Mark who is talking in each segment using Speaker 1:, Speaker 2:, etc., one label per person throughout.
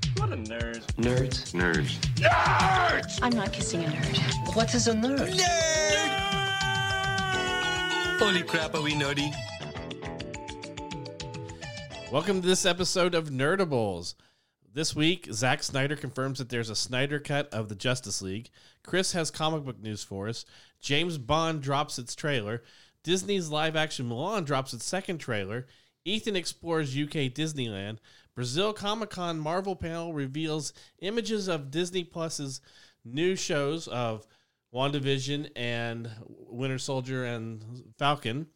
Speaker 1: Nerds.
Speaker 2: Nerds.
Speaker 3: Nerds.
Speaker 4: I'm not kissing a nerd.
Speaker 2: What is a nerd?
Speaker 5: Holy crap, are we nerdy?
Speaker 6: Welcome to this episode of Nerdables. This week, Zack Snyder confirms that there's a Snyder cut of the Justice League. Chris has comic book news for us. James Bond drops its trailer. Disney's live action Milan drops its second trailer. Ethan explores UK Disneyland. Brazil Comic Con Marvel panel reveals images of Disney Plus's new shows of WandaVision and Winter Soldier and Falcon.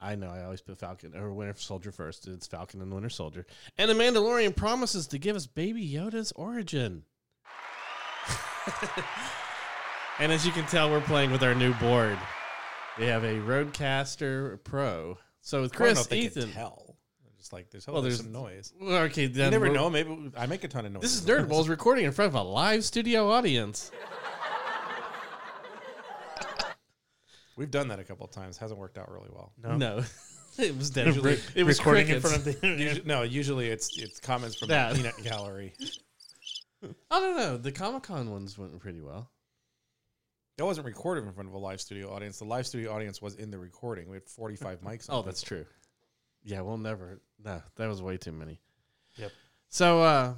Speaker 6: I know I always put Falcon or Winter Soldier first. It's Falcon and Winter Soldier. And the Mandalorian promises to give us Baby Yoda's origin. and as you can tell, we're playing with our new board. We have a Roadcaster Pro. So with
Speaker 7: I don't know
Speaker 6: Chris,
Speaker 7: if they
Speaker 6: Ethan.
Speaker 7: can tell. They're Just like there's, oh,
Speaker 6: Well,
Speaker 7: there's,
Speaker 6: there's-
Speaker 7: some noise.
Speaker 6: Well, Okay,
Speaker 7: You
Speaker 6: then
Speaker 7: never
Speaker 6: we're-
Speaker 7: know. Maybe I make a ton of noise.
Speaker 6: This is Nerd Bowls recording in front of a live studio audience.
Speaker 7: We've done that a couple of times. Hasn't worked out really well.
Speaker 6: No, it was dead.
Speaker 7: Usually,
Speaker 6: it was
Speaker 7: recording in
Speaker 6: crickets.
Speaker 7: front of the usu- no. Usually it's it's comments from
Speaker 6: That.
Speaker 7: the peanut gallery.
Speaker 6: I don't know. The Comic Con ones went pretty well.
Speaker 7: That wasn't recorded in front of a live studio audience. The live studio audience was in the recording. We had 45 mics. on
Speaker 6: Oh, that's true. Yeah, we'll never. No, that was way too many.
Speaker 7: Yep.
Speaker 6: So uh,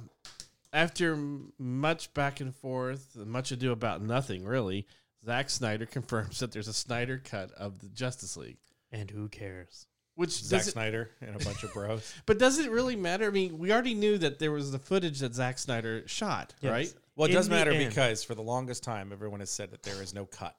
Speaker 6: after m- much back and forth, much ado about nothing, really, Zack Snyder confirms that there's a Snyder cut of the Justice League.
Speaker 5: And who cares?
Speaker 6: Which
Speaker 7: Zack
Speaker 6: doesn't-
Speaker 7: Snyder and a bunch of bros.
Speaker 6: but does it really matter? I mean, we already knew that there was the footage that Zack Snyder shot,
Speaker 5: Yes.
Speaker 6: right?
Speaker 7: Well, it
Speaker 5: In
Speaker 7: does
Speaker 5: the
Speaker 7: matter
Speaker 5: end.
Speaker 7: because for the longest time, everyone has said that there is no cut.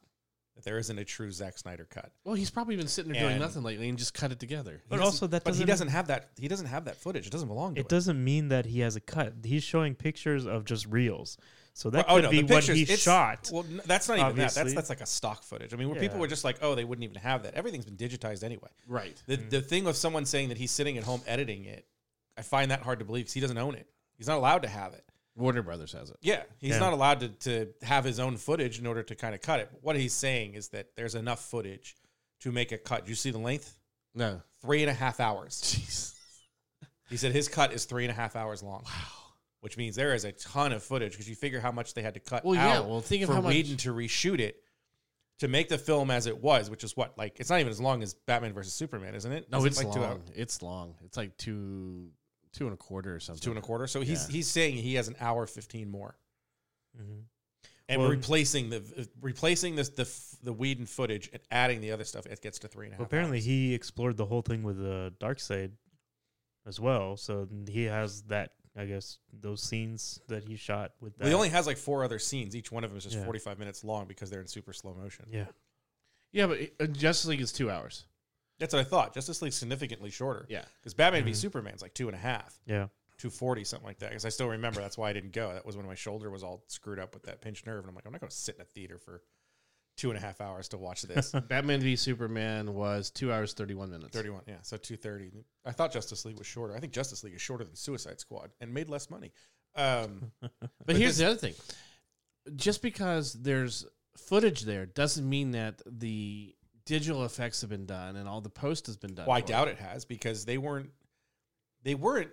Speaker 7: That there isn't a true Zack Snyder cut.
Speaker 6: Well, he's probably been sitting there doing
Speaker 7: And-
Speaker 6: nothing lately and just cut it together.
Speaker 5: But
Speaker 7: He
Speaker 5: also
Speaker 7: doesn't-
Speaker 5: that
Speaker 7: but he
Speaker 5: doesn't-
Speaker 7: doesn't have that. He doesn't have that footage. It doesn't belong to
Speaker 5: It doesn't mean that he has a cut. He's showing pictures of just reels. So that
Speaker 7: Well, oh,
Speaker 5: could be
Speaker 7: the
Speaker 5: what he
Speaker 7: it's-
Speaker 5: shot.
Speaker 7: Well, n- that's not even that. That's
Speaker 5: obviously.
Speaker 7: that's like a stock footage. I mean, where people
Speaker 5: Yeah.
Speaker 7: were just like, oh, they wouldn't even have that. Everything's been digitized anyway.
Speaker 6: Right.
Speaker 7: The
Speaker 5: Mm.
Speaker 7: the thing with someone saying that he's sitting at home editing it, I find that hard to believe because he doesn't own it. He's not allowed to have it.
Speaker 6: Warner Brothers has it.
Speaker 7: Yeah, he's
Speaker 5: Yeah.
Speaker 7: not allowed to, to have his own footage in order to kind of cut it. But what he's saying is that there's enough footage to make a cut. Do you see the length?
Speaker 6: No.
Speaker 7: Three and a half hours. Jeez. He said his cut is three and a half hours long. Wow. Which means there is a ton of footage because you figure how much they had to cut
Speaker 6: Well, yeah.
Speaker 7: out
Speaker 6: Well, think of
Speaker 7: for
Speaker 6: how much.
Speaker 7: Whedon to reshoot it to make the film as it was, which is what like it's not even as long as Batman versus Superman, isn't it?
Speaker 6: No,
Speaker 7: Isn't it
Speaker 6: it's
Speaker 7: like two
Speaker 6: long.
Speaker 7: hours-
Speaker 6: it's long. It's like two, two and a quarter or something.
Speaker 7: two and a quarter. So he's
Speaker 6: Yeah.
Speaker 7: he's saying he has an hour fifteen more.
Speaker 5: Mhm.
Speaker 7: and
Speaker 5: Well-
Speaker 7: replacing the uh, replacing this the f- the Whedon footage and adding the other stuff, it gets to three and a half.
Speaker 5: Well, apparently,
Speaker 7: hours.
Speaker 5: he explored the whole thing with the dark side as well. So he has that, I guess, those scenes that he shot with that.
Speaker 7: Well, he only has like four other scenes. Each one of them is just
Speaker 5: Yeah.
Speaker 7: forty five minutes long because they're in super slow motion.
Speaker 5: yeah.
Speaker 6: Yeah, but uh, Justice League is two hours.
Speaker 7: That's what I thought. Justice League's significantly shorter.
Speaker 6: Yeah. Mm-hmm.
Speaker 7: because Batman v
Speaker 5: Mhm.
Speaker 7: Superman's like two and a half,
Speaker 5: Yeah.
Speaker 7: two forty something like that. Because I still remember that's why I didn't go. That was when my shoulder was all screwed up with that pinched nerve, and I'm like, I'm not going to sit in a theater for two and a half hours to watch this.
Speaker 6: Batman v Superman was two hours thirty one minutes.
Speaker 7: Thirty one, yeah, so two thirty. I thought Justice League was shorter. I think Justice League is shorter than Suicide Squad and made less money. Um,
Speaker 6: But, here's the other thing: just because there's footage there doesn't mean that the digital effects have been done and all the post has been done.
Speaker 7: Well, I
Speaker 6: for
Speaker 7: doubt it has because they weren't they weren't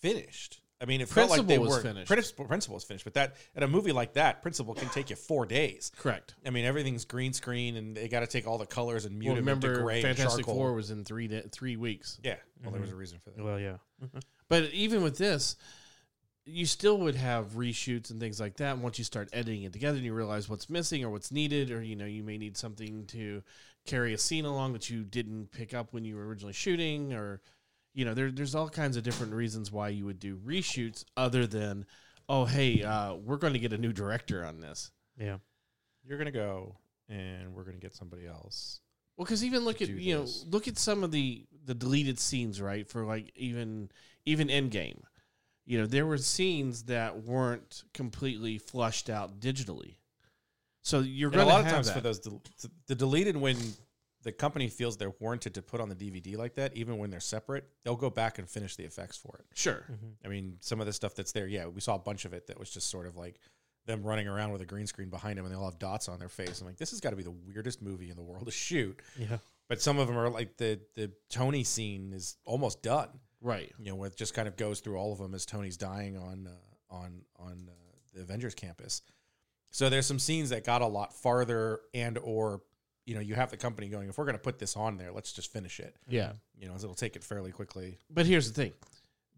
Speaker 7: finished. I mean, it felt like
Speaker 6: Principle
Speaker 7: they
Speaker 6: was
Speaker 7: were
Speaker 6: finished.
Speaker 7: Principle, principle was finished, but that at a movie like that, principle can take you four days.
Speaker 6: Correct.
Speaker 7: I mean, everything's green screen, and they got to take all the colors and mute
Speaker 6: Well,
Speaker 7: them into
Speaker 6: remember,
Speaker 7: gray and
Speaker 6: Fantastic
Speaker 7: charcoal.
Speaker 6: Four was in three da- three weeks.
Speaker 7: Yeah, well, there was a
Speaker 6: Mm-hmm.
Speaker 7: reason for that.
Speaker 5: Well, yeah.
Speaker 6: But even with this, you still would have reshoots and things like that. And once you start editing it together and you realize what's missing or what's needed, or you know, you may need something to carry a scene along that you didn't pick up when you were originally shooting, or you know, there, there's all kinds of different reasons why you would do reshoots other than, oh, hey, uh, we're going to get a new director on this.
Speaker 5: Yeah.
Speaker 7: You're gonna go, and we're gonna get somebody else.
Speaker 6: Well, because even look
Speaker 7: to
Speaker 6: at
Speaker 7: do
Speaker 6: you
Speaker 7: this.
Speaker 6: know look at some of the the deleted scenes, right? For like even even Endgame, you know there were scenes that weren't completely flushed out digitally. So you're
Speaker 7: And
Speaker 6: going
Speaker 7: a
Speaker 6: to
Speaker 7: lot of
Speaker 6: have
Speaker 7: times
Speaker 6: that.
Speaker 7: for those del- the deleted when the company feels they're warranted to put on the DVD like that, even when they're separate, they'll go back and finish the effects for it.
Speaker 6: Sure,
Speaker 7: I mean, some of the stuff that's there, yeah, we saw a bunch of it that was just sort of like them running around with a green screen behind them and they all have dots on their face. I'm like, this has got to be the weirdest movie in the world to shoot.
Speaker 5: Yeah.
Speaker 7: But some of them are like the the Tony scene is almost done,
Speaker 6: right.
Speaker 7: you know, where it just kind of goes through all of them as Tony's dying on uh, on on uh, the Avengers campus. So there's some scenes that got a lot farther, and or you know you have the company going, if we're going to put this on there, let's just finish it.
Speaker 6: Yeah.
Speaker 7: You know, 'cause it'll take it fairly quickly.
Speaker 6: But here's the thing.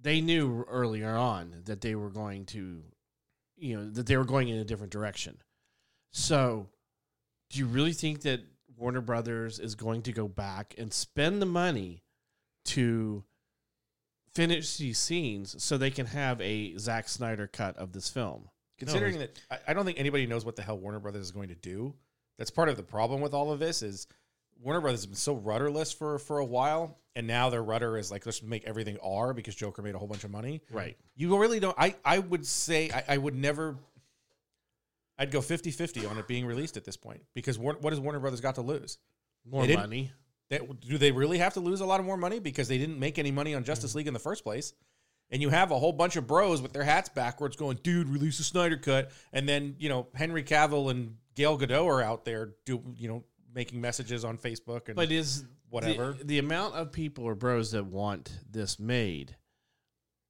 Speaker 6: They knew earlier on that they were going to you know, that they were going in a different direction. So, do you really think that Warner Brothers is going to go back and spend the money to finish these scenes so they can have a Zack Snyder cut of this film?
Speaker 7: Considering that I, I don't think anybody knows what the hell Warner Brothers is going to do. That's part of the problem with all of this is Warner Brothers has been so rudderless for for a while, and now their rudder is like let's make everything R because Joker made a whole bunch of money.
Speaker 6: Right.
Speaker 7: You really don't. I, I would say I, I would never. I'd go 50 50 on it being released at this point because Warner, what has Warner Brothers got to lose?
Speaker 6: More
Speaker 7: They didn't-
Speaker 6: money.
Speaker 7: That, do they really have to lose a lot of more money because they didn't make any money on Justice League in the first place? And you have a whole bunch of bros with their hats backwards going, dude, release the Snyder Cut. And then, you know, Henry Cavill and Gail Godot are out there, do you know, making messages on Facebook and
Speaker 6: But is
Speaker 7: whatever.
Speaker 6: the, the amount of people or bros that want this made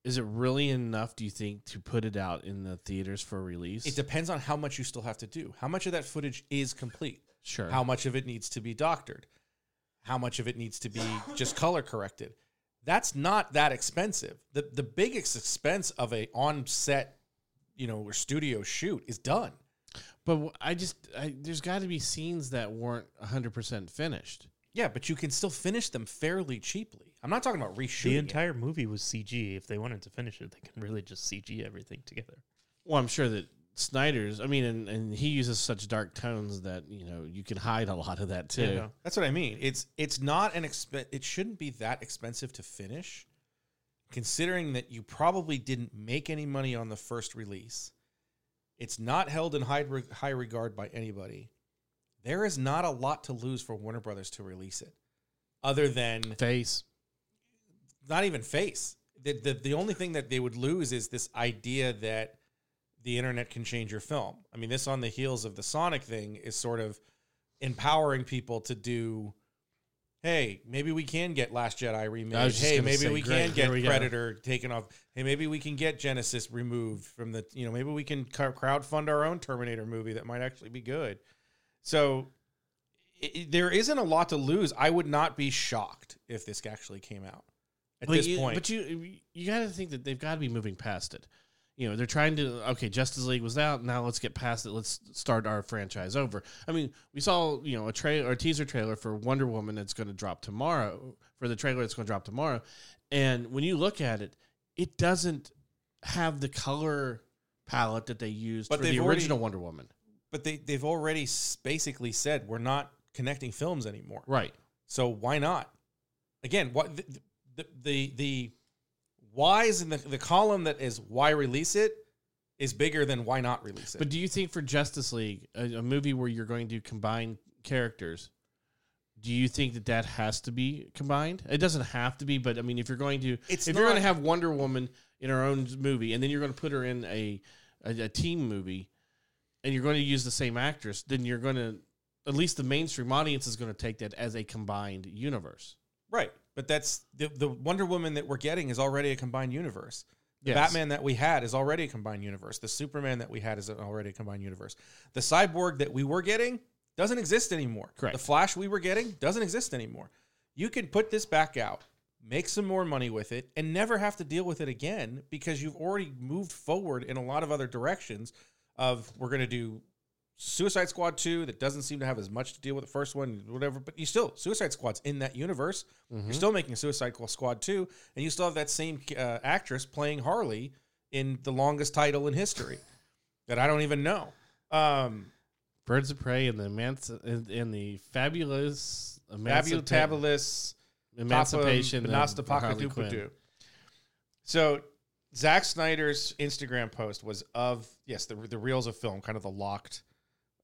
Speaker 6: is it really enough do you think to put it out in the theaters for release
Speaker 7: It depends on how much you still have to do. How much of that footage is complete?
Speaker 6: sure
Speaker 7: how much of it needs to be doctored how much of it needs to be just color corrected that's not that expensive the the biggest expense of a on-set you know or studio shoot is done
Speaker 6: but w- i just I, there's got to be scenes that weren't 100% finished
Speaker 7: yeah but you can still finish them fairly cheaply i'm not talking about reshooting
Speaker 5: The
Speaker 7: it.
Speaker 5: entire movie was CG. If they wanted to finish it, they can really just CG everything together.
Speaker 6: well i'm sure that snyder's i mean and, and he uses such dark tones that you know you can hide a lot of that too
Speaker 5: Yeah.
Speaker 7: That's what I mean. It's it's not an expen. It shouldn't be that expensive to finish, considering that you probably didn't make any money on the first release. It's not held in high re- high regard by anybody. There is not a lot to lose for Warner Brothers to release it, other than
Speaker 6: face
Speaker 7: not even face. The, the, the only thing that they would lose is this idea that the internet can change your film. I mean, this on the heels of the Sonic thing is sort of empowering people to do, hey, maybe we can get Last Jedi
Speaker 6: I
Speaker 7: remade.
Speaker 6: was just
Speaker 7: Hey,
Speaker 6: gonna
Speaker 7: maybe
Speaker 6: say,
Speaker 7: we
Speaker 6: great,
Speaker 7: can
Speaker 6: here
Speaker 7: get
Speaker 6: we go.
Speaker 7: Predator taken off. Hey, maybe we can get Genesis removed from the, you know, maybe we can cr- crowdfund our own Terminator movie that might actually be good. So i i- there isn't a lot to lose. I would not be shocked if this actually came out at
Speaker 6: but
Speaker 7: this
Speaker 6: you,
Speaker 7: point.
Speaker 6: But you you got to think that they've got to be moving past it. You know, they're trying to okay, Justice League was out. Now let's get past it. Let's start our franchise over. I mean, we saw you know a trailer, or a teaser trailer for Wonder Woman that's going to drop tomorrow for the trailer that's going to drop tomorrow, and when you look at it, it doesn't have the color palette that they used
Speaker 7: But
Speaker 6: for the
Speaker 7: they've already-
Speaker 6: original Wonder Woman.
Speaker 7: but they they've already s- basically said we're not connecting films anymore.
Speaker 6: Right.
Speaker 7: So why not? Again, what the the the, the why's in the, the column that is why release it is bigger than why not release it.
Speaker 6: But do you think for Justice League, a, a movie where you're going to combine characters, do you think that that has to be combined? It doesn't have to be, but I mean, if you're going to,
Speaker 7: It's
Speaker 6: if you're going to
Speaker 7: not-
Speaker 6: have Wonder Woman in her own movie, and then you're going to put her in a, a a team movie, and you're going to use the same actress, then you're going to at least the mainstream audience is going to take that as a combined universe.
Speaker 7: right. But that's the the Wonder Woman that we're getting is already a combined universe. The
Speaker 6: Yes.
Speaker 7: Batman that we had is already a combined universe. The Superman that we had is already a combined universe. The cyborg that we were getting doesn't exist anymore.
Speaker 6: Correct.
Speaker 7: The Flash we were getting doesn't exist anymore. You can put this back out, make some more money with it, and never have to deal with it again because you've already moved forward in a lot of other directions. Of we're going to do Suicide Squad two that doesn't seem to have as much to deal with the first one, whatever. But you still Suicide Squad's in that universe.
Speaker 6: Mm-hmm. Hmm?
Speaker 7: You're still making Suicide Squad two, and you still have that same uh, actress playing Harley in the longest title in history that I don't even know. Um,
Speaker 6: Birds of Prey and the emanci- and, and the fabulous
Speaker 7: Fabu
Speaker 6: emancipa-
Speaker 7: Tabulous,
Speaker 6: emancipation of Harley Quinn.
Speaker 7: Benastapakadupudu. So Zack Snyder's Instagram post was of yes the the reels of film, kind of the locked.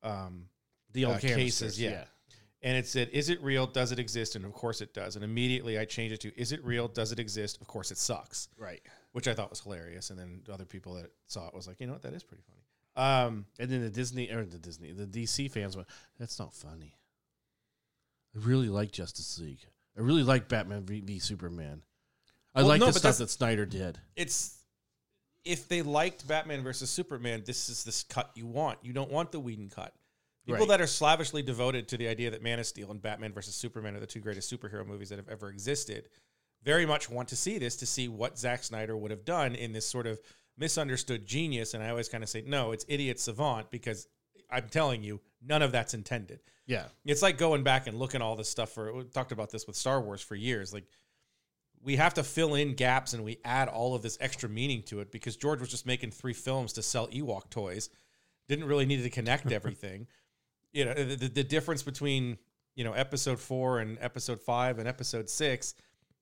Speaker 7: Um,
Speaker 6: the old
Speaker 7: uh,
Speaker 6: cases.
Speaker 7: cases, yeah. and it said, "Is it real? Does it exist?" And of course it does. And immediately I changed it to, "Is it real? Does it exist? Of course it sucks."
Speaker 6: right.
Speaker 7: which I thought was hilarious. And then other people that saw it was like, you know what, that is pretty funny. Um,
Speaker 6: And then the Disney or the Disney, the DC fans went, "That's not funny." I really like Justice League. I really like Batman v, v Superman. I
Speaker 7: Well,
Speaker 6: like
Speaker 7: no,
Speaker 6: the
Speaker 7: but
Speaker 6: stuff
Speaker 7: that's-
Speaker 6: that Snyder did.
Speaker 7: it's if they liked Batman versus Superman, this is this cut you want. You don't want the Whedon cut. People
Speaker 6: Right.
Speaker 7: that are slavishly devoted to the idea that Man of Steel and Batman versus Superman are the two greatest superhero movies that have ever existed very much want to see this to see what Zack Snyder would have done in this sort of misunderstood genius. And I always kind of say, no, it's idiot savant because I'm telling you, none of that's intended.
Speaker 6: Yeah.
Speaker 7: It's like going back and looking all this stuff for we talked about this with Star Wars for years. Like we have to fill in gaps and we add all of this extra meaning to it because George was just making three films to sell Ewok toys. Didn't really need to connect everything. you know, the, the, the difference between, you know, episode 4 and episode 5 and episode 6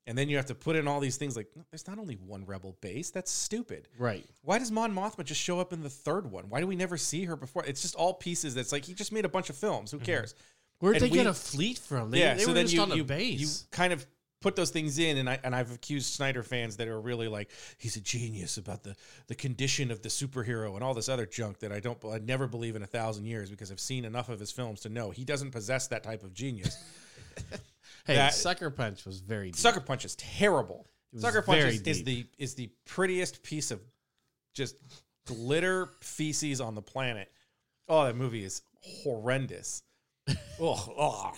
Speaker 7: and then you have to put in all these things like no, there's not only one rebel base. That's stupid.
Speaker 6: Right.
Speaker 7: Why does Mon Mothma just show up in the third one? Why do we never see her before? It's just all pieces that's like he just made a bunch of films. Who cares?
Speaker 6: Where'd
Speaker 7: And
Speaker 6: they get
Speaker 7: we-
Speaker 6: a fleet from? They, they were just on a base.
Speaker 7: you kind of put those things in, and I and I've accused Snyder fans that are really like he's a genius about the the condition of the superhero and all this other junk that I don't I never believe in a thousand years because I've seen enough of his films to know he doesn't possess that type of genius.
Speaker 6: hey,
Speaker 7: that-
Speaker 6: Sucker Punch was very deep.
Speaker 7: Sucker Punch is terrible.
Speaker 6: was
Speaker 7: Sucker Punch
Speaker 6: very
Speaker 7: is, is
Speaker 6: deep.
Speaker 7: the is the prettiest piece of just glitter feces on the planet. Oh, that movie is horrendous. oh, oh.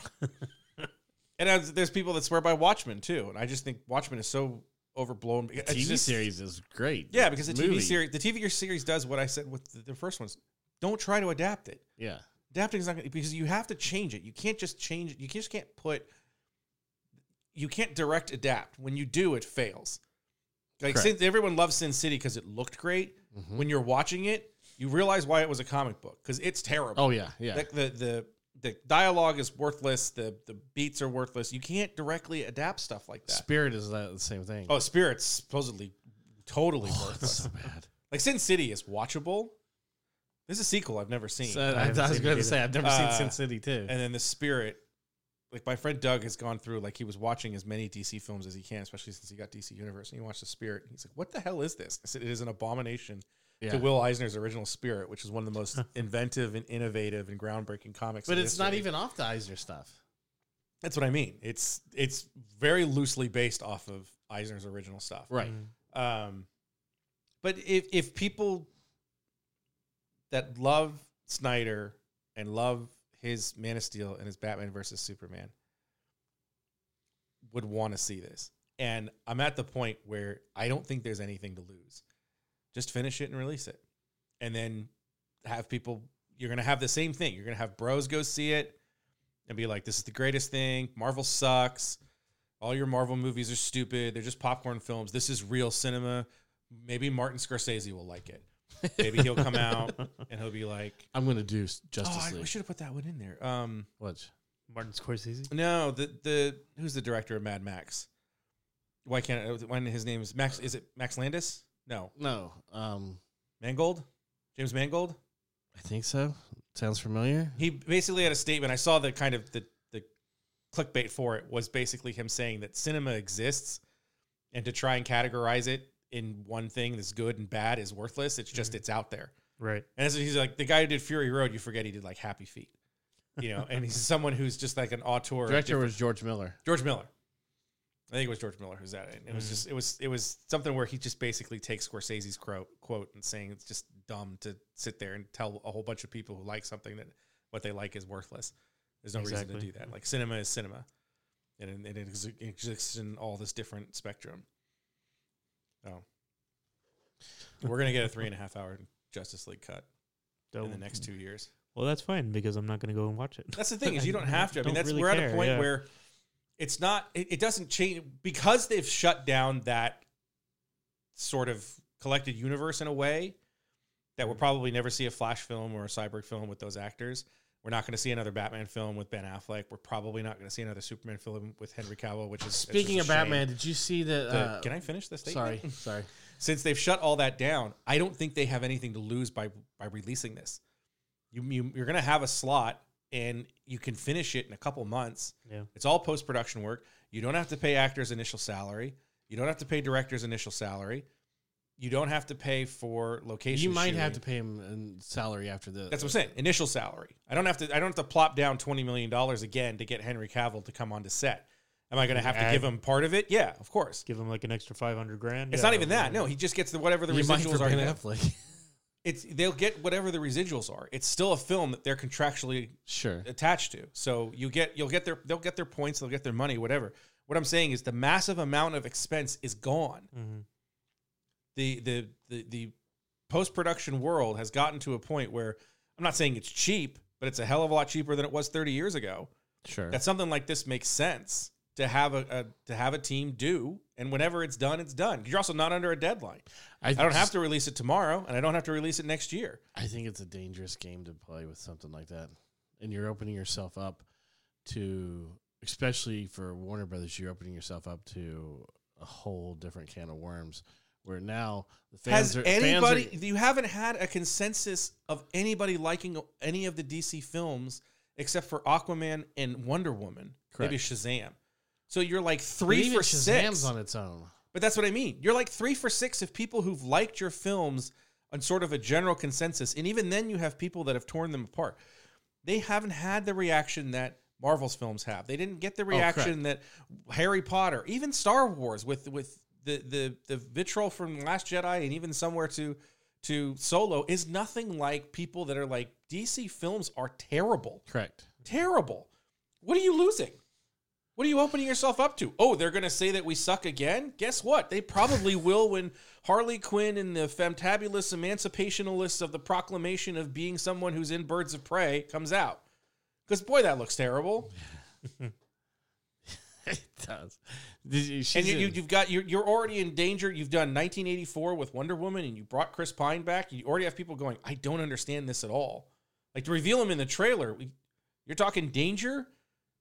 Speaker 7: and I, there's people that swear by Watchmen too, and I just think Watchmen is so overblown. It's
Speaker 6: TV
Speaker 7: just-
Speaker 6: series is great.
Speaker 7: yeah, because the
Speaker 6: Movie.
Speaker 7: TV series, the TV series does what I said with the, the first ones. Don't try to adapt it
Speaker 6: Yeah.
Speaker 7: adapting is not going to because you have to change it. You can't just change it. You just can't put. You can't direct adapt. When you do, it fails. Like
Speaker 6: Correct. Mm-hmm.
Speaker 7: since everyone loves Sin City because it looked great. When you're watching it, you realize why it was a comic book because it's terrible.
Speaker 6: Oh yeah. Yeah.
Speaker 7: Like the the the dialogue is worthless. The the beats are worthless. You can't directly adapt stuff like that.
Speaker 6: Spirit is that the same thing.
Speaker 7: Oh, Spirit's supposedly totally
Speaker 6: that's
Speaker 7: worthless.
Speaker 6: Oh, so bad.
Speaker 7: Like Sin City is watchable. There's a sequel I've never seen.
Speaker 6: So, I, I
Speaker 5: haven't
Speaker 6: was
Speaker 5: seen
Speaker 6: going
Speaker 5: it
Speaker 6: to say I've never
Speaker 7: Uh,
Speaker 6: seen Sin City too.
Speaker 7: and then the spirit like my friend doug has gone through like he was watching as many dc films as he can especially since he got dc universe and he watched the spirit and he's like what the hell is this i said it is an abomination
Speaker 6: Yeah.
Speaker 7: to will eisner's original spirit which is one of the most inventive and innovative and groundbreaking comics
Speaker 6: but
Speaker 7: in
Speaker 6: it's not
Speaker 7: history.
Speaker 6: even off the Eisner stuff.
Speaker 7: that's what i mean it's it's very loosely based off of eisner's original stuff
Speaker 6: Right.
Speaker 5: Mm.
Speaker 7: um, but if if people that love Snyder and love his Man of Steel and his Batman versus Superman would want to see this, and I'm at the point where I don't think there's anything to lose. Just finish it and release it, and then have people. You're gonna have the same thing. You're gonna have bros go see it and be like, "This is the greatest thing. Marvel sucks." all your Marvel movies are stupid. They're just popcorn films. This is real cinema. Maybe Martin Scorsese will like it. Maybe he'll come out and he'll be like,
Speaker 6: I'm going to do s-
Speaker 7: "Oh,
Speaker 6: Justice
Speaker 7: I, we
Speaker 6: League.
Speaker 7: should have put that one in there." Um,
Speaker 6: Watch.
Speaker 5: Martin Scorsese.
Speaker 7: no, the the who's the director of Mad Max? Why can't I- when his name is Max? Is it Max Landis? No,
Speaker 6: No. Um.
Speaker 7: Mangold, James Mangold.
Speaker 6: I think so. Sounds familiar.
Speaker 7: He basically had a statement. I saw the kind of the the clickbait for it was basically him saying that cinema exists, and to try and categorize it in one thing that's good and bad is worthless. It's just it's out there.
Speaker 5: Right.
Speaker 7: And so he's like the guy who did Fury Road. You forget he did like Happy Feet, you know. and he's someone who's just like an auteur. of
Speaker 6: Director was George Miller.
Speaker 7: George Miller. I think it was George Miller who's at it. It was just it was it was something where he just basically takes Scorsese's quote quote and saying it's just dumb to sit there and tell a whole bunch of people who like something that what they like is worthless. There's no reason to
Speaker 5: Exactly.
Speaker 7: do that. Like cinema is cinema, and it, it ex- exists in all this different spectrum. Oh, we're gonna get a three and a half hour Justice League cut in the
Speaker 5: Don't-
Speaker 7: next two years.
Speaker 5: Mm. Well, that's fine because I'm not going to go and watch it.
Speaker 7: That's the thing is you don't have to. I mean,
Speaker 5: Don't
Speaker 7: that's
Speaker 5: really
Speaker 7: we're at a
Speaker 5: care,
Speaker 7: point
Speaker 5: yeah.
Speaker 7: where it's not. It, it doesn't change because they've shut down that sort of collected universe in a way that we'll probably never see a Flash film or a Cyborg film with those actors. We're not going to see another Batman film with Ben Affleck. We're probably not going to see another Superman film with Henry Cavill. Which is it's
Speaker 6: Speaking of
Speaker 7: just a shame.
Speaker 6: Batman, did you see that?
Speaker 7: The-
Speaker 6: Uh,
Speaker 7: can I finish this? Statement?
Speaker 6: sorry, sorry.
Speaker 7: since they've shut all that down, I don't think they have anything to lose by by releasing this. You, you you're gonna have a slot, and you can finish it in a couple months.
Speaker 5: Yeah.
Speaker 7: It's all post production work. You don't have to pay actors initial salary. You don't have to pay directors initial salary. You don't have to pay for location.
Speaker 6: You might
Speaker 7: shooting.
Speaker 6: have to pay him in salary after this.
Speaker 7: That's what I'm saying. Initial salary. I don't have to. I don't have to plop down twenty million dollars again to get Henry Cavill to come onto set. Am I going to have to
Speaker 5: Add-
Speaker 7: give him part of it? Yeah, of course.
Speaker 5: Give him like an extra five hundred grand.
Speaker 7: It's
Speaker 5: Yeah,
Speaker 7: not even that.
Speaker 5: yeah.
Speaker 7: No, he just gets the whatever the
Speaker 6: You might
Speaker 7: residuals
Speaker 6: for
Speaker 7: are.
Speaker 6: Ben
Speaker 7: now.
Speaker 6: Affleck.
Speaker 7: It's they'll get whatever the residuals are. It's still a film that they're contractually
Speaker 6: sure.
Speaker 7: attached to. So you get you'll get their they'll get their points, they'll get their money, whatever. What I'm saying is the massive amount of expense is gone.
Speaker 5: Mhm.
Speaker 7: The the the, the post production world has gotten to a point where I'm not saying it's cheap, but it's a hell of a lot cheaper than it was 30 years ago.
Speaker 6: Sure.
Speaker 7: That something like this makes sense to have a, a to have a team do, and whenever it's done, it's done. You're also not under a deadline. I don't have to release it tomorrow, and I don't have to release it next year.
Speaker 6: I think it's a dangerous game to play with something like that. And you're opening yourself up to, especially for Warner Brothers, you're opening yourself up to a whole different can of worms. Where now the fans
Speaker 7: Has
Speaker 6: are
Speaker 7: anybody?
Speaker 6: Fans
Speaker 7: you haven't had a consensus of anybody liking any of the DC films except for Aquaman and Wonder Woman, maybe Shazam. So you're like
Speaker 6: are,
Speaker 7: three
Speaker 6: even
Speaker 7: for
Speaker 6: Shazam's
Speaker 7: six.
Speaker 6: on its own.
Speaker 7: But that's what I mean. You're like three for six of people who've liked your films on sort of a general consensus, and even then, you have people that have torn them apart. They haven't had the reaction that Marvel's films have. They didn't get the
Speaker 6: correct.
Speaker 7: reaction that Harry Potter, even Star Wars, with with the the the vitriol from Last Jedi, and even somewhere to to Solo is nothing like people that are like DC films are terrible
Speaker 6: Correct.
Speaker 7: terrible. What are you losing? What are you opening yourself up to? Oh, they're going to say that we suck again? Guess what? They probably will when Harley Quinn and the fantabulous emancipationalists of the proclamation of being someone who's in Birds of Prey comes out. Because, boy, that looks terrible.
Speaker 6: it does. Did you- she's
Speaker 7: and you, you,
Speaker 6: in-
Speaker 7: you've got, you're, you're already in danger. You've done 1984 with Wonder Woman and you brought Chris Pine back. You already have people going, I don't understand this at all. Like to reveal him in the trailer, we, you're talking danger.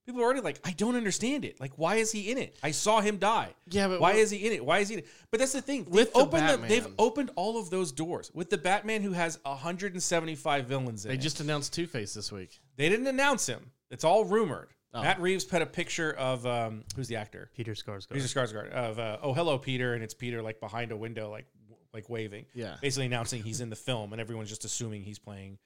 Speaker 7: People are already like, I don't understand it. Like, why is he in it? I saw him die.
Speaker 6: yeah, but
Speaker 7: Why
Speaker 6: what-
Speaker 7: is he in it? Why is he in it? But that's the thing. They've
Speaker 6: With the
Speaker 7: opened them- they've
Speaker 6: Batman.
Speaker 7: opened all of those doors with the Batman who has 175 villains in
Speaker 6: they
Speaker 7: it.
Speaker 6: just announced Two Face this week?
Speaker 7: they didn't announce him. It's all rumored.
Speaker 6: Oh.
Speaker 7: Matt Reeves put a picture of um, who's the actor?
Speaker 5: Peter Skarsgård.
Speaker 7: Peter Skarsgård of uh, oh hello Peter and it's Peter like behind a window like w- like waving
Speaker 6: Yeah.
Speaker 7: basically announcing he's in the film and everyone's just assuming he's playing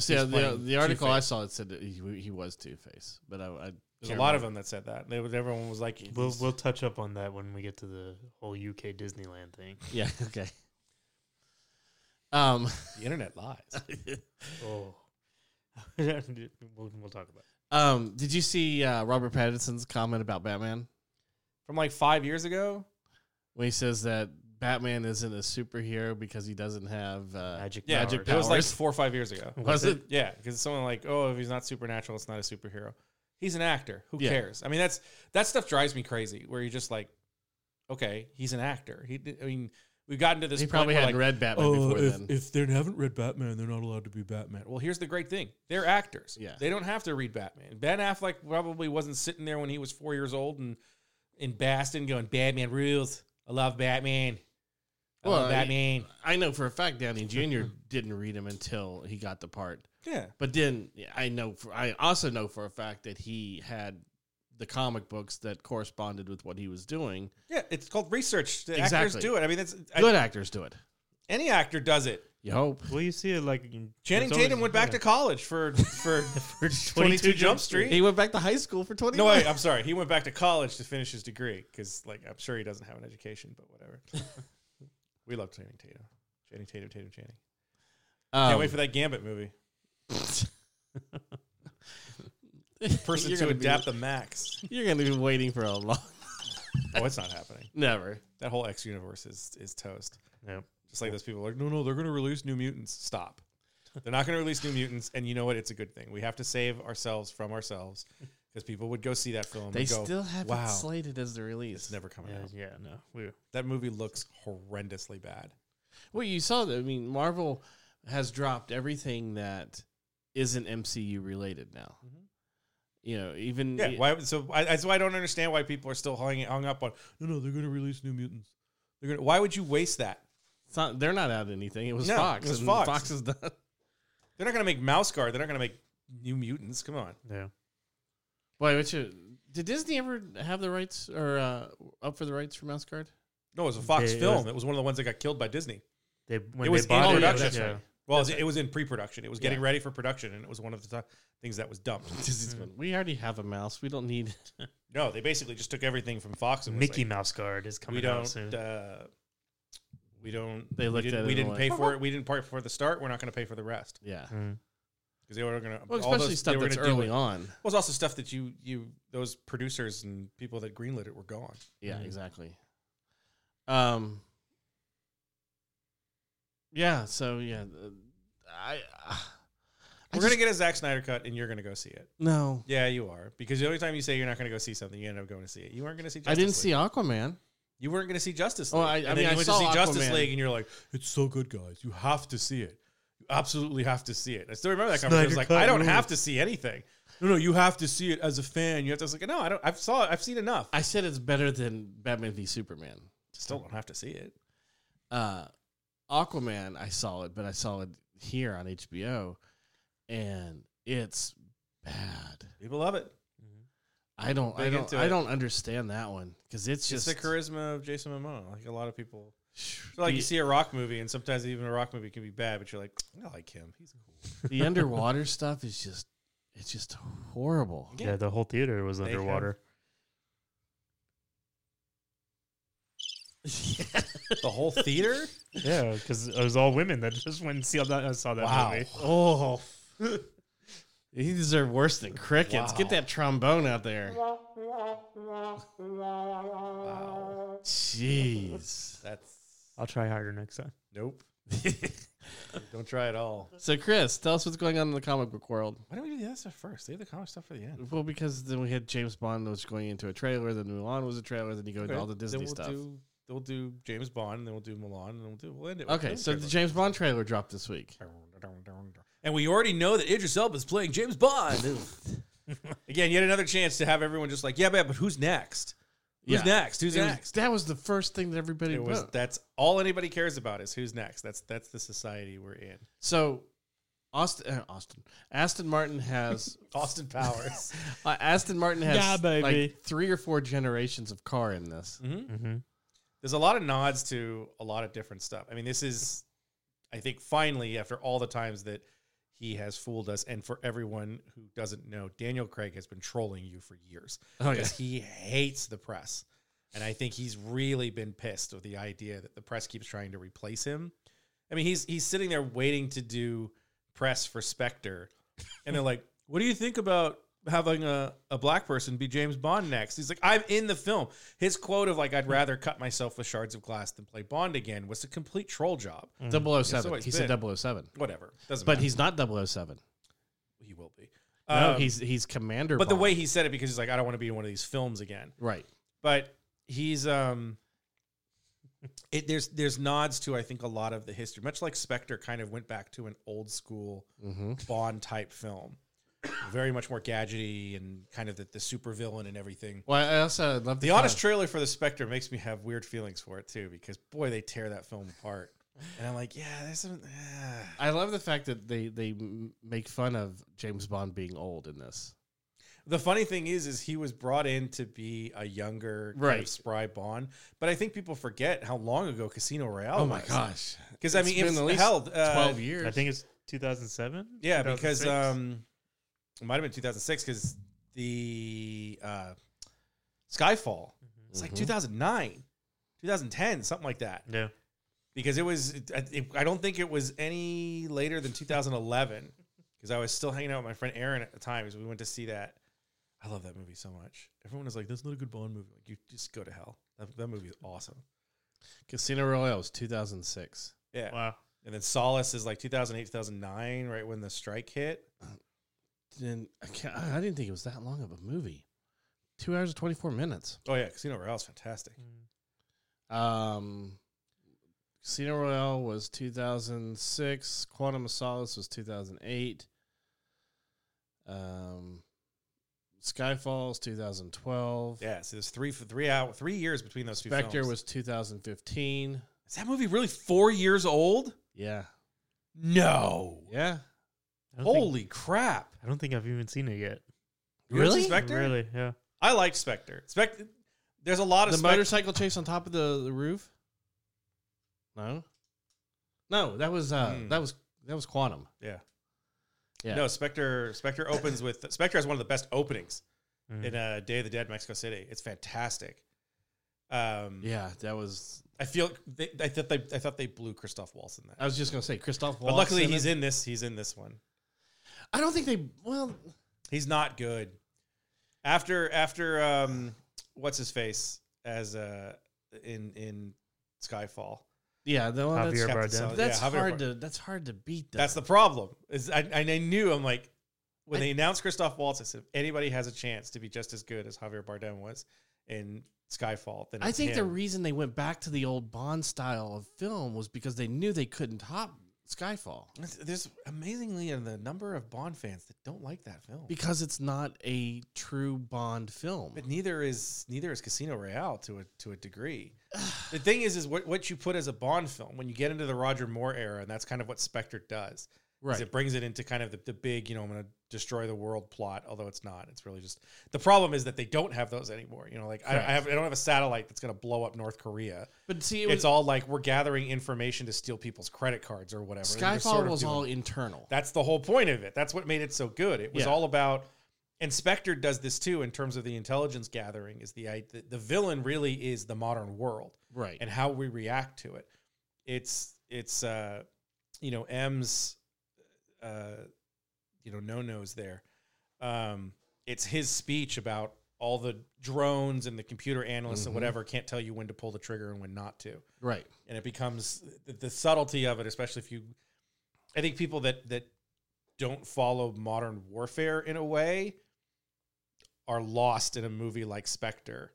Speaker 6: See, yeah, the,
Speaker 7: playing
Speaker 6: the article I
Speaker 7: Two-Face.
Speaker 6: saw it said that he, he was Two Face, but I, I
Speaker 7: there's a lot of them that said that they, would- everyone was like
Speaker 5: We'll we'll touch up on that when we get to the whole UK Disneyland thing.
Speaker 6: Yeah. Okay. Um.
Speaker 7: the internet lies
Speaker 5: Oh, we'll, we'll talk about. It.
Speaker 6: Um, did you see uh, Robert Pattinson's comment about Batman
Speaker 7: from like five years ago
Speaker 6: when he says that Batman isn't a superhero because he doesn't have uh,
Speaker 5: Magic
Speaker 7: yeah
Speaker 5: powers.
Speaker 7: it was like
Speaker 6: powers.
Speaker 7: four or five years ago
Speaker 6: Was it?
Speaker 7: yeah because someone like oh if he's not supernatural it's not a superhero he's an actor who
Speaker 6: Yeah.
Speaker 7: cares I mean that's that stuff drives me crazy where you're just like okay he's an actor he did- I mean we've gotten to this
Speaker 6: He
Speaker 7: point
Speaker 6: probably
Speaker 7: where,
Speaker 6: hadn't
Speaker 7: like, oh,
Speaker 6: read Batman before then.
Speaker 7: if they haven't read Batman, they're not allowed to be Batman. Well, here's the great thing: they're actors.
Speaker 6: Yeah.
Speaker 7: they don't have to read Batman. Ben Affleck probably wasn't sitting there when he was four years old and in Boston going, "Batman rules. I love Batman. I
Speaker 6: Well,
Speaker 7: love Batman."
Speaker 6: I know for a fact Downey Jr. didn't read him until he got the part.
Speaker 7: Yeah,
Speaker 6: But then yeah, I know for, I also know for a fact that he had the comic books that corresponded with what he was doing.
Speaker 7: yeah. It's called research. The actors
Speaker 6: Exactly.
Speaker 7: do it. I mean, that's I,
Speaker 6: Good actors do it.
Speaker 7: any actor does it.
Speaker 6: You hope.
Speaker 5: Well, you see it like in-
Speaker 7: Channing
Speaker 5: it's always-
Speaker 7: Tatum went back to college for for
Speaker 5: for
Speaker 7: 22 Jump Street.
Speaker 6: He went back to high school for twenty.
Speaker 7: No, wait, I'm sorry. He went back to college to finish his degree because, like, I'm sure he doesn't have an education, but whatever. we love Channing Tatum. Channing Tatum, Tatum, Channing.
Speaker 6: Um,
Speaker 7: Can't wait for that Gambit movie. Person
Speaker 6: You're
Speaker 7: to
Speaker 6: gonna be-
Speaker 7: adapt the max.
Speaker 6: You're going to be waiting for a long.
Speaker 7: Oh, it's not happening.
Speaker 6: Never.
Speaker 7: That whole X universe is is toast.
Speaker 5: Yep.
Speaker 7: Just like those people are like, no, no, they're going to release New Mutants. Stop. They're not going to release New Mutants, and you know what? It's a good thing. We have to save ourselves from ourselves because people would go see that film.
Speaker 6: They
Speaker 7: and go,
Speaker 6: still have
Speaker 7: wow,
Speaker 6: it slated as the release.
Speaker 7: It's never coming
Speaker 5: Oh, Yeah,
Speaker 7: out.
Speaker 5: yeah, no, we
Speaker 7: That movie looks horrendously bad.
Speaker 6: Well, you saw that. I mean, Marvel has dropped everything that isn't MCU related now. You know, even
Speaker 7: Mm-hmm. Yeah, why? So I, that's why I don't understand why people are still hung, hung up on. No, no, they're going to release New Mutants. They're going. to Why would you waste that?
Speaker 6: it's not, they're not out anything. It was
Speaker 7: No,
Speaker 6: Fox.
Speaker 7: it was
Speaker 6: and
Speaker 7: Fox.
Speaker 6: Fox. is done.
Speaker 7: They're not going to make Mouse Guard. They're not going to make New Mutants. Come on.
Speaker 5: yeah.
Speaker 6: Boy, which uh, did Disney ever have the rights or uh, up for the rights for Mouse Guard?
Speaker 7: No, it was a Fox
Speaker 5: They- it
Speaker 7: film. It
Speaker 5: was-
Speaker 7: was, one of the ones that got killed by Disney.
Speaker 5: They when
Speaker 7: was
Speaker 5: they
Speaker 7: in
Speaker 5: bought it,
Speaker 7: production.
Speaker 5: yeah,
Speaker 7: Well,
Speaker 6: That's
Speaker 7: it,
Speaker 6: right.
Speaker 7: it was in pre-production. It was getting
Speaker 6: Yeah.
Speaker 7: ready for production, and it was one of the th- things that was dumped. Mm-hmm.
Speaker 6: we already have a mouse. We don't need.
Speaker 7: no, they basically just took everything from Fox and was
Speaker 5: Mickey
Speaker 7: like,
Speaker 5: Mouse card is
Speaker 7: We
Speaker 5: coming out soon.
Speaker 7: don't. Uh, we don't.
Speaker 6: They
Speaker 7: we
Speaker 6: looked
Speaker 7: didn't,
Speaker 6: at it
Speaker 7: we
Speaker 6: and
Speaker 7: didn't
Speaker 6: were
Speaker 7: pay
Speaker 6: like,
Speaker 7: for it. We didn't pay for the start. We're not going to pay for the rest
Speaker 6: yeah.
Speaker 5: Mm.
Speaker 7: because they were going to.
Speaker 6: Well, especially stuff that's early on.
Speaker 7: Well, it's also stuff that you you those producers and people that greenlit it were gone.
Speaker 6: Yeah,
Speaker 5: Mhm.
Speaker 6: exactly. Um. Yeah. So yeah, uh, I. Uh,
Speaker 7: We're going to get a Zack Snyder cut, and you're going to go see it.
Speaker 6: no.
Speaker 7: Yeah, you are. Because the only time you say you're not going to go see something, you end up going to see it. You weren't going to see. Justice
Speaker 6: I didn't
Speaker 7: League.
Speaker 6: see Aquaman.
Speaker 7: You weren't going to see Justice
Speaker 6: Oh,
Speaker 7: League.
Speaker 6: I- I
Speaker 7: and
Speaker 6: mean,
Speaker 7: then you
Speaker 6: I
Speaker 7: went
Speaker 6: saw
Speaker 7: to see Justice
Speaker 6: Aquaman.
Speaker 7: League, and you're like, "It's so good, guys. You have to see it. You absolutely have to see it." I still remember that conversation. I was
Speaker 5: Snyder
Speaker 7: like,
Speaker 5: Cut
Speaker 7: "I don't
Speaker 5: rules."
Speaker 7: have to see anything. No, no, you have to see it as a fan. You have to." I was like, "No, I don't. I've saw it. I've seen enough. I
Speaker 6: I said it's better than Batman v Superman.
Speaker 7: still don't have to see it."
Speaker 6: Uh, Aquaman, I saw it, but I saw it here on HBO, and it's bad.
Speaker 7: People love it.
Speaker 6: I don't, I
Speaker 7: Big
Speaker 6: don't,
Speaker 7: into
Speaker 6: I
Speaker 7: it.
Speaker 6: don't understand that one because it's
Speaker 7: It's
Speaker 6: just
Speaker 7: the charisma of Jason Momoa. Like a lot of people,
Speaker 6: Shh.
Speaker 7: it's like
Speaker 6: the,
Speaker 7: you see a rock movie, and sometimes even a rock movie can be bad, but you're like, "I like him. He's cool."
Speaker 6: the underwater stuff is just, it's just horrible.
Speaker 5: Yeah. the whole theater was
Speaker 7: They have-
Speaker 5: underwater.
Speaker 7: The whole theater.
Speaker 5: yeah, because it was all women that just went and saw that. I saw that movie.
Speaker 6: Oh, he deserved worse than crickets.
Speaker 7: Wow.
Speaker 6: Get that trombone out there.
Speaker 7: Wow.
Speaker 6: Jeez.
Speaker 7: That's
Speaker 5: I'll try harder next time.
Speaker 7: nope. don't try at all.
Speaker 6: So, Chris, tell us what's going on in the comic book world.
Speaker 7: Why don't we do the other stuff first? Leave the comic stuff for the end.
Speaker 6: Well, because then we had James Bond was going into a trailer, then Mulan was a trailer, then you go into all the Disney
Speaker 7: then we'll
Speaker 6: stuff.
Speaker 7: Do, we'll do James Bond, and then we'll do Milan, and then we'll do. We'll end it. with
Speaker 6: okay,
Speaker 7: those
Speaker 6: so the
Speaker 7: trailers.
Speaker 6: James Bond trailer dropped this week.
Speaker 7: And we already know that Idris Elba is playing James Bond. Again, yet another chance to have everyone just like, yeah, man, but who's next? Who's next? Who's
Speaker 6: It was-
Speaker 7: next?
Speaker 6: that was the first thing that everybody
Speaker 7: It was-
Speaker 6: wrote.
Speaker 7: that's all anybody cares about is who's next. That's that's the society we're in.
Speaker 6: so, Austin, uh, Austin, Aston Martin has
Speaker 7: Austin Powers.
Speaker 6: uh, Aston Martin has
Speaker 5: Yeah, baby.
Speaker 6: like three or four generations of car in this.
Speaker 5: Mm-hmm.
Speaker 7: There's a lot of nods to a lot of different stuff. I mean, this is, I think, finally after all the times that he has fooled us, and for everyone who doesn't know, Daniel Craig has been trolling you for years.
Speaker 6: Oh yeah,
Speaker 7: because he hates the press. And I think he's really been pissed with the idea that the press keeps trying to replace him. I mean, he's he's sitting there waiting to do press for Spectre. And they're like, What do you think about having a, a black person be James Bond next? He's like, I'm in the film. His quote of like, I'd rather cut myself with shards of glass than play Bond again was a complete troll job.
Speaker 6: Mm. 007.
Speaker 7: it's
Speaker 6: he said
Speaker 7: been.
Speaker 6: 007.
Speaker 7: Whatever. Doesn't
Speaker 6: But
Speaker 7: matter.
Speaker 6: he's not 007.
Speaker 7: he will be.
Speaker 6: no,
Speaker 7: Um,
Speaker 6: he's he's Commander.
Speaker 7: but the
Speaker 6: Bond.
Speaker 7: way he said it because he's like, I don't want to be in one of these films again.
Speaker 6: right,
Speaker 7: but he's um it there's there's nods to I think a lot of the history, much like Spectre kind of went back to an old school
Speaker 6: mm-hmm.
Speaker 7: Bond type film. Very much more gadgety and kind of the, the super villain and everything.
Speaker 6: Well, I also love
Speaker 7: The honest trailer for the Spectre makes me have weird feelings for it too, because boy, they tear that film apart. And I'm like, yeah, there's some ah.
Speaker 6: I love the fact that they they m- make fun of James Bond being old in this.
Speaker 7: The funny thing is, is he was brought in to be a younger, kind
Speaker 6: Right.
Speaker 7: of spry Bond, but I think people forget how long ago Casino Royale.
Speaker 6: Oh
Speaker 7: was.
Speaker 6: gosh!
Speaker 7: Because I
Speaker 6: It's
Speaker 7: mean,
Speaker 6: been
Speaker 7: it's
Speaker 6: at least
Speaker 7: held Oh uh,
Speaker 6: Twelve years.
Speaker 5: I think it's 2007.
Speaker 7: Yeah, because
Speaker 5: 2006?
Speaker 7: um, it might have been 2006 because the uh, Skyfall. It's like
Speaker 6: Mhm.
Speaker 7: 2009, 2010, something like that.
Speaker 5: yeah,
Speaker 7: Because it was, it, it, I don't think it was any later than 2011. Because I was still hanging out with my friend Aaron at the time. Because we went to see that. I love that movie so much. Everyone was like, "That's not a good Bond movie." Like, you just go to hell. That, that movie is awesome.
Speaker 6: Casino Royale was two thousand six.
Speaker 7: Yeah.
Speaker 5: wow.
Speaker 7: And then Solace is like 2008, 2009, right when the strike hit.
Speaker 6: Then I, can't, I didn't think it was that long of a movie. Two hours and twenty four minutes.
Speaker 7: Oh yeah, Casino Royale is fantastic.
Speaker 6: Um, Casino Royale was two thousand six. Quantum of Solace was two thousand eight. Um, Skyfall's two thousand twelve.
Speaker 7: Yeah, so there's three three out three years between those two.
Speaker 6: Spectre
Speaker 7: films.
Speaker 6: was two thousand fifteen.
Speaker 7: is that movie really four years old?
Speaker 6: Yeah.
Speaker 7: No,
Speaker 6: Yeah.
Speaker 5: I don't think,
Speaker 7: holy crap!
Speaker 5: I don't think I've even seen it yet.
Speaker 7: You haven't seen
Speaker 6: Really?
Speaker 7: Spectre?
Speaker 5: Really? Yeah.
Speaker 7: I liked Spectre. Spectre. There's a lot of
Speaker 6: the
Speaker 7: Spectre.
Speaker 6: motorcycle chase on top of the, the roof? No. No, that was uh
Speaker 7: Hmm.
Speaker 6: that was That was Quantum.
Speaker 7: Yeah.
Speaker 6: Yeah.
Speaker 7: No, Spectre. Spectre opens with Spectre has one of the best openings
Speaker 5: Mm.
Speaker 7: in uh, Day of the Dead, Mexico City. It's fantastic. Um,
Speaker 6: Yeah, that was.
Speaker 7: I feel they, I thought they I thought they blew Christoph Waltz in that,
Speaker 6: I was just gonna say Christoph.
Speaker 7: but luckily he's in this. He's in this one.
Speaker 6: I don't think they. Well,
Speaker 7: He's not good. After after um, what's his face as uh in in Skyfall.
Speaker 6: yeah, the one that's,
Speaker 5: Javier
Speaker 7: Captain
Speaker 5: Bardem.
Speaker 7: Solid-
Speaker 6: that's
Speaker 7: yeah, Javier
Speaker 6: hard
Speaker 7: Bardem.
Speaker 6: to that's hard to beat. Though.
Speaker 7: That's the problem. Is I and I knew I'm like when they announced Christoph Waltz, I said if anybody has a chance to be just as good as Javier Bardem was in Skyfall, then
Speaker 6: I
Speaker 7: it's
Speaker 6: think the
Speaker 7: him.
Speaker 6: reason they went back to the old Bond style of film was because they knew they couldn't top Skyfall
Speaker 7: there's amazingly in the number of Bond fans that don't like that film.
Speaker 6: because it's not a true Bond film.
Speaker 7: But neither is neither is Casino Royale to a to a degree. the thing is, is what what you put as a Bond film when you get into the Roger Moore era, and that's kind of what Spectre does. is
Speaker 6: Right.
Speaker 7: It brings it into kind of the, the big, you know, I'm going to destroy the world plot. Although it's not. It's really just the problem is that they don't have those anymore. You know, like I, I,
Speaker 6: Correct.
Speaker 7: have, I don't have a satellite that's going to blow up North Korea.
Speaker 6: But see, it
Speaker 7: It's
Speaker 6: was,
Speaker 7: all like we're gathering information to steal people's credit cards or whatever. and they're
Speaker 6: Skyfall
Speaker 7: sort of
Speaker 6: was
Speaker 7: doing
Speaker 6: all internal.
Speaker 7: that's the whole point of it. That's what made it so good. It was
Speaker 6: Yeah.
Speaker 7: all about. Inspector does this too in terms of the intelligence gathering. Is the i- the, the villain really is the modern world
Speaker 6: right.
Speaker 7: and how we react to it? It's it's uh, you know M's uh, you know no nos there. Um, it's his speech about all the drones and the computer analysts
Speaker 6: Mhm.
Speaker 7: and whatever can't tell you when to pull the trigger and when not to
Speaker 6: right.
Speaker 7: and it becomes the, the subtlety of it especially if you i think people that that don't follow modern warfare in a way are lost in a movie like spectre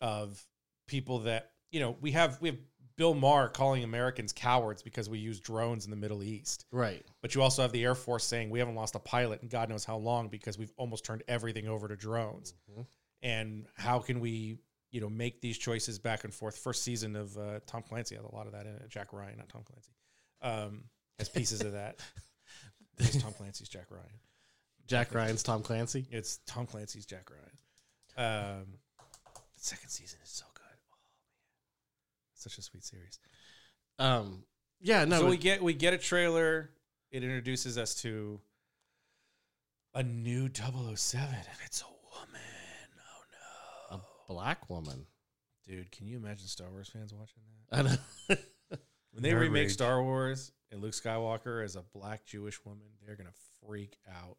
Speaker 7: of people that you know we have we have bill maher calling americans cowards because we use drones in the middle east
Speaker 6: Right.
Speaker 7: but you also have the air force saying we haven't lost a pilot in god knows how long because we've almost turned everything over to drones
Speaker 6: Mhm.
Speaker 7: and how can we you know make these choices back and forth first season of uh, tom clancy had a lot of that in it jack ryan not tom clancy um, has pieces of that it's tom clancy's jack ryan
Speaker 6: Jack Ryan's Tom Clancy.
Speaker 7: it's tom clancy's jack ryan um, the second season is so good oh man such a sweet series
Speaker 6: Um. Yeah. No.
Speaker 7: so
Speaker 6: but-
Speaker 7: we get we get a trailer. It introduces us to a new 007 and it's a woman. Oh
Speaker 6: a black woman.
Speaker 7: no. Dude, can you imagine Star Wars fans watching that?
Speaker 6: I don't-
Speaker 7: When they
Speaker 5: Nerd
Speaker 7: remake
Speaker 5: rage.
Speaker 7: Star Wars and Luke Skywalker as a black Jewish woman, they're going to freak out.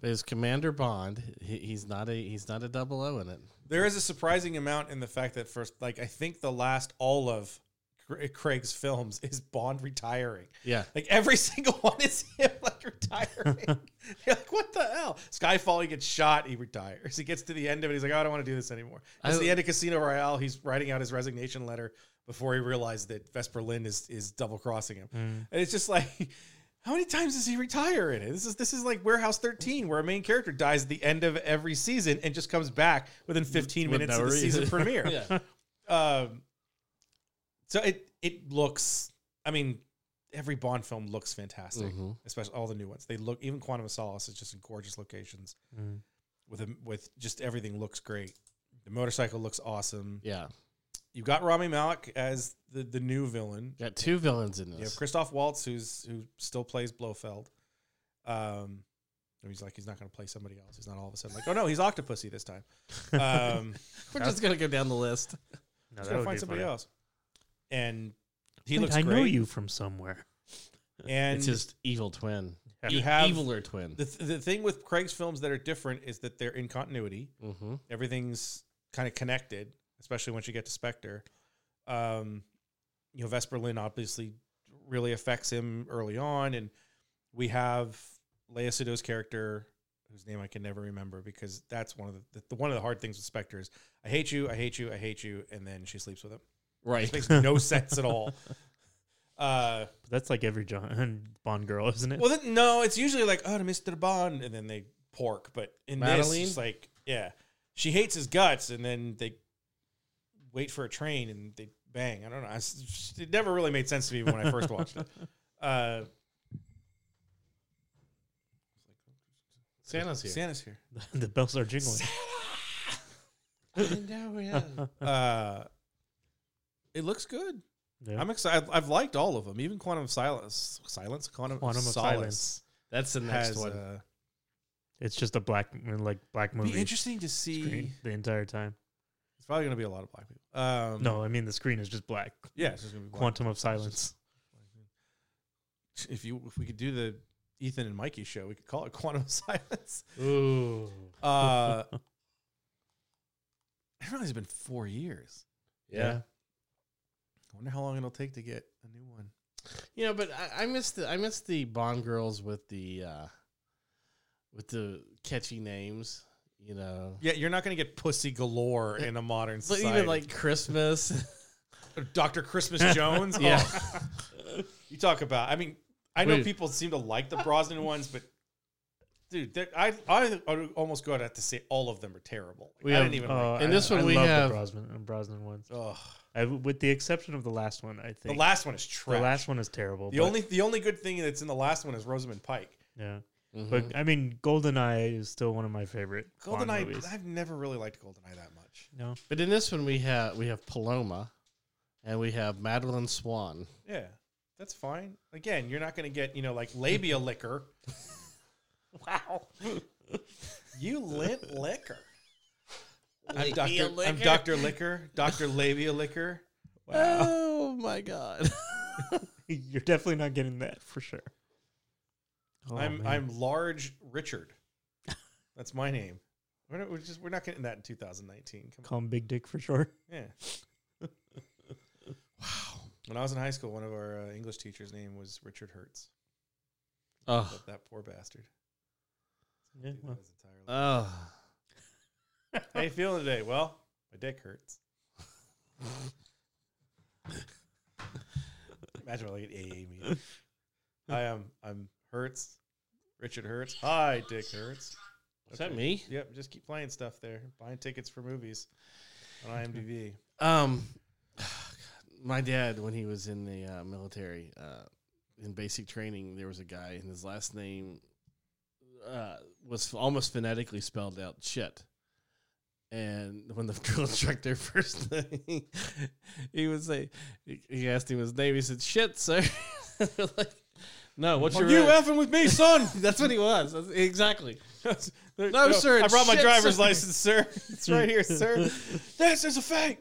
Speaker 6: There's Commander Bond. He, he's not a he's not a double O in it.
Speaker 7: There is a surprising amount in the fact that first like I think the last all of Cra- Craig's films is Bond retiring.
Speaker 6: Yeah.
Speaker 7: Like every single one is him like retiring. You're like, what the hell? Skyfall, he gets shot, he retires. He gets to the end of it, he's like, oh, I don't want to do this anymore. It's
Speaker 6: I-
Speaker 7: the end of Casino Royale. He's writing out his resignation letter before he realized that Vesper Lynn is is double crossing him.
Speaker 5: Mm.
Speaker 7: And it's just like, how many times does he retire in it? This is this is like Warehouse 13, where a main character dies at the end of every season and just comes back within 15
Speaker 6: With
Speaker 7: minutes
Speaker 6: no
Speaker 7: of the season
Speaker 6: reason.
Speaker 7: premiere.
Speaker 6: Yeah.
Speaker 7: Um, so it it looks. I mean, every Bond film looks fantastic,
Speaker 5: Mm-hmm.
Speaker 6: Mhm.
Speaker 7: especially all the new ones. They look even Quantum of Solace is just in gorgeous locations
Speaker 5: Mm.
Speaker 7: with a, with just everything looks great. The motorcycle looks awesome.
Speaker 6: Yeah.
Speaker 7: You've got Rami Malek as the the new villain.
Speaker 6: Got two villains in
Speaker 7: You have
Speaker 6: this.
Speaker 7: Christoph Waltz who's who still plays Blofeld. Um. and He's like he's not going to play somebody else. He's not all of a sudden like, oh no, he's Octopussy this time. Um,
Speaker 6: We're just gonna go down the list.
Speaker 5: No,
Speaker 7: he's
Speaker 5: that
Speaker 7: going to
Speaker 5: would
Speaker 7: find
Speaker 5: be
Speaker 7: somebody
Speaker 5: funny.
Speaker 7: else. And he
Speaker 5: Wait,
Speaker 7: looks.
Speaker 5: I
Speaker 7: great.
Speaker 5: know you from somewhere.
Speaker 7: And
Speaker 6: it's his evil twin.
Speaker 7: you
Speaker 5: You
Speaker 7: have
Speaker 6: Eviler twin.
Speaker 7: the, th- the thing with Craig's films that are different is that they're in continuity.
Speaker 6: mm-hmm.
Speaker 7: Everything's kind of connected, especially once you get to Spectre. Um, you know, Vesper Lynn obviously really affects him early on, and we have Leia Sudow's character, whose name I can never remember because that's one of the, the one of the hard things with Spectre is I hate you, I hate you, I hate you, and then she sleeps with him.
Speaker 6: Right.
Speaker 7: It makes no sense at all. Uh,
Speaker 5: That's like every John Bond girl, isn't it?
Speaker 7: Well, then, no, it's usually like, oh, to Mr. Bond, and then they pork. But in
Speaker 6: Madeline?
Speaker 7: this, it's like, yeah, she hates his guts, and then they wait for a train and they bang. I don't know. I s- It never really made sense to me when I first watched it. Uh,
Speaker 6: Santa's here.
Speaker 7: Santa's here.
Speaker 5: the bells are jingling.
Speaker 7: uh, it looks good.
Speaker 5: Yeah.
Speaker 7: I'm excited. I've liked all of them, even Quantum of Silence. Silence, Quantum,
Speaker 5: Quantum of
Speaker 7: Solace
Speaker 5: Silence.
Speaker 6: That's the next
Speaker 7: Has,
Speaker 6: one.
Speaker 7: uh,
Speaker 5: It's just a black like black
Speaker 7: be
Speaker 5: movie
Speaker 7: interesting to see.
Speaker 5: screen the entire time.
Speaker 7: It's probably going to be a lot of black people. Um,
Speaker 5: No, I mean the screen is just black.
Speaker 7: yeah, it's just gonna be black
Speaker 5: Quantum of
Speaker 7: people. It's
Speaker 5: Silence.
Speaker 7: just- If you, if we could do the Ethan and Mikey show, we could call it Quantum of Silence.
Speaker 6: Ooh.
Speaker 7: Uh, I didn't realize it's been four years.
Speaker 6: Yeah.
Speaker 7: I wonder how long it'll take to get a new one.
Speaker 6: You know, but I, I miss the I miss the Bond girls with the uh with the catchy names, you know.
Speaker 7: Yeah, you're not going to get pussy galore in a modern
Speaker 6: But
Speaker 7: society.
Speaker 6: even like Christmas.
Speaker 7: Dr. Christmas Jones.
Speaker 6: yeah.
Speaker 7: Oh, you talk about. I mean, I know
Speaker 6: Wait.
Speaker 7: people seem to like the Brosnan ones, but dude, they're- I I would almost go out to say all of them are terrible. Like,
Speaker 6: We
Speaker 7: I
Speaker 6: have, uh,
Speaker 7: didn't even.
Speaker 5: Oh,
Speaker 7: like,
Speaker 6: In
Speaker 5: I-
Speaker 6: this one
Speaker 5: I
Speaker 6: we
Speaker 5: love
Speaker 6: have-
Speaker 5: the Brosnan, uh, Brosnan ones,
Speaker 7: ugh.
Speaker 5: I, Uh, with the exception of the last one. I
Speaker 7: the
Speaker 5: think
Speaker 7: last one is trash.
Speaker 5: the last one is terrible.
Speaker 7: The
Speaker 5: but-
Speaker 7: only the only good thing that's in the last one is Rosamund Pike.
Speaker 5: yeah,
Speaker 6: Mhm.
Speaker 5: but I mean, GoldenEye is still one of my favorite. Bond
Speaker 7: Goldeneye,
Speaker 5: movies.
Speaker 7: I've never really liked Goldeneye that much.
Speaker 5: no,
Speaker 6: But in this one, we have we have Paloma, and we have Madeline Swan.
Speaker 7: Yeah, that's fine. Again, you're not going to get you know like labia liquor. wow, you lit liquor. I'm
Speaker 6: Labia
Speaker 7: Doctor. I'm
Speaker 6: liquor?
Speaker 7: Doctor Liquor. Doctor Labia Liquor.
Speaker 6: Oh my god!
Speaker 5: you're definitely not getting that for sure. Oh,
Speaker 7: I'm
Speaker 5: man.
Speaker 7: I'm Large Richard. That's my name. We're not, we're just we're not getting that in 2019. Come on.
Speaker 5: call him Big Dick for sure.
Speaker 7: Yeah. wow. When I was in high school, one of our uh, English teachers' name was Richard Hertz.
Speaker 6: oh,
Speaker 7: But that poor bastard.
Speaker 5: Yeah,
Speaker 7: Dude, that
Speaker 5: well,
Speaker 7: was entirely-
Speaker 6: oh,
Speaker 7: Uh, How you feeling today? Well, my dick hurts. Imagine what I like an AA meeting. I am I'm Hertz. Richard Hertz. Hi, Dick Hertz.
Speaker 6: is that me?
Speaker 7: Yep, just keep playing stuff there. Buying tickets for movies on IMDb.
Speaker 6: Um, my dad, when he was in the uh, military, uh, in basic training, there was a guy, and his last name uh, was almost phonetically spelled out shit. And when the drill instructor first thing, he would say, he asked him his name. He said, "Shit, sir." like, no, what's
Speaker 7: Are
Speaker 6: your
Speaker 7: you
Speaker 6: uh,
Speaker 7: effing with me, son?
Speaker 6: That's what he was. That's- exactly.
Speaker 7: no,
Speaker 6: sir,
Speaker 7: I
Speaker 6: it's
Speaker 7: brought my
Speaker 6: shit,
Speaker 7: driver's
Speaker 6: sir.
Speaker 7: license, sir. It's right here, sir. this is a fake.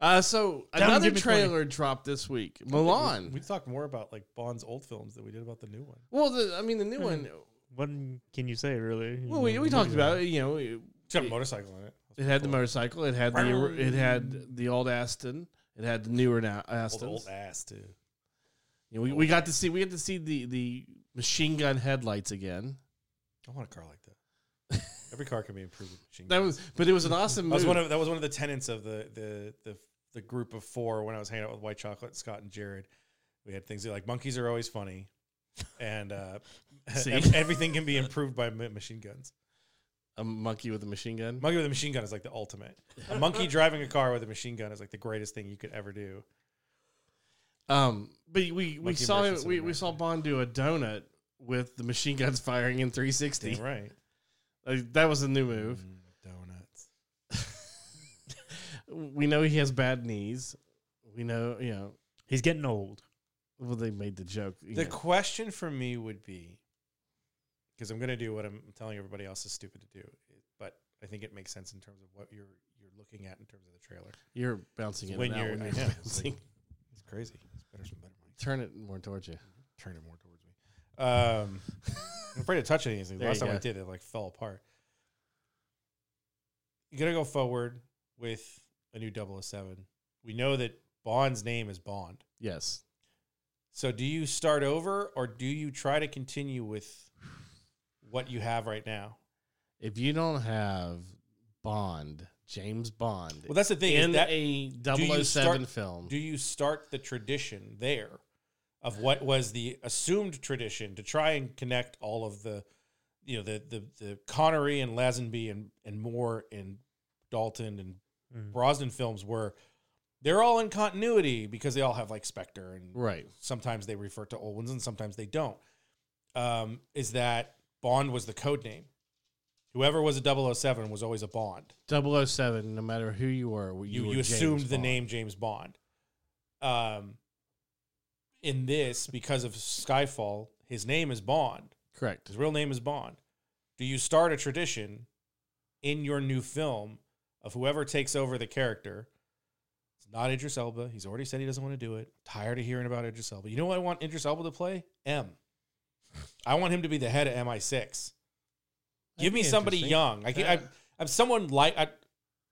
Speaker 6: Uh, so
Speaker 5: and
Speaker 6: another
Speaker 5: give me 20.
Speaker 6: trailer dropped this week. Milan.
Speaker 7: We talked more about like Bond's old films than we did about the new one.
Speaker 6: well, the, I mean, the new one.
Speaker 5: what can you say really?
Speaker 6: Well, we, we talked about it. You know, it,
Speaker 7: It's got a motorcycle in it.
Speaker 6: it had the motorcycle. It had the it had the old Aston. It had the newer now
Speaker 7: old,
Speaker 6: Aston.
Speaker 7: old ass too.
Speaker 6: we, we got to see we got to see the the machine gun headlights again.
Speaker 7: I want a car like that. Every car can be improved. With machine
Speaker 6: That
Speaker 7: guns.
Speaker 6: was, but it was an awesome.
Speaker 7: That was
Speaker 6: move.
Speaker 7: one of that was one of the tenets of the the the the group of four when I was hanging out with White Chocolate, Scott, and Jared. We had things like monkeys are always funny, and uh,
Speaker 6: See?
Speaker 7: ev- everything can be improved by ma- machine guns.
Speaker 6: a monkey with a machine gun.
Speaker 7: Monkey with a machine gun is like the ultimate. A monkey driving a car with a machine gun is like the greatest thing you could ever do.
Speaker 6: Um, but we we
Speaker 7: Monkey
Speaker 6: saw
Speaker 7: versus
Speaker 6: it, we we
Speaker 7: Superman.
Speaker 6: saw Bond do a donut with the machine guns firing in 360.
Speaker 7: Damn right.
Speaker 6: Like, that was a new move.
Speaker 7: Mm, donuts.
Speaker 6: We know he has bad knees. We know you know.
Speaker 5: He's getting old.
Speaker 6: Well, they made the joke. you
Speaker 7: The
Speaker 6: know.
Speaker 7: question for me would be because I'm going to do what I'm telling everybody else is stupid to do, but I think it makes sense in terms of what you're you're looking at in terms of the trailer.
Speaker 6: You're bouncing it
Speaker 7: When
Speaker 6: out
Speaker 7: you're,
Speaker 6: when
Speaker 7: I
Speaker 6: you're
Speaker 7: know, it's,
Speaker 6: bouncing.
Speaker 7: like- it's crazy. It's better, some better mic.
Speaker 6: Turn it more towards you.
Speaker 7: Turn it more towards me. Um, I'm afraid to touch any of these things.
Speaker 6: There
Speaker 7: Last
Speaker 6: you
Speaker 7: time I
Speaker 6: go.
Speaker 7: did, it like fell apart. You got to go forward with a new 007. We know that Bond's name is Bond.
Speaker 6: Yes.
Speaker 7: So do you start over or do you try to continue with what you have right now?
Speaker 6: If you don't have Bond, James Bond,
Speaker 7: Well, that's the thing. is
Speaker 6: in
Speaker 7: that,
Speaker 6: a
Speaker 7: you
Speaker 6: 007
Speaker 7: start-
Speaker 6: film,
Speaker 7: do you start the tradition there of what was the assumed tradition to try and connect all of the, you know, the the the Connery and Lazenby and and Moore and Dalton and
Speaker 5: Mm.
Speaker 7: Brosnan films were they're all in continuity because they all have like Spectre and
Speaker 6: right?
Speaker 7: sometimes they refer to old ones and sometimes they don't. Um, is that Bond was the code name? Whoever was a 007 was always a Bond.
Speaker 6: 007, no matter who you were,
Speaker 7: you,
Speaker 6: you,
Speaker 7: you,
Speaker 6: were James
Speaker 7: assumed the
Speaker 6: Bond.
Speaker 7: name James Bond. Um, in this, because of Skyfall, his name is Bond.
Speaker 6: Correct.
Speaker 7: His real name is Bond. Do you start a tradition in your new film of whoever takes over the character? It's not Idris Elba. He's already said he doesn't want to do it. Tired of hearing about Idris Elba. You know what I want Idris Elba to play? M. I want him to be the head of MI6. Give
Speaker 6: That'd
Speaker 7: me
Speaker 6: be
Speaker 7: somebody
Speaker 6: interesting.
Speaker 7: young. I, can- I,
Speaker 6: Yeah.
Speaker 7: I'm someone like I,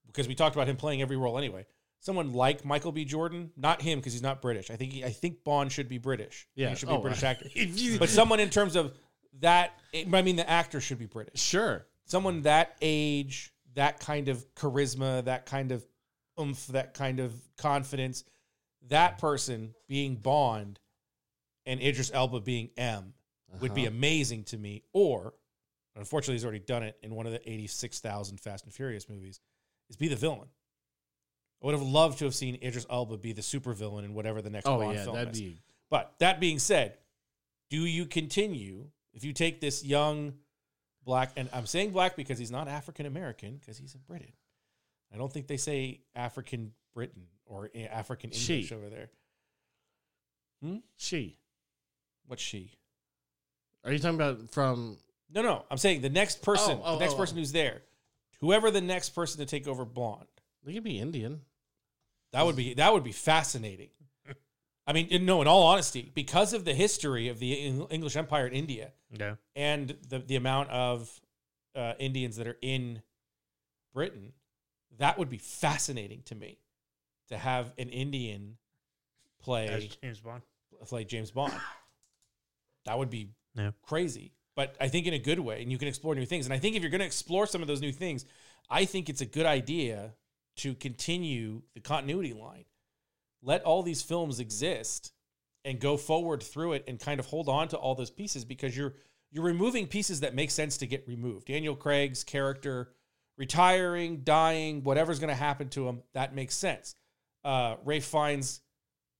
Speaker 7: because we talked about him playing every role anyway. Someone like Michael B. Jordan, not him because he's not British. I think he, I think Bond should be British.
Speaker 6: Yeah.
Speaker 7: he should be
Speaker 6: Oh,
Speaker 7: a British
Speaker 6: I-
Speaker 7: actor.
Speaker 6: If you-
Speaker 7: But someone in terms of that, I mean, the actor should be British.
Speaker 6: sure.
Speaker 7: Someone that age, that kind of charisma, that kind of oomph, that kind of confidence. That person being Bond and Idris Elba being M would be
Speaker 6: Uh-huh.
Speaker 7: amazing to me. Or, unfortunately, he's already done it in one of the 86,000 Fast and Furious movies, is be the villain. I would have loved to have seen Idris Elba be the supervillain in whatever the next
Speaker 6: Oh
Speaker 7: Bond
Speaker 6: yeah,
Speaker 7: film
Speaker 6: that'd
Speaker 7: is.
Speaker 6: be
Speaker 7: But that being said, do you continue if you take this young black and I'm saying black because he's not African American because he's a Briton. I don't think they say African Britain or A- African
Speaker 6: She.
Speaker 7: English over there.
Speaker 6: she.
Speaker 7: What's she?
Speaker 6: Are you talking about from?
Speaker 7: No, no. I'm saying the next person,
Speaker 6: Oh, oh,
Speaker 7: the next
Speaker 6: oh,
Speaker 7: person
Speaker 6: oh.
Speaker 7: who's there, whoever the next person to take over blonde.
Speaker 6: They could be Indian.
Speaker 7: That would be that would be fascinating. I mean, in- no, in all honesty, because of the history of the Eng- English Empire in India,
Speaker 5: Yeah.
Speaker 7: and the the amount of uh, Indians that are in Britain, that would be fascinating to me to have an Indian
Speaker 5: As
Speaker 7: play
Speaker 5: James Bond.
Speaker 7: play James Bond. That would be
Speaker 5: Yeah.
Speaker 7: crazy, but I think in a good way, and you can explore new things. And I think if you're going to explore some of those new things, I think it's a good idea to continue the continuity line. Let all these films exist and go forward through it and kind of hold on to all those pieces because you're you're removing pieces that make sense to get removed. Daniel Craig's character retiring, dying, whatever's going to happen to him, that makes sense. Uh, Ray Fiennes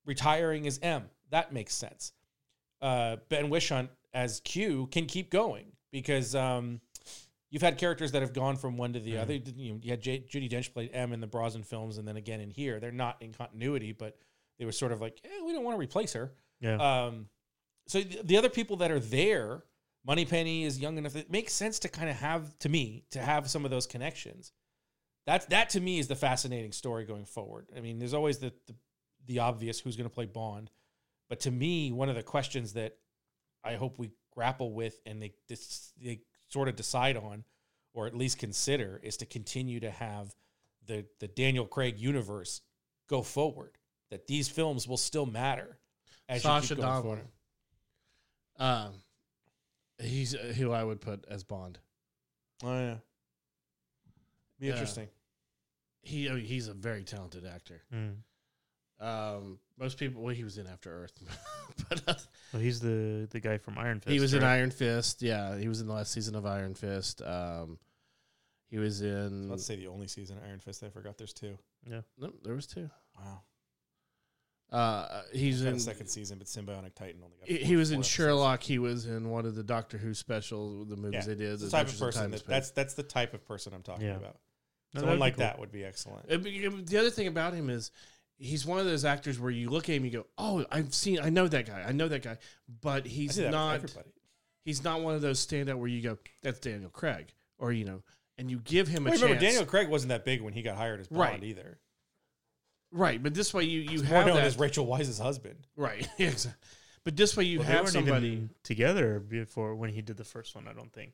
Speaker 7: retiring as M, that makes sense. Uh, ben Wishon as Q can keep going because um, you've had characters that have gone from one to the other. You, know, you had J- Judy Dench played M in the Brosnan films, and then again in here. They're not in continuity, but they were sort of like, eh, we don't want to replace her.
Speaker 5: Yeah.
Speaker 7: Um, so th- the other people that are there, Moneypenny is young enough. It makes sense to kind of have to me to have some of those connections. That that to me is the fascinating story going forward. I mean, there's always the the, the obvious who's going to play Bond, but to me, one of the questions that I hope we grapple with and they dis- they sort of decide on, or at least consider, is to continue to have the the Daniel Craig universe go forward. That these films will still matter as
Speaker 6: Sasha
Speaker 7: you keep going
Speaker 6: Donald.
Speaker 7: forward.
Speaker 6: Um, he's uh, who I would put as Bond.
Speaker 7: Oh yeah, be
Speaker 6: Yeah.
Speaker 7: interesting.
Speaker 6: He I mean, he's a very talented actor.
Speaker 5: Mm.
Speaker 6: Um, most people, well, he was in After Earth, but uh,
Speaker 5: Well, he's the the guy from Iron Fist.
Speaker 6: he was in
Speaker 5: right?
Speaker 6: Iron Fist. Yeah, he was in the last season of Iron Fist. Um, he was in.
Speaker 7: Let's say the only season of Iron Fist I forgot there's two.
Speaker 6: Nope, there was two.
Speaker 7: Wow,
Speaker 6: Uh, he's
Speaker 7: got
Speaker 6: in
Speaker 7: a second season, but Symbiotic Titan only got.
Speaker 6: He, he was in
Speaker 7: four
Speaker 6: Sherlock. He was in one of the Doctor Who specials, the movies
Speaker 7: Yeah,
Speaker 6: they did.
Speaker 7: episodes. It's the
Speaker 6: the
Speaker 7: type of person
Speaker 6: Adventures in Time and
Speaker 7: that
Speaker 6: Space.
Speaker 7: that's that's the type of person I'm talking
Speaker 5: Yeah.
Speaker 7: about.
Speaker 5: No, that'd
Speaker 7: Someone
Speaker 5: be
Speaker 7: like
Speaker 5: cool.
Speaker 7: that would be excellent.
Speaker 6: It be- it- the other thing about him is he's one of those actors where you look at him, you go, "Oh, I've seen, I know that guy, I know that guy," but
Speaker 7: I
Speaker 6: he's
Speaker 7: do that with
Speaker 6: not.
Speaker 7: everybody.
Speaker 6: He's not one of those standout where you go, "That's Daniel Craig," or you know, and you give him a
Speaker 7: Well, remember,
Speaker 6: chance.
Speaker 7: Daniel Craig wasn't that big when he got hired as Bond
Speaker 6: Right.
Speaker 7: either.
Speaker 6: right? But this way, you you
Speaker 7: More
Speaker 6: have
Speaker 7: known
Speaker 6: that,
Speaker 7: as Rachel Wise's husband.
Speaker 6: right? Exa- but this way, you
Speaker 5: Well, they
Speaker 6: have
Speaker 5: weren't
Speaker 6: somebody.
Speaker 5: even together before when he did the first one. I don't think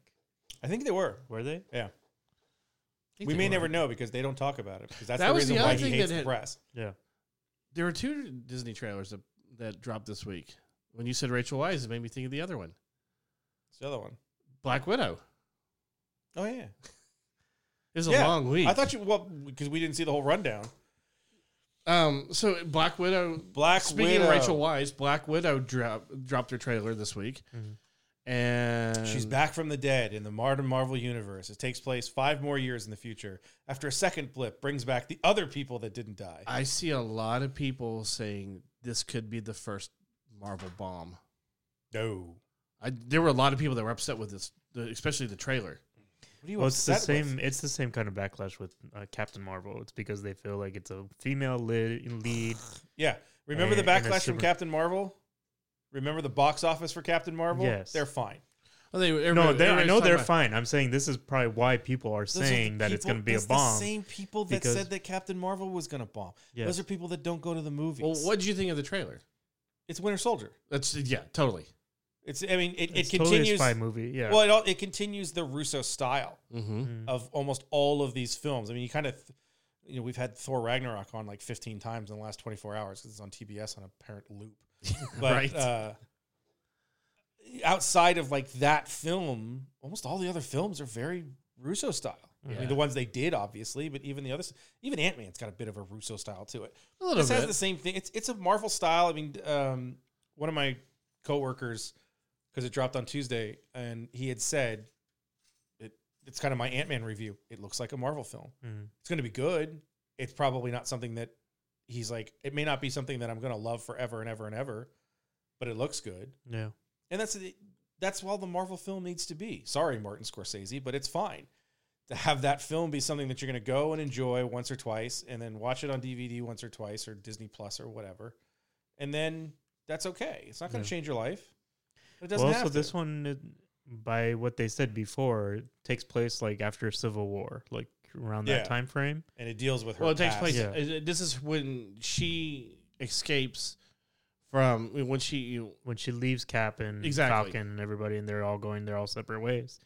Speaker 7: I think they were.
Speaker 5: were they.
Speaker 7: Yeah,
Speaker 6: I think
Speaker 7: we
Speaker 6: they
Speaker 7: may
Speaker 6: were.
Speaker 7: never know because they don't talk about it. Because that's
Speaker 6: That
Speaker 7: the
Speaker 6: was the
Speaker 7: reason why
Speaker 6: other
Speaker 7: he
Speaker 6: thing
Speaker 7: hates
Speaker 6: that
Speaker 7: the
Speaker 6: had-
Speaker 7: press.
Speaker 5: Yeah.
Speaker 6: There were two Disney trailers that, that dropped this week. When you said Rachel Wise, it made me think of the other one,
Speaker 7: It's the other one.
Speaker 6: Black Widow.
Speaker 7: Oh yeah,
Speaker 6: It was a
Speaker 7: Yeah,
Speaker 6: long week.
Speaker 7: I thought you well because we didn't see the whole rundown.
Speaker 6: Um. So Black Widow.
Speaker 7: Black
Speaker 6: Speaking
Speaker 7: Widow.
Speaker 6: of Rachel Wise, Black Widow drop, dropped her trailer this week,
Speaker 5: Mhm.
Speaker 6: and
Speaker 7: She's back from the dead in the modern Marvel universe. It takes place five more years in the future. After a second blip, brings back the other people that didn't die.
Speaker 6: I see a lot of people saying this could be the first Marvel bomb.
Speaker 7: No,
Speaker 6: I there were a lot of people that were upset with this, the, especially the trailer.
Speaker 7: What are you
Speaker 5: Well, it's the
Speaker 7: upset with?
Speaker 5: same. It's the same kind of backlash with uh, Captain Marvel. It's because they feel like it's a female li- lead.
Speaker 7: Yeah. Remember the
Speaker 5: And- and a
Speaker 7: backlash from
Speaker 5: super-
Speaker 7: Captain Marvel? Remember the box office for Captain Marvel?
Speaker 5: Yes.
Speaker 7: They're fine.
Speaker 6: Oh, they,
Speaker 5: No,
Speaker 6: everybody-
Speaker 5: they, I
Speaker 6: everybody's
Speaker 5: know
Speaker 6: talking
Speaker 5: they're
Speaker 6: about-
Speaker 5: fine. I'm saying this is probably why people are
Speaker 7: Those are the
Speaker 5: saying that it's
Speaker 7: people-
Speaker 5: going to be a
Speaker 7: that's
Speaker 5: bomb.
Speaker 7: The same people that
Speaker 5: because-
Speaker 7: said that Captain Marvel was going to bomb. Those
Speaker 5: Yes.
Speaker 7: are people that don't go to the movies.
Speaker 6: Well, what did you think of the trailer?
Speaker 7: It's Winter Soldier.
Speaker 6: That's yeah, totally.
Speaker 7: It's. I mean, it,
Speaker 5: it's
Speaker 7: it
Speaker 5: totally
Speaker 7: continues.
Speaker 5: a spy movie. Yeah.
Speaker 7: well, it, all, it continues the Russo style
Speaker 6: Mm-hmm.
Speaker 7: of almost all of these films. I mean, you kind of, th- you know, we've had Thor Ragnarok on like 15 times in the last 24 hours because it's on TBS on a parent loop. But
Speaker 6: Right.
Speaker 7: uh, outside of like that film, almost all the other films are very Russo style. I
Speaker 6: Yeah.
Speaker 7: mean, the ones they did, obviously, but even the others, even Ant Man's got a bit of a Russo style to it.
Speaker 6: A little
Speaker 7: This
Speaker 6: bit.
Speaker 7: has the same thing. It's it's a Marvel style. I mean, um, one of my coworkers, because it dropped on Tuesday, and he had said, it, "It's kind of my Ant Man review. It looks like a Marvel film.
Speaker 6: Mm-hmm.
Speaker 5: Mhm.
Speaker 7: It's going to be good. It's probably not something that he's like. It may not be something that I'm going to love forever and ever and ever, but it looks good.
Speaker 5: yeah.
Speaker 7: And that's that's all the Marvel film needs to be. Sorry, Martin Scorsese, but it's fine to have that film be something that you're going to go and enjoy once or twice, and then watch it on DVD once or twice, or Disney Plus or whatever, and then that's okay. It's not going
Speaker 5: Yeah.
Speaker 7: to change your life. But it doesn't
Speaker 5: Well, also
Speaker 7: have
Speaker 5: this
Speaker 7: to.
Speaker 5: one, it- by what they said before, it takes place like after Civil War, like around
Speaker 7: Yeah.
Speaker 5: that time frame.
Speaker 7: and it deals with her.
Speaker 6: Well, it takes
Speaker 7: past.
Speaker 6: place.
Speaker 5: Yeah.
Speaker 6: uh, This is when she escapes from when she. You,
Speaker 5: when she leaves Cap and
Speaker 6: Exactly.
Speaker 5: Falcon and everybody, and they're all going their all separate ways.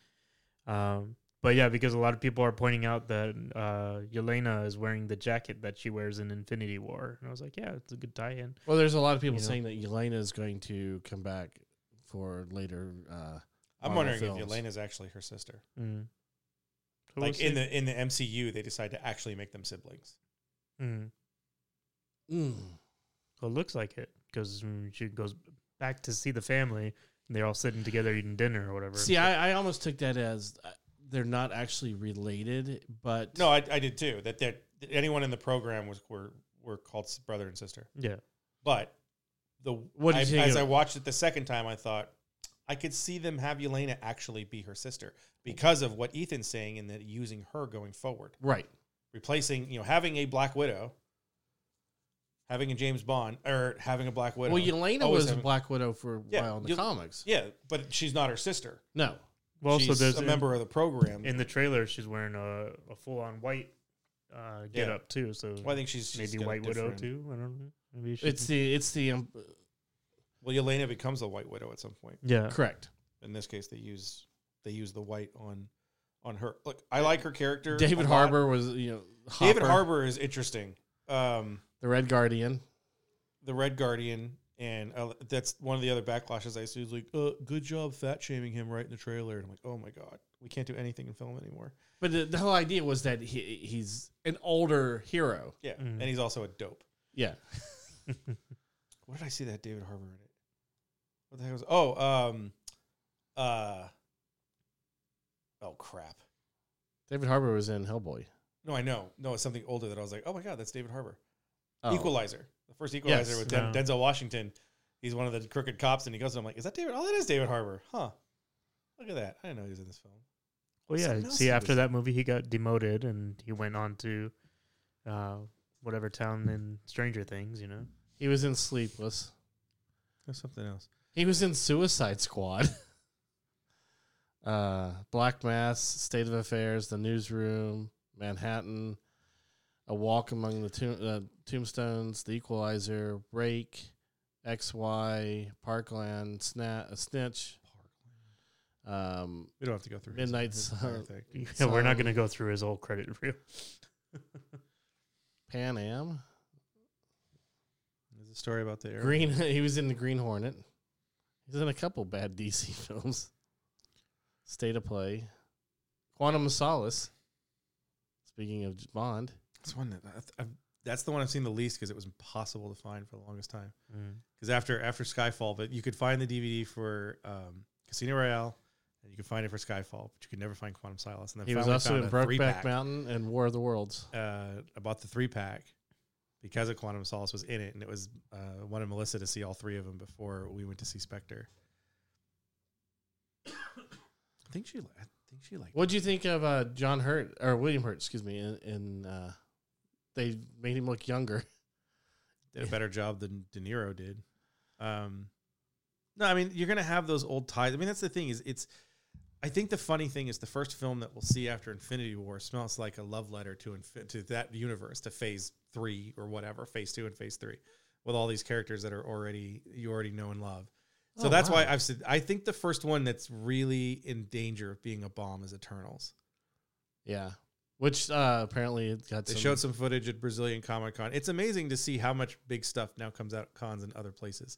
Speaker 5: Um, but yeah, because a lot of people are pointing out that uh, Yelena is wearing the jacket that she wears in Infinity War, and I was like, yeah, it's a good tie-in.
Speaker 6: well, there's a lot of people
Speaker 5: You know.
Speaker 6: saying that Elena is going to come back for later. Uh,
Speaker 7: I'm
Speaker 6: Marvel
Speaker 7: wondering if
Speaker 6: films.
Speaker 7: Elena's actually her sister.
Speaker 5: Mm. So we'll
Speaker 7: Like in
Speaker 5: see.
Speaker 7: the in the MCU, they decide to actually make them siblings.
Speaker 5: Mm. Well, it looks like it because she goes back to see the family. And they're all sitting together eating dinner or whatever.
Speaker 6: See, I, I almost took that as uh, they're not actually related, but
Speaker 7: No, I, I did too. That that that anyone in the program was were were called s- brother and sister.
Speaker 5: yeah,
Speaker 7: But the
Speaker 6: What did
Speaker 7: I-
Speaker 6: you think
Speaker 7: as
Speaker 6: of-
Speaker 7: I watched it the second time, I thought I could see them have Elena actually be her sister because of what Ethan's saying and that using her going forward,
Speaker 6: right.
Speaker 7: replacing you know having a Black Widow, having a James Bond or having a Black Widow.
Speaker 6: Well, Elena
Speaker 7: Always
Speaker 6: was
Speaker 7: having-
Speaker 6: Black Widow for a
Speaker 7: Yeah,
Speaker 6: while in the
Speaker 7: you'll-
Speaker 6: comics.
Speaker 7: yeah, but she's not her sister.
Speaker 6: No,
Speaker 5: well,
Speaker 7: she's
Speaker 5: so there's
Speaker 7: a
Speaker 5: in-
Speaker 7: member of the program.
Speaker 5: in, the trailer. She's wearing a, a full-on white uh, get up too. So
Speaker 7: well, I think she's, she's
Speaker 5: maybe
Speaker 7: got a
Speaker 5: White Widow
Speaker 7: different-
Speaker 5: too. I don't know. Maybe she
Speaker 6: it's the it's the um,
Speaker 7: Well, Elena becomes a White Widow at some point.
Speaker 5: yeah.
Speaker 6: correct.
Speaker 7: In this case, they use they use the white on on her. Look, I like her character.
Speaker 6: David
Speaker 7: a lot.
Speaker 6: Harbor was you know
Speaker 7: David
Speaker 6: Hopper,
Speaker 7: Harbor is interesting. Um,
Speaker 6: the Red Guardian.
Speaker 7: the Red Guardian, and uh, that's one of the other backlashes I see. Is like, uh, good job fat shaming him right in the trailer. And I'm like, oh my god, we can't do anything in film anymore.
Speaker 6: But the, the whole idea was that he he's an older hero.
Speaker 7: Yeah,
Speaker 5: Mm.
Speaker 7: and he's also a dope.
Speaker 6: Yeah,
Speaker 7: Where did I see that David Harbor in it? What the heck was? Oh, um, uh, oh crap.
Speaker 6: David Harbor was in Hellboy.
Speaker 7: No, I know. No, it's something older that I was like, oh my god, that's David Harbor.
Speaker 6: Oh.
Speaker 7: Equalizer, the first Equalizer
Speaker 6: Yes.
Speaker 7: with Den-
Speaker 5: No.
Speaker 7: Denzel Washington. He's one of the crooked cops, and he goes, and I'm like, is that David? Oh, that is David Harbor, huh? Look at that. I didn't know he was in this film.
Speaker 5: Well, yeah.
Speaker 7: Something else
Speaker 5: See,
Speaker 7: he
Speaker 5: after
Speaker 7: was-
Speaker 5: that movie, he got demoted and he went on to uh, whatever town in Stranger Things. You know,
Speaker 6: He was in Sleepless.
Speaker 7: There's something else.
Speaker 6: He was in Suicide Squad. uh, Black Mass, State of Affairs, The Newsroom, Manhattan, A Walk Among the tomb, uh, Tombstones, The Equalizer, Break, XY, Parkland, Snat, uh, Snitch. Um,
Speaker 7: We don't have to go through his-
Speaker 6: Midnight
Speaker 7: his
Speaker 6: Sun.
Speaker 7: entire thing.
Speaker 5: Yeah, we're not
Speaker 6: Some-
Speaker 5: going to go through his whole credit reel.
Speaker 6: Pan Am,
Speaker 7: There's a story about the air.
Speaker 6: Green. He was in the Green Hornet. He's in a couple bad DC films. State of Play, Quantum of Solace. Speaking of Bond,
Speaker 7: That's one that I- I've, that's the one I've seen the least because it was impossible to find for the longest time. Because after after Skyfall, but you could find the DVD for um, Casino Royale, and you could find it for Skyfall, but you could never find Quantum Silence. And then
Speaker 6: he was
Speaker 7: finally
Speaker 6: also
Speaker 7: found
Speaker 6: in
Speaker 7: a three-pack.
Speaker 6: Brokeback Mountain and War of the Worlds.
Speaker 7: uh, I bought the three pack because of Quantum of Solace was in it, and it was uh, I wanted Melissa to see all three of them before we went to see Spectre. I think she. I think she liked.
Speaker 6: What do you think of uh, John Hurt or William Hurt? Excuse me. In, in uh, they made him look younger.
Speaker 7: did a better job than De Niro did. Um, no, I mean you're gonna have those old ties. I mean that's the thing is it's. I think the funny thing is the first film that we'll see after Infinity War smells like a love letter to infin- to that universe, to Phase Three or whatever, Phase Two and Phase Three, with all these characters that are already you already know and love. So
Speaker 6: Oh,
Speaker 7: that's why
Speaker 6: wow.
Speaker 7: I've said I think the first one that's really in danger of being a bomb is Eternals.
Speaker 6: Yeah. Which uh, apparently it got
Speaker 7: They
Speaker 6: some,
Speaker 7: showed some footage at Brazilian Comic Con. It's amazing to see how much big stuff now comes out at cons and other places.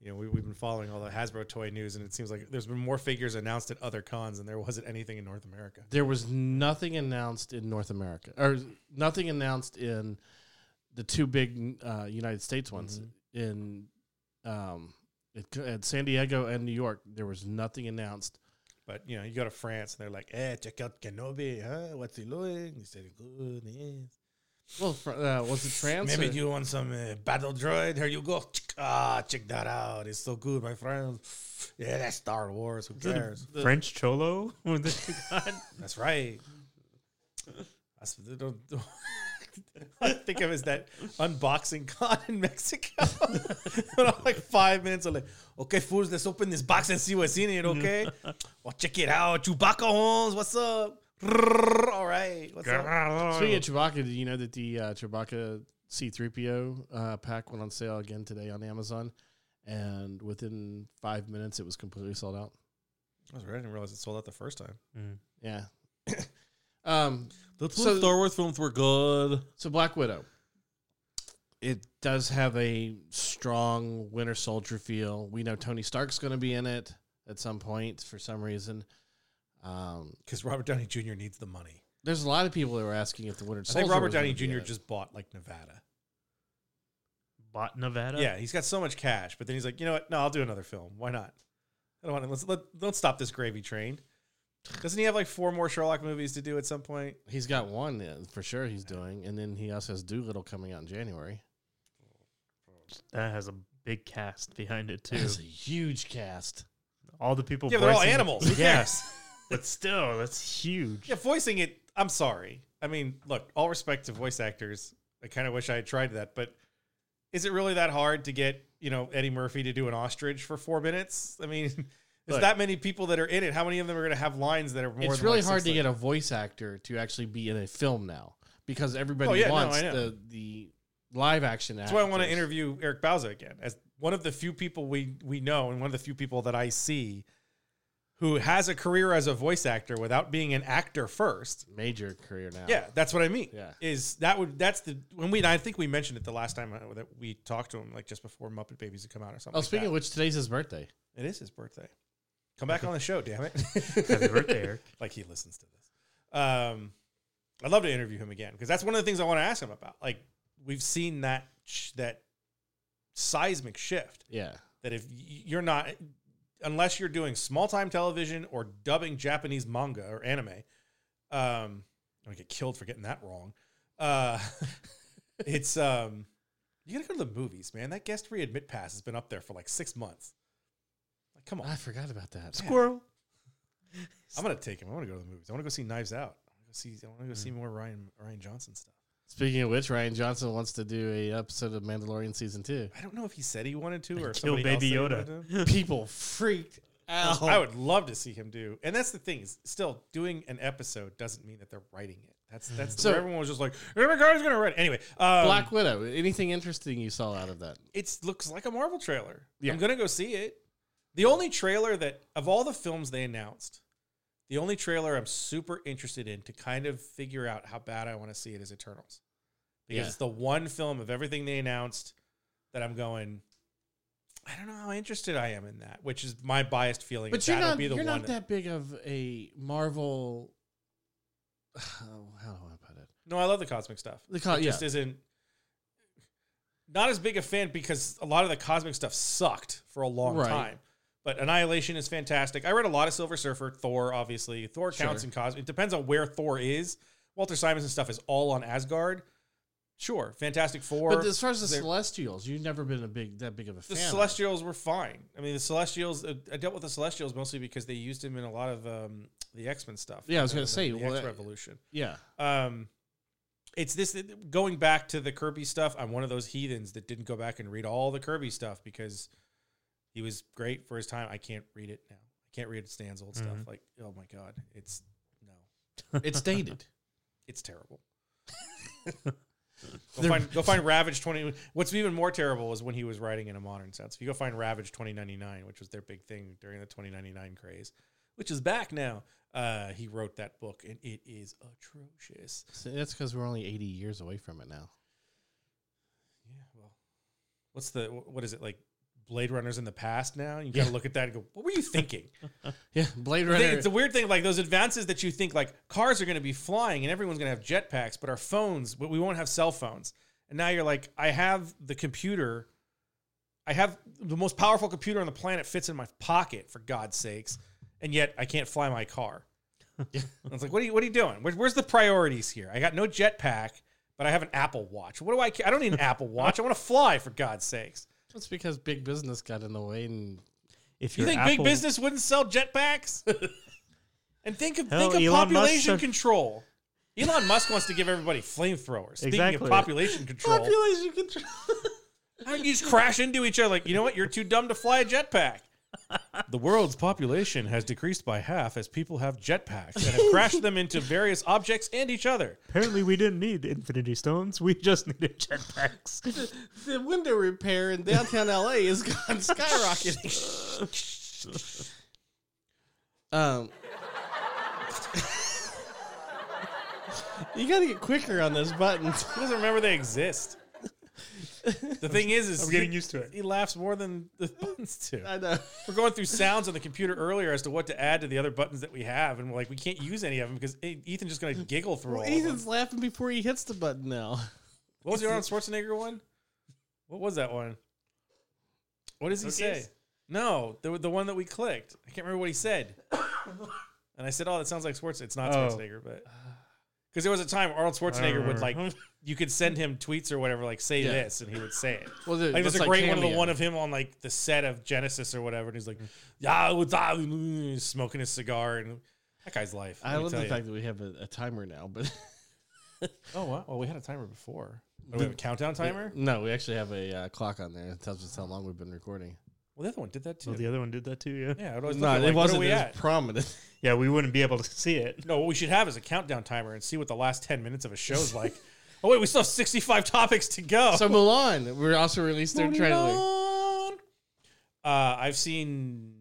Speaker 7: You know, we, we've been following all the Hasbro toy news, and it seems like there's been more figures announced at other cons than there was at anything in North America.
Speaker 6: There was nothing announced in North America, or nothing announced in the two big uh, United States ones
Speaker 7: Mm-hmm.
Speaker 6: in um, it, at San Diego and New York. There was nothing announced.
Speaker 7: But you know, you go to France, and they're like, "Eh, check out Kenobi, huh? What's he doing? He said good. Yes.
Speaker 6: Well, fr- uh, was it France?
Speaker 7: Maybe
Speaker 6: or-
Speaker 7: you want some uh, battle droid? Here you go. Chick- Ah, check that out. It's so good, my friend. Yeah, that's Star Wars. Who cares?
Speaker 6: The-
Speaker 5: French Cholo? That you got?
Speaker 7: That's right. That's, they don't, I think of it as that unboxing con in Mexico. and I'm like five minutes, I'm like, okay, fools, let's open this box and see what's in it, okay? well, check it out. Chewbacca Holmes, what's up? All right, what's up?
Speaker 6: Speaking of Chewbacca, did you know that the uh, Chewbacca C3PO uh, pack went on sale again today on Amazon? And within five minutes, it was completely sold out.
Speaker 7: That's right, I didn't realize it sold out the first time.
Speaker 5: Mm.
Speaker 6: Yeah. um,
Speaker 7: The
Speaker 6: So- Star
Speaker 7: Wars films were good.
Speaker 6: so, Black Widow. It does have a strong Winter Soldier feel. We know Tony Stark's going to be in it at some point for some reason. Um,
Speaker 7: Because Robert Downey Jr. needs the money.
Speaker 6: there's a lot of people that were asking if the Winter
Speaker 7: I
Speaker 6: Soldier.
Speaker 7: think Robert
Speaker 6: was gonna
Speaker 7: Downey
Speaker 6: be in
Speaker 7: Jr.
Speaker 6: it.
Speaker 7: just bought like Nevada.
Speaker 5: Bot Nevada?
Speaker 7: Yeah, he's got so much cash, but then he's like, you know what? No, I'll do another film. Why not? I don't want to. Let's let, don't stop this gravy train. Doesn't he have like four more Sherlock movies to do at some point?
Speaker 6: He's got one yeah, for sure. He's doing, and then he also has Doolittle coming out in January.
Speaker 5: That has a big cast behind it, too.
Speaker 6: That's a huge cast.
Speaker 5: All the
Speaker 6: Oh,
Speaker 5: people.
Speaker 7: Yeah, they're all
Speaker 5: voicing-
Speaker 7: animals. Who
Speaker 5: Yes. but still, that's huge.
Speaker 7: Yeah, voicing it. I'm sorry. I mean, look, all respect to voice actors. I kind of wish I had tried that, but is it really that hard to get you know Eddie Murphy to do an ostrich for four minutes? I mean, there's
Speaker 6: Look.
Speaker 7: that many people that are in it. How many of them are going to have lines that are more?
Speaker 6: it's
Speaker 7: than
Speaker 6: really
Speaker 7: like,
Speaker 6: hard
Speaker 7: six
Speaker 6: to get
Speaker 7: lines?
Speaker 6: a voice actor to actually be in a film now because everybody
Speaker 7: Oh, yeah, no,
Speaker 6: wants
Speaker 7: I know.
Speaker 6: the the live action.
Speaker 7: That's why I want to
Speaker 6: actors.
Speaker 7: interview Eric Bauza again, as one of the few people we we know, and one of the few people that I see who has a career as a voice actor without being an actor first.
Speaker 6: major career now.
Speaker 7: Yeah, that's what I mean.
Speaker 6: Yeah.
Speaker 7: is that would that's the when we and I think we mentioned it the last time I- that we talked to him, like just before Muppet Babies had come out or something.
Speaker 6: Oh,
Speaker 7: like
Speaker 6: speaking
Speaker 7: that.
Speaker 6: of which, today's his birthday.
Speaker 7: it is his birthday. Come back on the show, damn it!
Speaker 5: Happy birthday, Eric.
Speaker 7: like he listens to this. Um, I'd love to interview him again because that's one of the things I want to ask him about. Like we've seen that sh- that seismic shift
Speaker 6: Yeah,
Speaker 7: that if y- you're not unless you're doing small time television or dubbing Japanese manga or anime, um, I'm gonna get killed for getting that wrong. Uh, it's um, you gotta go to the movies, man. That guest readmit pass has been up there for like six months. Like, come on,
Speaker 6: I forgot about that.
Speaker 5: Squirrel.
Speaker 7: I'm gonna take him. I want to go to the movies. I want to go see Knives Out. I want to see. I want to go
Speaker 5: Mm.
Speaker 7: see more Ryan Ryan Johnson stuff.
Speaker 6: Speaking of which, Ryan Johnson wants to do a episode of Mandalorian season two.
Speaker 7: I don't know if he said he wanted to or if
Speaker 5: Kill
Speaker 7: somebody
Speaker 5: Baby
Speaker 7: else said he
Speaker 5: Yoda.
Speaker 7: wanted to.
Speaker 6: People freaked out.
Speaker 7: I would love to see him do. And that's the thing is, still doing an episode doesn't mean that they're writing it. That's that's
Speaker 6: So-
Speaker 7: where everyone was just like, every guy's gonna write. It. Anyway, um,
Speaker 6: Black Widow. Anything interesting you saw out of that?
Speaker 7: it looks like a Marvel trailer.
Speaker 6: Yeah.
Speaker 7: I'm gonna go see it. The only trailer that of all the films they announced, the only trailer I'm super interested in to kind of figure out how bad I want to see it is Eternals, because
Speaker 6: Yeah.
Speaker 7: it's the one film of everything they announced that I'm going. I don't know how interested I am in that, which is my biased feeling.
Speaker 6: But
Speaker 7: is
Speaker 6: you're
Speaker 7: that'll
Speaker 6: not
Speaker 7: be the
Speaker 6: you're
Speaker 7: one
Speaker 6: not that big of a Marvel. How, how do I put it?
Speaker 7: No, I love the cosmic stuff.
Speaker 6: The co-
Speaker 7: It
Speaker 6: yeah.
Speaker 7: just isn't not as big a fan because a lot of the cosmic stuff sucked for a long
Speaker 6: Right.
Speaker 7: time. But Annihilation is fantastic. I read a lot of Silver Surfer, Thor, obviously. Thor counts
Speaker 6: Sure.
Speaker 7: in cosmic. It depends on where Thor is. Walter Simonson stuff is all on Asgard. Sure, Fantastic Four.
Speaker 6: But as far as the
Speaker 7: they're-
Speaker 6: Celestials, you've never been a big that big of a
Speaker 7: the
Speaker 6: fan. of.
Speaker 7: Celestials were fine. I mean, the Celestials. uh, I dealt with the Celestials mostly because they used him in a lot of um, the X Men stuff.
Speaker 6: Yeah, I was gonna
Speaker 7: The-
Speaker 6: say,
Speaker 7: the
Speaker 6: well,
Speaker 7: X
Speaker 6: that-
Speaker 7: Revolution.
Speaker 6: Yeah,
Speaker 7: Um, it's this going back to the Kirby stuff. I'm one of those heathens that didn't go back and read all the Kirby stuff because he was great for his time. I can't read it now. I can't read Stan's old stuff.
Speaker 5: Mhm.
Speaker 7: Like, oh my god, it's no,
Speaker 6: it's dated.
Speaker 7: it's terrible. Go find, go find Ravage 20. What's even more terrible is when he was writing in a modern sense. If you go find Ravage 2099, which was their big thing during the 2099 craze, which is back now, uh, he wrote that book and it is atrocious.
Speaker 6: So that's because we're only eighty years away from it now.
Speaker 7: Yeah, well, what's the, wh- what is it, like Blade Runner's in the past now? You got to
Speaker 6: Yeah.
Speaker 7: look at that and go, what were you thinking?
Speaker 6: Yeah, Blade
Speaker 7: The
Speaker 6: Runner.
Speaker 7: thing- it's a weird thing, like those advances that you think like cars are going to be flying and everyone's going to have jetpacks, but our phones, we we won't have cell phones. And now you're like, I have the computer, I have the most powerful computer on the planet fits in my pocket for God's sakes, and yet I can't fly my car. I was like, what are you, what are you doing? Where, where's the priorities here? I got no jetpack, but I have an Apple Watch. What do I? ca- I don't need an Apple Watch. I want to fly for God's sakes.
Speaker 6: That's because big business got in the way, and
Speaker 5: If
Speaker 7: You
Speaker 5: you're
Speaker 7: think big
Speaker 5: Apple-
Speaker 7: business wouldn't sell jetpacks? and think of
Speaker 5: Hell,
Speaker 7: think of
Speaker 5: Elon Musk
Speaker 7: population
Speaker 5: took-
Speaker 7: control. Elon Musk wants to give everybody flamethrowers. Speaking
Speaker 5: Exactly.
Speaker 7: of population control,
Speaker 6: population control.
Speaker 7: how you just crash into each other like, you know what? You're too dumb to fly a jetpack. The world's population has decreased by half as people have jetpacks and have crashed them into various objects and each other.
Speaker 5: Apparently, we didn't need Infinity Stones. We just needed jetpacks.
Speaker 6: the window repair in downtown LA is gone skyrocketing. um, you got to get quicker on those buttons.
Speaker 7: He doesn't remember they exist. The thing is, is
Speaker 5: I'm getting
Speaker 7: he-
Speaker 5: used to it.
Speaker 7: He laughs more than the buttons do.
Speaker 6: I know.
Speaker 7: We're going through sounds on the computer earlier as to what to add to the other buttons that we have, and we're like, we can't use any of them because hey, Ethan's just going to giggle through all of them.
Speaker 6: Ethan's laughing before he hits the button now.
Speaker 7: What was the Arnold Schwarzenegger one? What was that one? What does he say?
Speaker 5: Cookies?
Speaker 7: No, the the one that we clicked. I can't remember what he said. and I said, "Oh, that sounds like Schwarzenegger." It's not
Speaker 5: Oh.
Speaker 7: Schwarzenegger, but because there was a time Arnold Schwarzenegger would like, you could send him tweets or whatever, like say
Speaker 6: Yeah.
Speaker 7: this, and he would say it.
Speaker 6: Well, there-
Speaker 7: Like there's
Speaker 6: that's
Speaker 7: a great one of the
Speaker 6: Cameo.
Speaker 7: one of him on like the set of Genesis or whatever, and he's like, yeah, what's up?" he's smoking his cigar, and that guy's life.
Speaker 6: I love the fact that we have a, a timer now, but
Speaker 7: Oh wow, well we had a timer before. Oh, we have a countdown timer.
Speaker 6: no, we actually have a uh, clock on there. It tells us how long we've been recording.
Speaker 7: Well, the other one did that too.
Speaker 5: well, Oh, the other one did that too, yeah.
Speaker 7: yeah, I'd always
Speaker 6: No,
Speaker 7: look at,
Speaker 6: it
Speaker 7: like,
Speaker 6: wasn't
Speaker 7: What are we
Speaker 6: as
Speaker 7: at?
Speaker 6: prominent.
Speaker 5: Yeah, we wouldn't be able to see it.
Speaker 7: No, what we should have is a countdown timer and see what the last ten minutes of a show's like. Oh wait, we still have sixty-five topics to go.
Speaker 6: So Milan, we also released their trailer.
Speaker 7: Uh, I've seen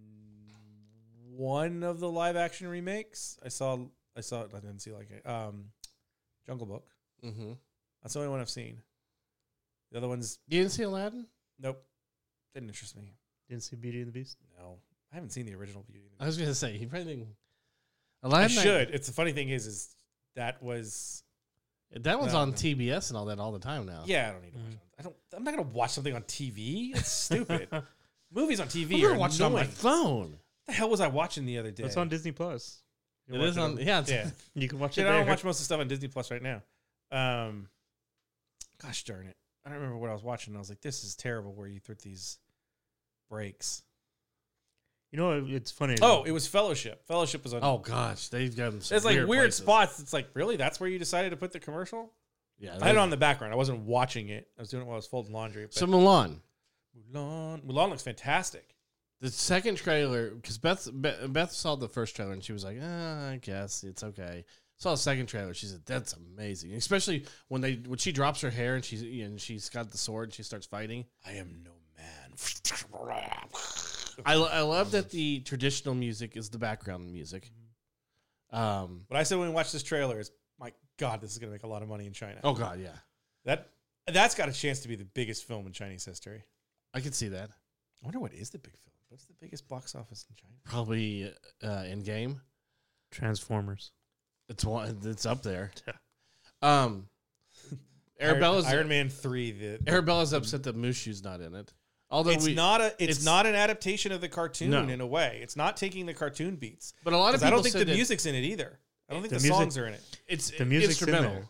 Speaker 7: one of the live action remakes. I saw, I saw, I didn't see like it. Um, Jungle Book.
Speaker 6: Mm-hmm.
Speaker 7: That's the only one I've seen. The other ones,
Speaker 6: You didn't see Aladdin?
Speaker 7: nope, didn't interest me.
Speaker 5: Didn't see Beauty and the Beast.
Speaker 7: No, I haven't seen the original Beauty. and the
Speaker 6: I was gonna say he probably didn't.
Speaker 7: Beast. I
Speaker 6: Aladdin
Speaker 7: should. It's the funny thing is, is that was
Speaker 6: that one's
Speaker 7: No,
Speaker 6: on
Speaker 7: no.
Speaker 6: TBS and all that all the time now.
Speaker 7: yeah. I don't need to watch.
Speaker 5: Mm.
Speaker 7: it. I don't. I'm not gonna watch something on TV. It's stupid. Movies on TV.
Speaker 6: we were
Speaker 7: are
Speaker 6: watching on my
Speaker 7: annoying.
Speaker 6: phone.
Speaker 7: What the hell was I watching the other day?
Speaker 5: It's on Disney Plus. You
Speaker 6: It
Speaker 5: watch
Speaker 6: is on. Yeah, it's-
Speaker 7: Yeah.
Speaker 5: You can watch
Speaker 7: Shit,
Speaker 5: it.
Speaker 7: I
Speaker 5: There.
Speaker 7: don't watch most of the stuff on Disney Plus right now. Um, gosh darn it! I don't remember what I was watching. I was like, "This is terrible." Where you threw these breaks?
Speaker 5: You know, it- it's funny.
Speaker 7: Oh, it was Fellowship. Fellowship was on.
Speaker 6: Oh gosh, they've gotten. Some
Speaker 7: it's like weird,
Speaker 6: places.
Speaker 7: spots. It's like really, that's where you decided to put the commercial.
Speaker 6: Yeah,
Speaker 7: I had it on the background. I wasn't watching it. I was doing it while I was folding laundry. But
Speaker 6: So Milan,
Speaker 7: Mulan, Mulan looks fantastic.
Speaker 6: the second trailer, because Beth, Beth Beth saw the first trailer and she was like, ah, I guess it's okay. Saw the second trailer, she said, "That's amazing." Especially when they when she drops her hair and she's and she's got the sword and she starts fighting.
Speaker 7: I am no man.
Speaker 6: I, lo- I love that the traditional music is the background music. Um.
Speaker 7: What I said when we watched this trailer is, my God, this is gonna make a lot of money in China.
Speaker 6: Oh God, yeah,
Speaker 7: That that's got a chance to be the biggest film in Chinese history.
Speaker 6: I could see that.
Speaker 7: I wonder what is the big film? What's the biggest box office in China?
Speaker 6: Probably uh, in game.
Speaker 5: Transformers.
Speaker 6: It's one. It's up there. Um, Arabella's
Speaker 7: Iron, Iron Man three. The, the-
Speaker 6: Arabella's upset that Mushu's not in it. Although
Speaker 7: it's
Speaker 6: we,
Speaker 7: not a it's,
Speaker 6: it's-
Speaker 7: not an adaptation of the cartoon
Speaker 6: No.
Speaker 7: in a way. It's not taking the cartoon beats.
Speaker 6: but a lot of
Speaker 7: 'Cause
Speaker 6: people
Speaker 7: I don't think
Speaker 6: said
Speaker 7: the
Speaker 6: that
Speaker 7: music's in it either. I don't think
Speaker 5: The
Speaker 7: the,
Speaker 5: music-
Speaker 7: songs are in it.
Speaker 6: It's
Speaker 5: The music's in
Speaker 6: instrumental.
Speaker 5: there.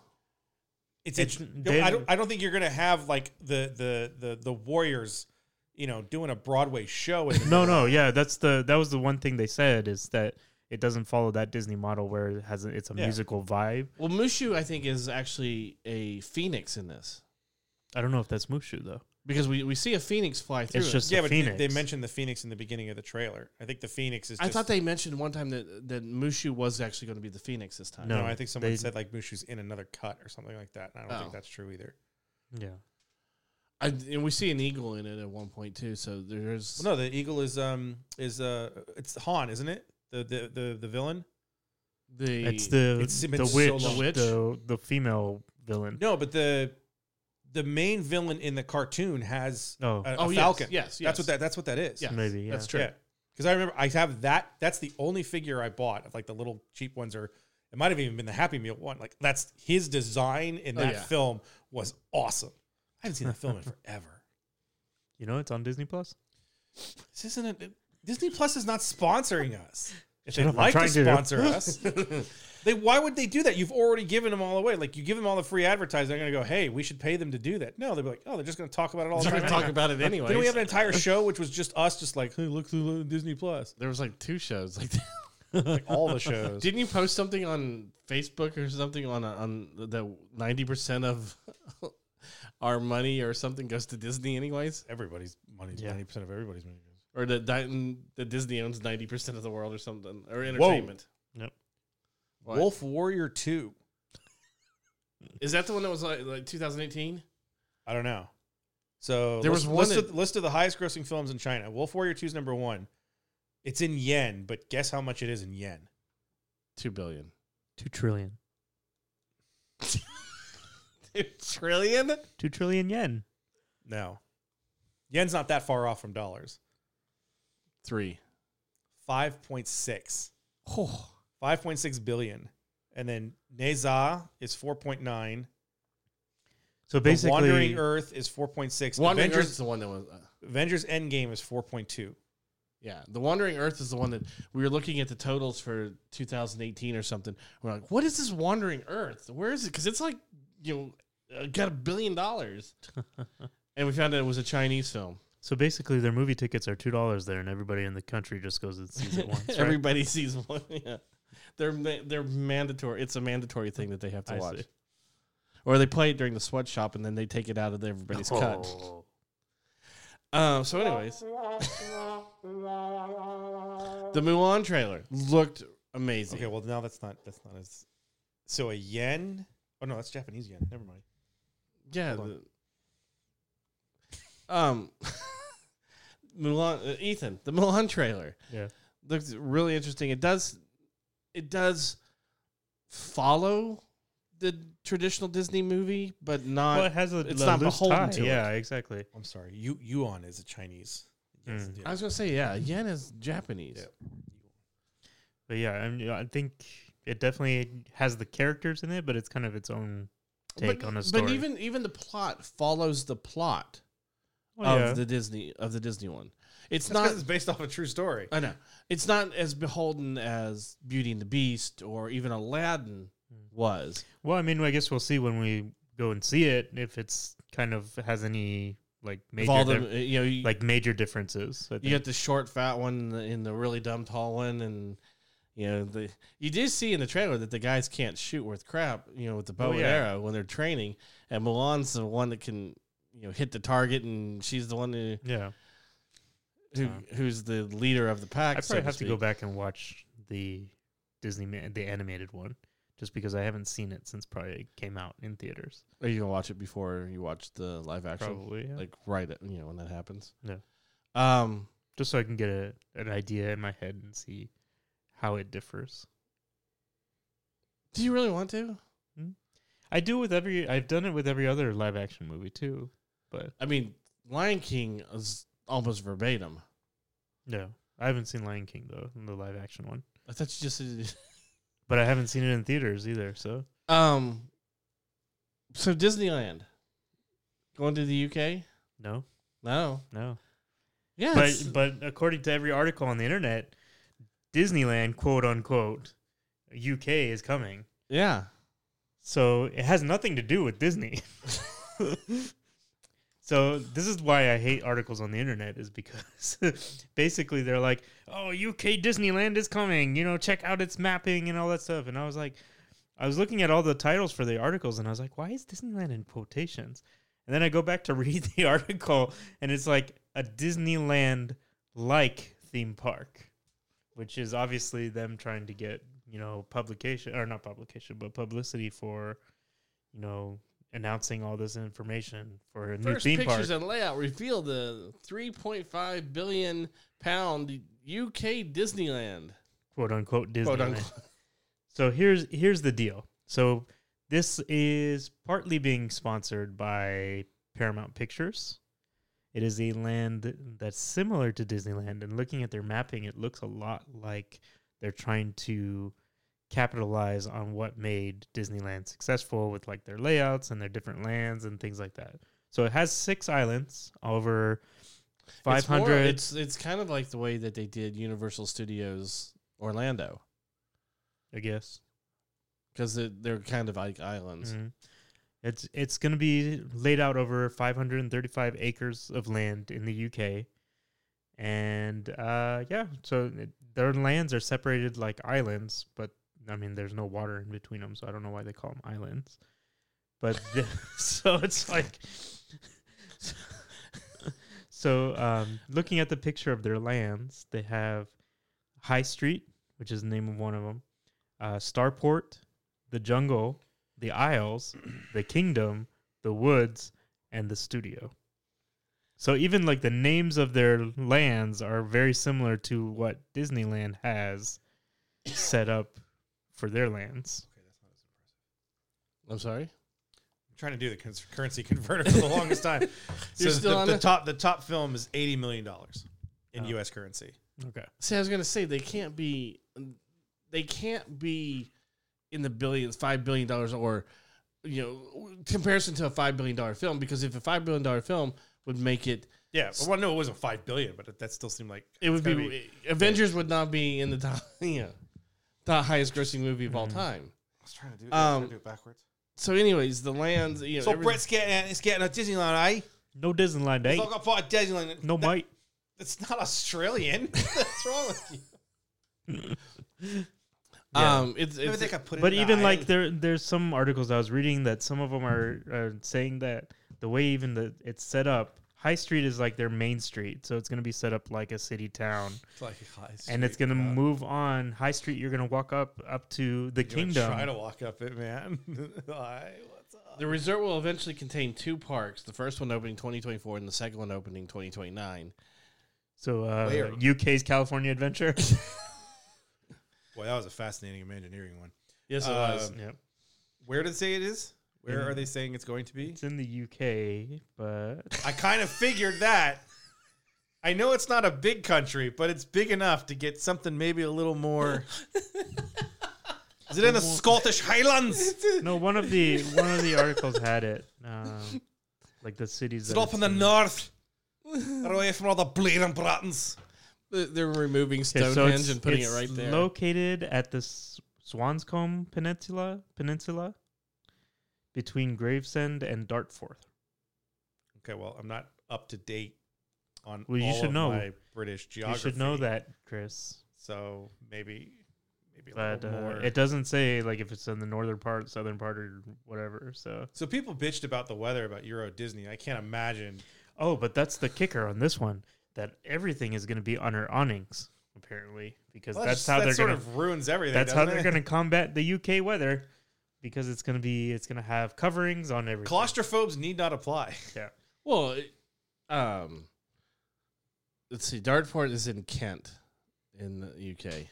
Speaker 7: It's,
Speaker 5: It's-
Speaker 7: it's
Speaker 5: they-
Speaker 7: I don't I don't think you're gonna have like the the the the Warriors, you know, doing a Broadway show. In the
Speaker 5: No,
Speaker 7: middle.
Speaker 5: no, yeah, that's the that was the one thing they said is that it doesn't follow that Disney model where it has a, it's a
Speaker 7: Yeah.
Speaker 5: musical vibe.
Speaker 6: Well, Mushu, I think, is actually a phoenix in this
Speaker 5: I don't know if that's Mushu though.
Speaker 6: because we, we see a phoenix fly through.
Speaker 5: It's
Speaker 6: it.
Speaker 5: just
Speaker 7: yeah,
Speaker 5: a
Speaker 7: but they-
Speaker 5: phoenix.
Speaker 7: they mentioned the Phoenix in the beginning of the trailer. I think the Phoenix is. Just,
Speaker 6: I thought they mentioned one time that that Mushu was actually going to be the phoenix this time.
Speaker 5: No.
Speaker 7: No, I think someone
Speaker 5: they-
Speaker 7: said like Mushu's in another cut or something like that. And I don't
Speaker 6: Oh.
Speaker 7: think that's true either.
Speaker 5: yeah,
Speaker 6: I, and we see an eagle in it at one point too. So there's
Speaker 7: Well, no, the eagle is um is uh it's Han, isn't it? The the the, the villain.
Speaker 6: the
Speaker 5: it's the
Speaker 7: It's been
Speaker 5: the
Speaker 7: so
Speaker 5: witch,
Speaker 7: long.
Speaker 5: the the female villain.
Speaker 7: No, but the the main villain in the cartoon has
Speaker 5: Oh.
Speaker 7: a, a
Speaker 6: oh yes,
Speaker 7: falcon.
Speaker 6: Yes, yes,
Speaker 7: that's what that that's what that is.
Speaker 6: Yeah,
Speaker 5: Maybe, yeah.
Speaker 6: that's true.
Speaker 7: Because I remember I have that. That's the only figure I bought. Of like the little cheap ones, or it might have even been the Happy Meal one. Like that's his design in
Speaker 6: Oh,
Speaker 7: that
Speaker 6: yeah.
Speaker 7: film was awesome. I haven't seen that film in forever.
Speaker 5: You know, it's on Disney Plus.
Speaker 7: This isn't a, Disney Plus is not sponsoring us. If
Speaker 5: Shut
Speaker 7: they'd
Speaker 5: up, I'm
Speaker 7: like to
Speaker 5: trying to.
Speaker 7: sponsor us, they why would they do that? You've already given them all away. Like you give them all the free advertising, they're going to go, "Hey, we should pay them to do that." No, they'll be like, "Oh, they're just going to talk about it all the
Speaker 6: We're
Speaker 7: time."
Speaker 6: gonna talk about it anyway.
Speaker 7: Then we have an entire show which was just us, just like, "Hey, look through Disney Plus."
Speaker 6: there was like two shows like that.
Speaker 7: Like all the shows.
Speaker 6: Didn't you post something on Facebook or something on on the ninety percent of our money or something goes to Disney anyways,
Speaker 7: everybody's money.
Speaker 5: Yeah.
Speaker 7: Ninety percent of everybody's money. goes.
Speaker 6: or that mm, that Disney owns ninety percent of the world or something or entertainment.
Speaker 5: Yep.
Speaker 6: What?
Speaker 7: Wolf Warrior Two.
Speaker 6: Is that the one that was like like 2018?
Speaker 7: I don't know. So
Speaker 6: There
Speaker 7: list-
Speaker 6: was one
Speaker 7: list,
Speaker 6: that-
Speaker 7: of, list of the highest grossing films in China. Wolf Warrior Two is number one. It's in yen, but guess how much it is in yen?
Speaker 6: Two billion.
Speaker 5: Two trillion.
Speaker 6: Two trillion?
Speaker 5: Two trillion yen.
Speaker 7: No, yen's not that far off from dollars.
Speaker 6: Three.
Speaker 7: Five point six.
Speaker 6: Oh.
Speaker 7: Five point six billion. And then Neza is four point nine.
Speaker 5: So
Speaker 7: The
Speaker 5: basically,
Speaker 7: Wandering Earth is four point six.
Speaker 6: Wandering
Speaker 7: Avengers,
Speaker 6: Earth is the one that was. Uh,
Speaker 7: Avengers Endgame is four point two.
Speaker 6: yeah, the Wandering Earth is the one that we were looking at the totals for 2018 or something. We're like, what is this Wandering Earth? Where is it? Because it's like you know, uh, got a billion dollars, and we found out it was a Chinese film.
Speaker 5: so basically, their movie tickets are two dollars there, and everybody in the country just goes and sees it once. Right?
Speaker 6: Everybody sees one. Yeah, they're ma- they're mandatory. It's a mandatory thing that they have to
Speaker 5: I
Speaker 6: watch,
Speaker 5: see.
Speaker 6: or they play it during the sweatshop and then they take it out of everybody's cut.
Speaker 5: Oh.
Speaker 6: Um, so, anyways, the Mulan trailer looked amazing.
Speaker 7: Okay, well now that's not that's not as so a yen. Oh no, that's Japanese yen. Never mind.
Speaker 6: yeah.
Speaker 7: hold
Speaker 6: the- um, Mulan, uh, Ethan, the Mulan trailer
Speaker 5: Yeah.
Speaker 6: looks really interesting. It does, it does follow the traditional Disney movie, but not.
Speaker 5: Well, it has a
Speaker 6: it's
Speaker 5: lo-
Speaker 6: not
Speaker 5: loose
Speaker 6: beholden
Speaker 5: tie.
Speaker 6: to it.
Speaker 5: yeah, exactly.
Speaker 7: I'm sorry. You yuan is a Chinese. Yes,
Speaker 5: Mm.
Speaker 7: yeah.
Speaker 6: Hmm. I was gonna say, yeah, yen is Japanese.
Speaker 7: Yeah.
Speaker 5: But yeah, I, mean, I think it definitely has the characters in it, but it's kind of its own take
Speaker 6: but,
Speaker 5: on a story.
Speaker 6: But even even the plot follows the plot
Speaker 5: Well,
Speaker 6: of
Speaker 5: yeah.
Speaker 6: the Disney of the Disney one. It's
Speaker 7: That's 'cause
Speaker 6: not
Speaker 7: it's based off a true story.
Speaker 6: I know. It's not as beholden as Beauty and the Beast or even Aladdin
Speaker 5: Hmm.
Speaker 6: was.
Speaker 5: well, I mean, I guess we'll see when we go and see it if it's kind of has any like
Speaker 6: Of
Speaker 5: major
Speaker 6: all the
Speaker 5: dif-
Speaker 6: you know, you,
Speaker 5: like major differences. I think.
Speaker 6: you got the short fat one and the, and the really dumb tall one and you know the you did see in the trailer that the guys can't shoot worth crap, you know, with the bow
Speaker 5: Oh,
Speaker 6: and
Speaker 5: yeah.
Speaker 6: arrow when they're training and Milan's the one that can you know hit the target and she's the one who,
Speaker 5: yeah,
Speaker 6: who
Speaker 5: Uh.
Speaker 6: who's the leader of the pack.
Speaker 5: I
Speaker 6: so
Speaker 5: probably have to go
Speaker 6: speak.
Speaker 5: back and watch the Disney ma- the animated one just because I haven't seen it since probably it came out in theaters.
Speaker 6: Are you gonna watch it before you watch the live action?
Speaker 5: Probably yeah.
Speaker 6: Like right, at, you know when that happens.
Speaker 5: Yeah.
Speaker 6: Um.
Speaker 5: just so I can get a, an idea in my head and see how it differs.
Speaker 6: Do you really want to?
Speaker 5: I do with every I've done it with every other live action movie too, but
Speaker 6: I mean, Lion King is almost verbatim.
Speaker 5: no, I haven't seen Lion King though, the live action one.
Speaker 6: I thought you just said-
Speaker 5: But I haven't seen it in theaters either, so
Speaker 6: um. So Disneyland, going to the UK?
Speaker 5: no,
Speaker 6: No.
Speaker 5: no.
Speaker 6: Yeah.
Speaker 5: But
Speaker 6: it's-
Speaker 5: but according to every article on the internet, Disneyland quote unquote UK is coming.
Speaker 6: yeah.
Speaker 5: So it has nothing to do with Disney. so this is why I hate articles on the internet is because basically they're like, "Oh, UK Disneyland is coming. You know, check out its mapping and all that stuff." And I was like, I was looking at all the titles for the articles and I was like, "Why is Disneyland in quotations?" And then I go back to read the article and it's like a Disneyland like theme park, which is obviously them trying to get, you know, publication or not publication, but publicity for, you know, announcing all this information for a new
Speaker 6: First
Speaker 5: theme park.
Speaker 6: pictures and layout reveal the 3.5 billion pound UK Disneyland.
Speaker 5: quote unquote Disneyland.
Speaker 6: Quote unquote.
Speaker 5: So here's here's the deal. So this is partly being sponsored by Paramount Pictures. It is a land that's similar to Disneyland, and looking at their mapping, it looks a lot like they're trying to capitalize on what made Disneyland successful with like their layouts and their different lands and things like that. So it has six islands over five
Speaker 6: It's more-
Speaker 5: hundred.
Speaker 6: It's, it's kind of like the way that they did Universal Studios Orlando
Speaker 5: I guess.
Speaker 6: because they're kind of like islands.
Speaker 5: Mhm. It's it's going to be laid out over 535 acres of land in the UK, and uh, yeah, so it, their lands are separated like islands, but I mean, there's no water in between them, so I don't know why they call them islands. But the, so it's like, so um, looking at the picture of their lands, they have High Street, which is the name of one of them, uh, Starport, the Jungle, the Isles, the Kingdom, the Woods, and the Studio. So even like the names of their lands are very similar to what Disneyland has set up for their lands.
Speaker 6: I'm sorry.
Speaker 7: I'm trying to do the cons- currency converter for the longest time.
Speaker 6: You're
Speaker 7: so
Speaker 6: still
Speaker 7: the,
Speaker 6: on
Speaker 7: the
Speaker 6: it?
Speaker 7: top the top film is eighty million dollars in
Speaker 5: Oh.
Speaker 7: U.S. currency.
Speaker 5: Okay.
Speaker 6: See, I was gonna say they can't be, they can't be in the billions, five billion dollars, or you know, comparison to a five billion dollar film. Because if a five billion dollar film would make it,
Speaker 7: Yeah, well, no, it wasn't five billion, but that still seemed like
Speaker 6: it would
Speaker 7: it's gotta
Speaker 6: be, Avengers would not be in the top, you know, the highest grossing movie of all time.
Speaker 7: I was trying to do,
Speaker 6: I was trying to do
Speaker 7: it backwards.
Speaker 5: Um,
Speaker 6: So, anyways, the lands, you know,
Speaker 7: So
Speaker 6: every-
Speaker 7: Brett's getting it's getting a Disneyland, eh?
Speaker 5: No Disneyland, eh?
Speaker 7: It's not part of Disneyland.
Speaker 5: No
Speaker 7: That-
Speaker 5: might.
Speaker 7: It's not Australian. What's wrong with you?
Speaker 6: um, it's, it's
Speaker 7: Maybe they could put it
Speaker 5: But
Speaker 7: in the
Speaker 5: even like
Speaker 7: island.
Speaker 5: there, there's some articles I was reading that some of them are, are saying that the way even the it's set up, High Street is like their main street, so it's going to be set up like a city town.
Speaker 7: It's like, high
Speaker 5: and it's
Speaker 7: street,
Speaker 5: gonna
Speaker 7: uh,
Speaker 5: move on High Street. You're gonna walk up up to the
Speaker 7: you wanna Try to
Speaker 5: kingdom.
Speaker 7: walk up it, man. Aye, what's up?
Speaker 6: The resort will eventually contain two parks, the first one opening 2024 and the second one opening 2029.
Speaker 5: So
Speaker 7: Where?
Speaker 5: uh, UK's California Adventure.
Speaker 7: Boy, that was a fascinating Imagineering one.
Speaker 6: Yes, it
Speaker 7: Uh,
Speaker 6: was.
Speaker 5: yep.
Speaker 7: Where did it say it is? Where
Speaker 5: In-
Speaker 7: are they saying it's going to be?
Speaker 5: It's in the UK, but
Speaker 7: I kind of figured that. I know it's not a big country, but it's big enough to get something maybe a little more. Is it in the Scottish Highlands? Is
Speaker 5: no one of the one of the articles had it. Um, like the cities.
Speaker 7: it
Speaker 5: that
Speaker 7: up
Speaker 5: it's
Speaker 7: in the north? Or away from all the bleeding Bratons?
Speaker 6: They- They're removing
Speaker 5: Okay,
Speaker 6: Stonehenge and putting it
Speaker 5: it's
Speaker 6: right there.
Speaker 5: Located at the S- Swanscombe Peninsula, Peninsula, between Gravesend and Dartforth.
Speaker 7: Okay, well, I'm not up to date on
Speaker 5: Well, you
Speaker 7: all
Speaker 5: should
Speaker 7: of
Speaker 5: know.
Speaker 7: my British
Speaker 5: You
Speaker 7: geography.
Speaker 5: should know that, Chris.
Speaker 7: So maybe, maybe a
Speaker 5: But
Speaker 7: little
Speaker 5: uh,
Speaker 7: more.
Speaker 5: it doesn't say like if it's in the northern part, southern part, or whatever. So
Speaker 7: so people bitched about the weather about Euro Disney. I can't imagine.
Speaker 5: Oh, but that's the kicker on this one that everything is going to be under awnings apparently because
Speaker 7: Well,
Speaker 5: that's how
Speaker 7: that
Speaker 5: they're
Speaker 7: sort
Speaker 5: going to
Speaker 7: of ruins everything.
Speaker 5: that's how
Speaker 7: doesn't
Speaker 5: they're
Speaker 7: it?
Speaker 5: going to combat the UK weather because it's going to be it's going to have coverings on everything.
Speaker 7: Claustrophobes need not apply.
Speaker 5: yeah.
Speaker 6: Well, it- um, let's see. Dartford is in Kent, in the UK.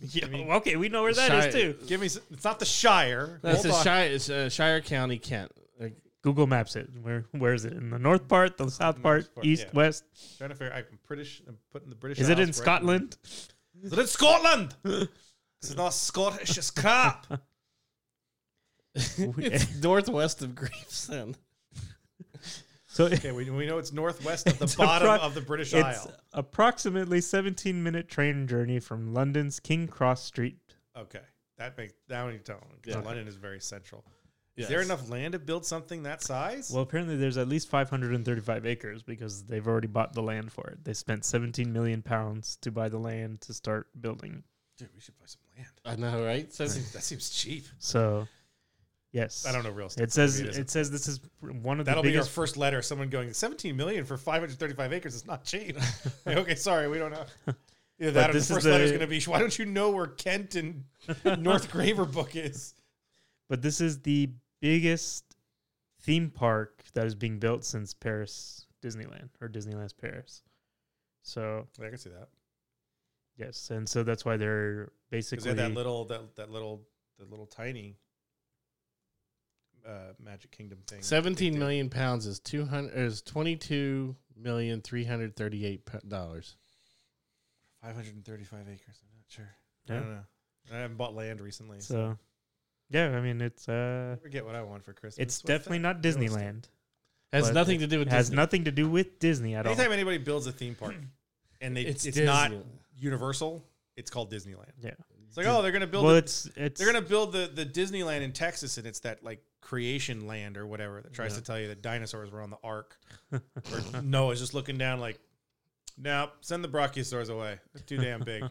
Speaker 5: Yeah,
Speaker 7: mean-
Speaker 5: well, okay, we know where that is
Speaker 6: Shire-
Speaker 5: too.
Speaker 7: Give me. s it's not the Shire.
Speaker 6: That's
Speaker 7: Hold
Speaker 6: a
Speaker 7: on.
Speaker 6: Shire, it's, uh, Shire County, Kent. Like,
Speaker 5: Google maps it. Where where is it? In the north part, the south
Speaker 7: North
Speaker 5: part,
Speaker 7: part,
Speaker 5: east,
Speaker 7: yeah.
Speaker 5: west?
Speaker 7: Trying to figure. I'm British. I'm putting the British.
Speaker 5: Is it
Speaker 7: Isles
Speaker 5: in
Speaker 7: right-
Speaker 5: Scotland?
Speaker 7: Is it in Scotland? this is not Scottish as crap.
Speaker 6: it's northwest of Gravesend.
Speaker 5: So
Speaker 7: Okay, we, we know it's northwest of the
Speaker 5: It's a
Speaker 7: bottom
Speaker 5: pro-
Speaker 7: of the British
Speaker 5: it's
Speaker 7: Isle.
Speaker 5: approximately 17 minute train journey from London's King Cross Street
Speaker 7: Okay, That makes now you're telling me 'cause
Speaker 6: Yeah.
Speaker 7: London is very central.
Speaker 6: Yes.
Speaker 7: Is there enough land to build something that size?
Speaker 5: Well, apparently there's at least 535 acres because they've already bought the land for it. They spent 17 million pounds to buy the land to start building.
Speaker 7: dude, we should buy some land.
Speaker 6: I know, right?
Speaker 7: That
Speaker 6: Says
Speaker 7: seems, that seems cheap.
Speaker 5: So, yes,
Speaker 7: I don't know real estate.
Speaker 5: It says
Speaker 7: Maybe it isn't.
Speaker 5: it says this is one of the
Speaker 7: That'll be our
Speaker 5: biggest
Speaker 7: first letter. Someone going 17 million for 535 acres is not cheap. Like, okay, sorry, we don't know. Either that or the
Speaker 5: this is
Speaker 7: first letter is
Speaker 5: the-
Speaker 7: going to be. Why don't you know where Kent and North Graver book is?
Speaker 5: but this is the biggest theme park that is being built since Paris Disneyland or Disneyland's Paris. So
Speaker 7: I can see that
Speaker 5: yes, and so that's why they're
Speaker 7: because
Speaker 5: basically
Speaker 7: they had that little that that little that little tiny uh, Magic Kingdom thing.
Speaker 6: seventeen million pounds is two hundred is twenty two million three hundred thirty eight dollars.
Speaker 7: 535 acres. I'm not sure. I
Speaker 5: Yeah.
Speaker 7: don't know. I haven't bought land recently. So
Speaker 5: So yeah, I mean it's uh
Speaker 7: I forget what I want for Christmas.
Speaker 5: it's
Speaker 7: What's that?
Speaker 5: definitely not
Speaker 7: Real estate.
Speaker 5: Disneyland.
Speaker 6: Has
Speaker 5: But
Speaker 6: nothing to do with
Speaker 5: It has
Speaker 6: Disney.
Speaker 5: nothing to do with Disney at all.
Speaker 7: Anytime anybody builds a theme park and they it's,
Speaker 6: Disney.
Speaker 7: not Universal, it's called Disneyland.
Speaker 5: Yeah.
Speaker 7: It's like oh they're gonna build
Speaker 5: Well,
Speaker 7: a-
Speaker 5: it's it's
Speaker 7: They're gonna build the the Disneyland in Texas, and it's that like creation land or whatever that tries
Speaker 5: Yeah.
Speaker 7: to tell you that dinosaurs were on the ark. or Noah's just looking down like, nope, send the brachiosaurs away. They're too damn big.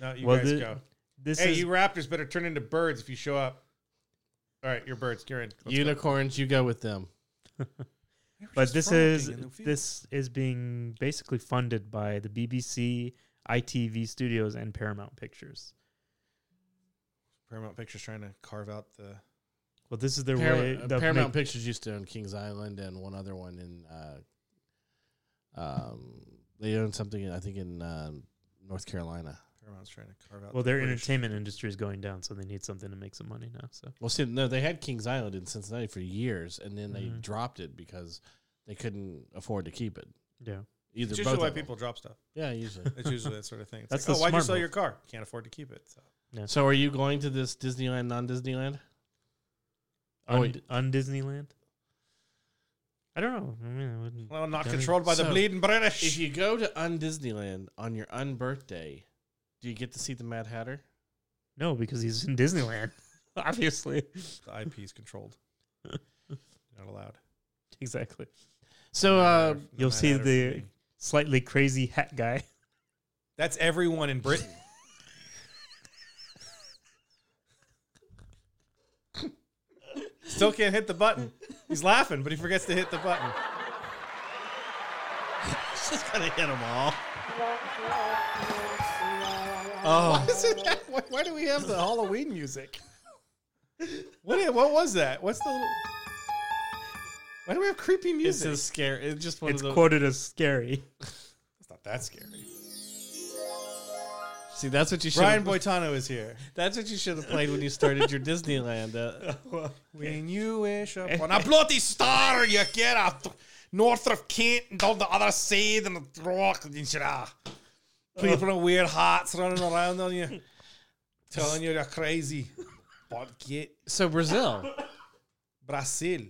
Speaker 7: no, you
Speaker 5: Well,
Speaker 7: guys
Speaker 5: the-
Speaker 7: go.
Speaker 5: this
Speaker 7: Hey,
Speaker 5: is
Speaker 7: you raptors better turn into birds if you show up. All right, you're birds, Kieran. let's go.
Speaker 6: Unicorns, you go with them.
Speaker 5: but this
Speaker 7: frolicking
Speaker 5: is
Speaker 7: in the field.
Speaker 5: this is being basically funded by the BBC, ITV Studios, and Paramount Pictures.
Speaker 7: Paramount Pictures trying to carve out the.
Speaker 5: Well, this is their
Speaker 6: Param-
Speaker 5: way.
Speaker 6: uh,
Speaker 5: of
Speaker 6: Paramount
Speaker 5: make-
Speaker 6: Pictures used to own Kings Island and one other one in. Uh, um, they own something I think in um, North Carolina.
Speaker 7: Paramount's trying to carve out.
Speaker 5: well,
Speaker 7: the
Speaker 5: their
Speaker 7: British-
Speaker 5: entertainment industry is going down, so they need something to make some money now. So
Speaker 6: Well, see, no, they had Kings Island in Cincinnati for years, and then they
Speaker 5: Mhm.
Speaker 6: dropped it because they couldn't afford to keep it.
Speaker 5: yeah,
Speaker 7: It's
Speaker 6: Either both
Speaker 7: usually why
Speaker 6: of them.
Speaker 7: people drop stuff.
Speaker 6: Yeah, usually.
Speaker 7: It's usually that sort of thing. It's
Speaker 5: That's
Speaker 7: like,
Speaker 5: the
Speaker 7: oh, why'd you
Speaker 5: smart
Speaker 7: sell
Speaker 5: move.
Speaker 7: your car? Can't afford to keep it. So.
Speaker 6: so, are you going to this Disneyland, non Disneyland? Oh,
Speaker 5: un,
Speaker 6: wait.
Speaker 5: un Disneyland. I don't know. I mean, I wouldn't.
Speaker 7: Well, not
Speaker 5: Dummy.
Speaker 7: controlled by the
Speaker 6: So,
Speaker 7: bleeding British.
Speaker 6: If you go to un Disneyland on your un birthday, do you get to see the Mad Hatter?
Speaker 5: No, because he's in Disneyland. Obviously,
Speaker 7: The IP is controlled. Not allowed.
Speaker 5: exactly.
Speaker 6: So, uh,
Speaker 5: You'll see the slightly crazy hat guy.
Speaker 7: That's everyone in Britain. Still can't hit the button. He's laughing, but he forgets to hit the button.
Speaker 6: just gonna hit them all. Oh,
Speaker 7: Why, is it that- why- why do we have the Halloween music? What, i- what was that? What's the little. Why do we have creepy
Speaker 6: It's
Speaker 7: music?
Speaker 6: just scary. It's just one
Speaker 5: It's
Speaker 6: of those.
Speaker 5: quoted as scary.
Speaker 7: It's not that scary.
Speaker 6: See, that's what you should.
Speaker 7: Brian Boitano is here.
Speaker 6: That's what you should have played when you started your Disneyland. Uh,
Speaker 7: When you wish upon
Speaker 6: Eh.
Speaker 7: a bloody star, you get up th- north of Kent and down the other side and the rock. and shit, ah.
Speaker 6: Uh.
Speaker 7: People in weird hats running around on you, telling you they're crazy. But get
Speaker 6: so Brazil,
Speaker 7: Brazil.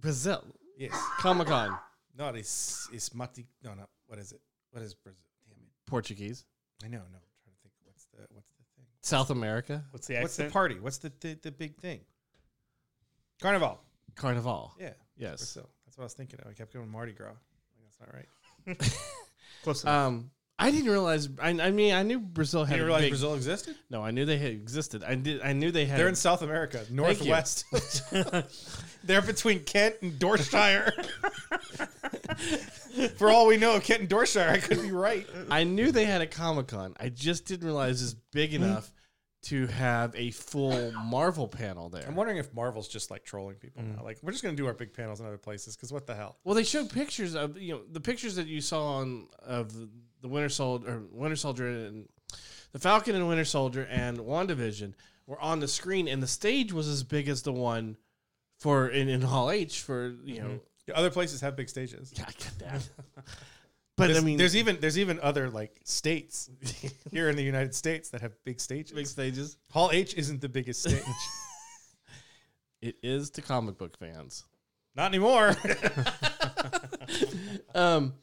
Speaker 6: Brazil,
Speaker 7: Yes.
Speaker 6: Comic Con,
Speaker 7: No, it's, it's Mati. No, no. What is it? What is Brazil? Damn it.
Speaker 6: Portuguese,
Speaker 7: I know, no. I'm trying to think. What's the, what's the thing?
Speaker 6: South America,
Speaker 5: What's the
Speaker 7: What's the
Speaker 5: accent?
Speaker 7: party? What's the, the, the big thing? Carnival.
Speaker 6: Carnival.
Speaker 7: Yeah.
Speaker 6: Yes.
Speaker 7: Brazil. That's what I was thinking of. I kept going Mardi Gras. Like, That's not right.
Speaker 5: Close enough.
Speaker 6: Um, I didn't realize. I, I mean, I knew Brazil
Speaker 7: You
Speaker 6: had.
Speaker 7: didn't
Speaker 6: a
Speaker 7: realize
Speaker 6: big-
Speaker 7: Brazil existed?
Speaker 6: No, I knew they had existed. I did. I knew they had.
Speaker 7: They're
Speaker 6: a-
Speaker 7: in South America,
Speaker 6: you.
Speaker 7: northwest. They're between Kent and Dorchester. For all we know, Kent and Dorchester, I could be right.
Speaker 6: I knew they had a Comic Con. I just didn't realize it's big enough to have a full Marvel panel there.
Speaker 7: I'm wondering if Marvel's just like trolling people
Speaker 6: Mm.
Speaker 7: now. Like, we're just gonna do our big panels in other places because what the hell?
Speaker 6: Well, they showed pictures of you know the pictures that you saw on of the Winter Soldier, or Winter Soldier, and the Falcon and Winter Soldier and WandaVision were on the screen, and the stage was as big as the one for in, in Hall H for you know.
Speaker 7: Other places have big stages.
Speaker 6: Mm-hmm. I get that. But
Speaker 7: There's,
Speaker 6: I mean,
Speaker 7: there's even there's even other like states
Speaker 6: e-
Speaker 7: here in the United States that have big stages.
Speaker 6: big stages.
Speaker 7: Hall H isn't the biggest stage,
Speaker 6: It is to comic book fans.
Speaker 7: not anymore.
Speaker 6: Um,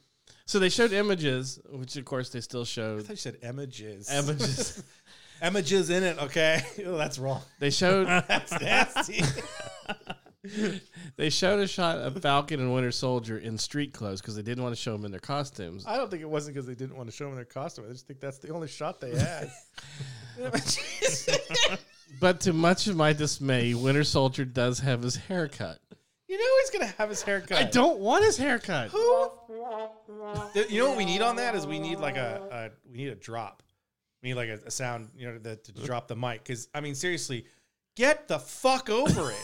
Speaker 6: so they showed images, which of course they still
Speaker 7: I
Speaker 6: showed
Speaker 7: thought you said images.
Speaker 6: images.
Speaker 7: Images in it, okay? Oh, that's wrong.
Speaker 6: They showed
Speaker 7: That's nasty.
Speaker 6: they showed a shot of Falcon and Winter Soldier in street clothes because they didn't want to show them in their costumes.
Speaker 7: I don't think it wasn't because they didn't want to show him their costume. I just think that's the only shot they had.
Speaker 6: But to much of my dismay, Winter Soldier does have his haircut.
Speaker 7: you know he's gonna have his haircut.
Speaker 6: I don't want his haircut.
Speaker 7: Th- You know what we need on that is we need like a, a we need a drop. We need like a, a sound, you know, that to drop the mic. Because I mean, seriously, get the fuck over it.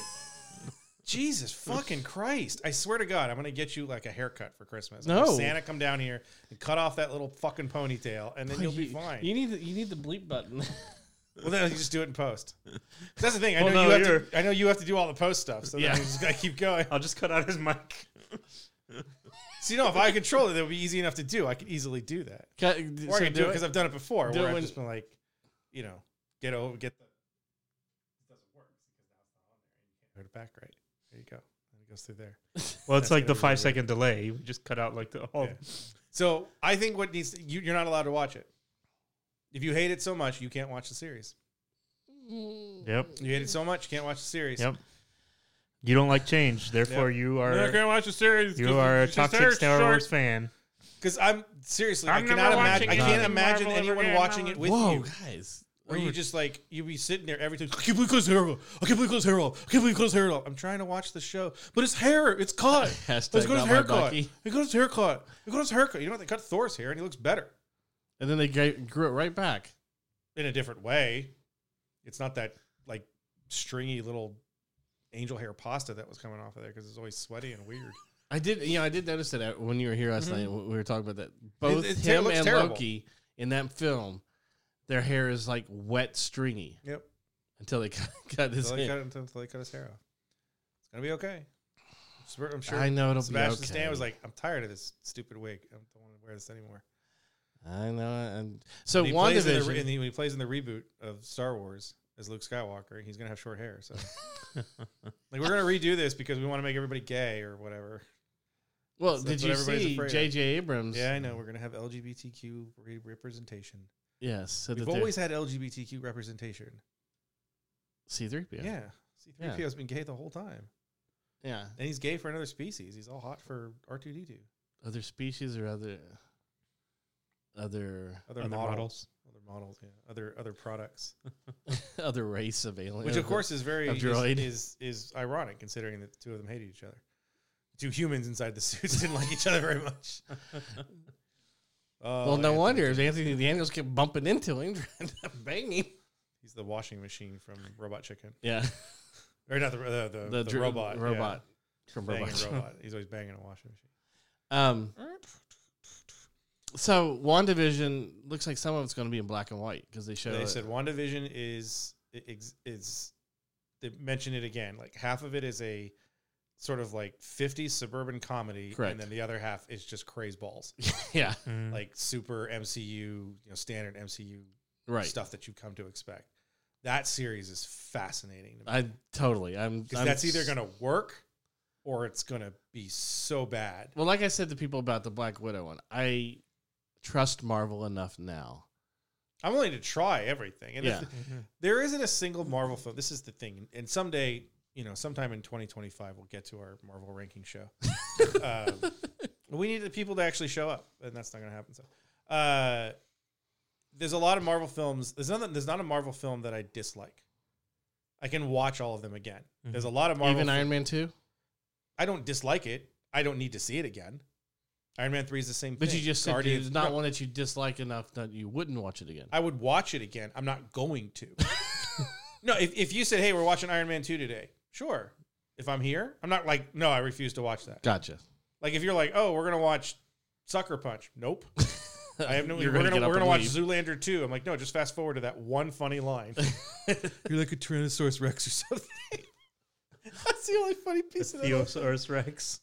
Speaker 7: Jesus fucking Christ! I swear to God, I'm gonna get you like a haircut for Christmas. I'm gonna
Speaker 6: No.
Speaker 7: Santa, come down here and cut off that little fucking ponytail, and then you'll be
Speaker 6: You-
Speaker 7: fine.
Speaker 6: You need the, you need the bleep button.
Speaker 7: well, then you just do it in post. That's the thing. I
Speaker 5: Well,
Speaker 7: know
Speaker 5: no,
Speaker 7: you have
Speaker 5: you're-
Speaker 7: to. I know you have to do all the post stuff. So
Speaker 5: Yeah.
Speaker 7: then you just gotta keep going.
Speaker 5: I'll just cut out his mic.
Speaker 7: So you know, if I control it, that would be easy enough to do. I could easily do that.
Speaker 6: Cut-
Speaker 7: Or
Speaker 6: so
Speaker 7: I can do it because I've done it before,
Speaker 6: do
Speaker 7: where
Speaker 6: it
Speaker 7: I've
Speaker 6: when-
Speaker 7: just been like, you know, get over, get the. It doesn't work because now it's not on there. You can't put it back right. There you go. And it goes through there.
Speaker 5: Well, it's like
Speaker 7: gonna
Speaker 5: the
Speaker 7: be
Speaker 5: five second delay. We just cut out like the whole.
Speaker 7: Yeah. So I think what needs to, you, you're not allowed to watch it. If you hate it so much, you can't watch the series.
Speaker 5: Yep.
Speaker 7: You hate it so much, you can't watch the series.
Speaker 5: Yep. You don't like change, therefore you are
Speaker 7: watch the series.
Speaker 5: you are a toxic Star Wars fan.
Speaker 7: Because I'm seriously, i
Speaker 5: I'm
Speaker 7: cannot
Speaker 5: never
Speaker 7: imagine.
Speaker 5: watching
Speaker 7: I can't
Speaker 5: anything
Speaker 7: imagine
Speaker 5: Marvel ever
Speaker 7: anyone
Speaker 5: again,
Speaker 7: watching
Speaker 5: Marvel.
Speaker 7: it with you.
Speaker 6: guys.
Speaker 7: Or you just like you be sitting there every time. I can't believe his hair. off. I can't believe his hair. off. I can't believe his hair. off." I'm trying to watch the show, but his hair, it's caught.
Speaker 6: Hashtag
Speaker 7: Let's go to his
Speaker 6: not my
Speaker 7: haircut.
Speaker 6: Bucky.
Speaker 7: He got his haircut. He got his haircut. You know what? They cut Thor's hair, and he looks better
Speaker 6: And then they ga- grew it right back.
Speaker 7: in a different way. It's not that like stringy little angel hair pasta that was coming off of there because it's always sweaty and weird.
Speaker 6: I did, you know, I did notice that at- when you were here last night. We were talking about that. Both
Speaker 7: Mm-hmm. it ter-
Speaker 6: him
Speaker 7: looks
Speaker 6: and
Speaker 7: terrible.
Speaker 6: Loki in that film, their hair is like wet, stringy
Speaker 7: Yep.
Speaker 6: until they cut, cut his
Speaker 7: Until they, cut,
Speaker 6: hair.
Speaker 7: until they cut his hair off. It's gonna be okay. I'm sure- I'm sure.
Speaker 6: I know it'll
Speaker 7: Sebastian
Speaker 6: be okay.
Speaker 7: Stan was like, "I'm tired of this stupid wig. I don't want to wear this anymore."
Speaker 6: I know. And so
Speaker 7: When he plays in the,
Speaker 6: WandaVision.
Speaker 7: re- in the- when he plays in the reboot of Star Wars as Luke Skywalker, he's gonna have short hair. So, like, we're gonna redo this because we want to make everybody gay or whatever.
Speaker 6: well,
Speaker 7: so
Speaker 6: did
Speaker 7: that's what
Speaker 6: you
Speaker 7: everybody's
Speaker 6: see
Speaker 7: afraid of.
Speaker 6: J.J. Abrams?
Speaker 7: Yeah, I know. We're gonna have LGBTQ re- representation.
Speaker 6: Yes. So
Speaker 7: We've
Speaker 6: that they're-
Speaker 7: always had LGBTQ representation.
Speaker 6: C3PO.
Speaker 7: Yeah. C3PO has been gay the whole time,
Speaker 6: Yeah.
Speaker 7: and he's gay for another species. He's all hot for R2D2,
Speaker 6: Other species or other other
Speaker 7: other,
Speaker 5: Other
Speaker 7: models.
Speaker 5: models.
Speaker 7: other models, yeah, other other products.
Speaker 6: other race of aliens.
Speaker 7: which of course is very
Speaker 6: a
Speaker 7: is,
Speaker 6: droid.
Speaker 7: is is ironic considering that the two of them hated each other. Two humans inside the suits didn't like each other very much. Oh,
Speaker 6: Well, no
Speaker 7: Anthony.
Speaker 6: wonder if Anthony the Animals kept bumping into him, trying to bang him.
Speaker 7: He's the washing machine from Robot Chicken,
Speaker 6: Yeah,
Speaker 7: or not the uh, the, the, the
Speaker 6: dr-
Speaker 7: robot
Speaker 6: robot from
Speaker 7: yeah. Banging
Speaker 6: robot.
Speaker 7: robot. He's always banging a washing machine.
Speaker 6: Um, so Wandavision looks like some of it's going to be in black and white because they showed.
Speaker 7: they said WandaVision is is, is they mentioned it again. Like half of it is a sort of like 50s suburban comedy,
Speaker 6: Correct.
Speaker 7: and then the other half is just craze balls.
Speaker 6: yeah,
Speaker 7: like super MCU, you know, standard MCU
Speaker 6: right.
Speaker 7: stuff that you've come to expect. That series is fascinating to me
Speaker 6: I totally. I'm
Speaker 7: because
Speaker 6: I'm
Speaker 7: that's
Speaker 6: s-
Speaker 7: either going to work or it's going to be so bad.
Speaker 6: Well, like I said to people about the Black Widow one, I trust Marvel enough now.
Speaker 7: I'm willing to try everything, and if
Speaker 6: Yeah.
Speaker 7: th- there isn't a single Marvel film. This is the thing, and someday, you know, sometime in 2025, we'll get to our Marvel ranking show. um, we need the people to actually show up, and that's not going to happen. So, uh, there's a lot of Marvel films. There's nothing. There's not a Marvel film that I dislike. I can watch all of them again. There's a lot of Marvel.
Speaker 6: Mm-hmm. Even
Speaker 7: fil-
Speaker 6: Iron Man two,
Speaker 7: I don't dislike it. I don't need to see it again. Iron Man three is the same
Speaker 6: but
Speaker 7: thing.
Speaker 6: you just said
Speaker 7: Guardians-
Speaker 6: it's not
Speaker 7: no,
Speaker 6: one that you dislike enough that you wouldn't watch it again.
Speaker 7: I would watch it again. I'm not going to. no, if, if you said, hey, we're watching Iron Man 2 today, sure. If I'm here, I'm not like, no, I refuse to watch that.
Speaker 6: Gotcha.
Speaker 7: Like if you're like, oh, we're going to watch Sucker Punch, nope. I have no, we're
Speaker 6: You're gonna
Speaker 7: going
Speaker 6: get
Speaker 7: to
Speaker 6: up
Speaker 7: we're gonna
Speaker 6: and
Speaker 7: watch
Speaker 6: leave.
Speaker 7: Zoolander 2. I'm like, no, just fast forward to that one funny line. you're like a Tyrannosaurus Rex or something. That's the only funny piece of that.
Speaker 5: Theosaurus Rex.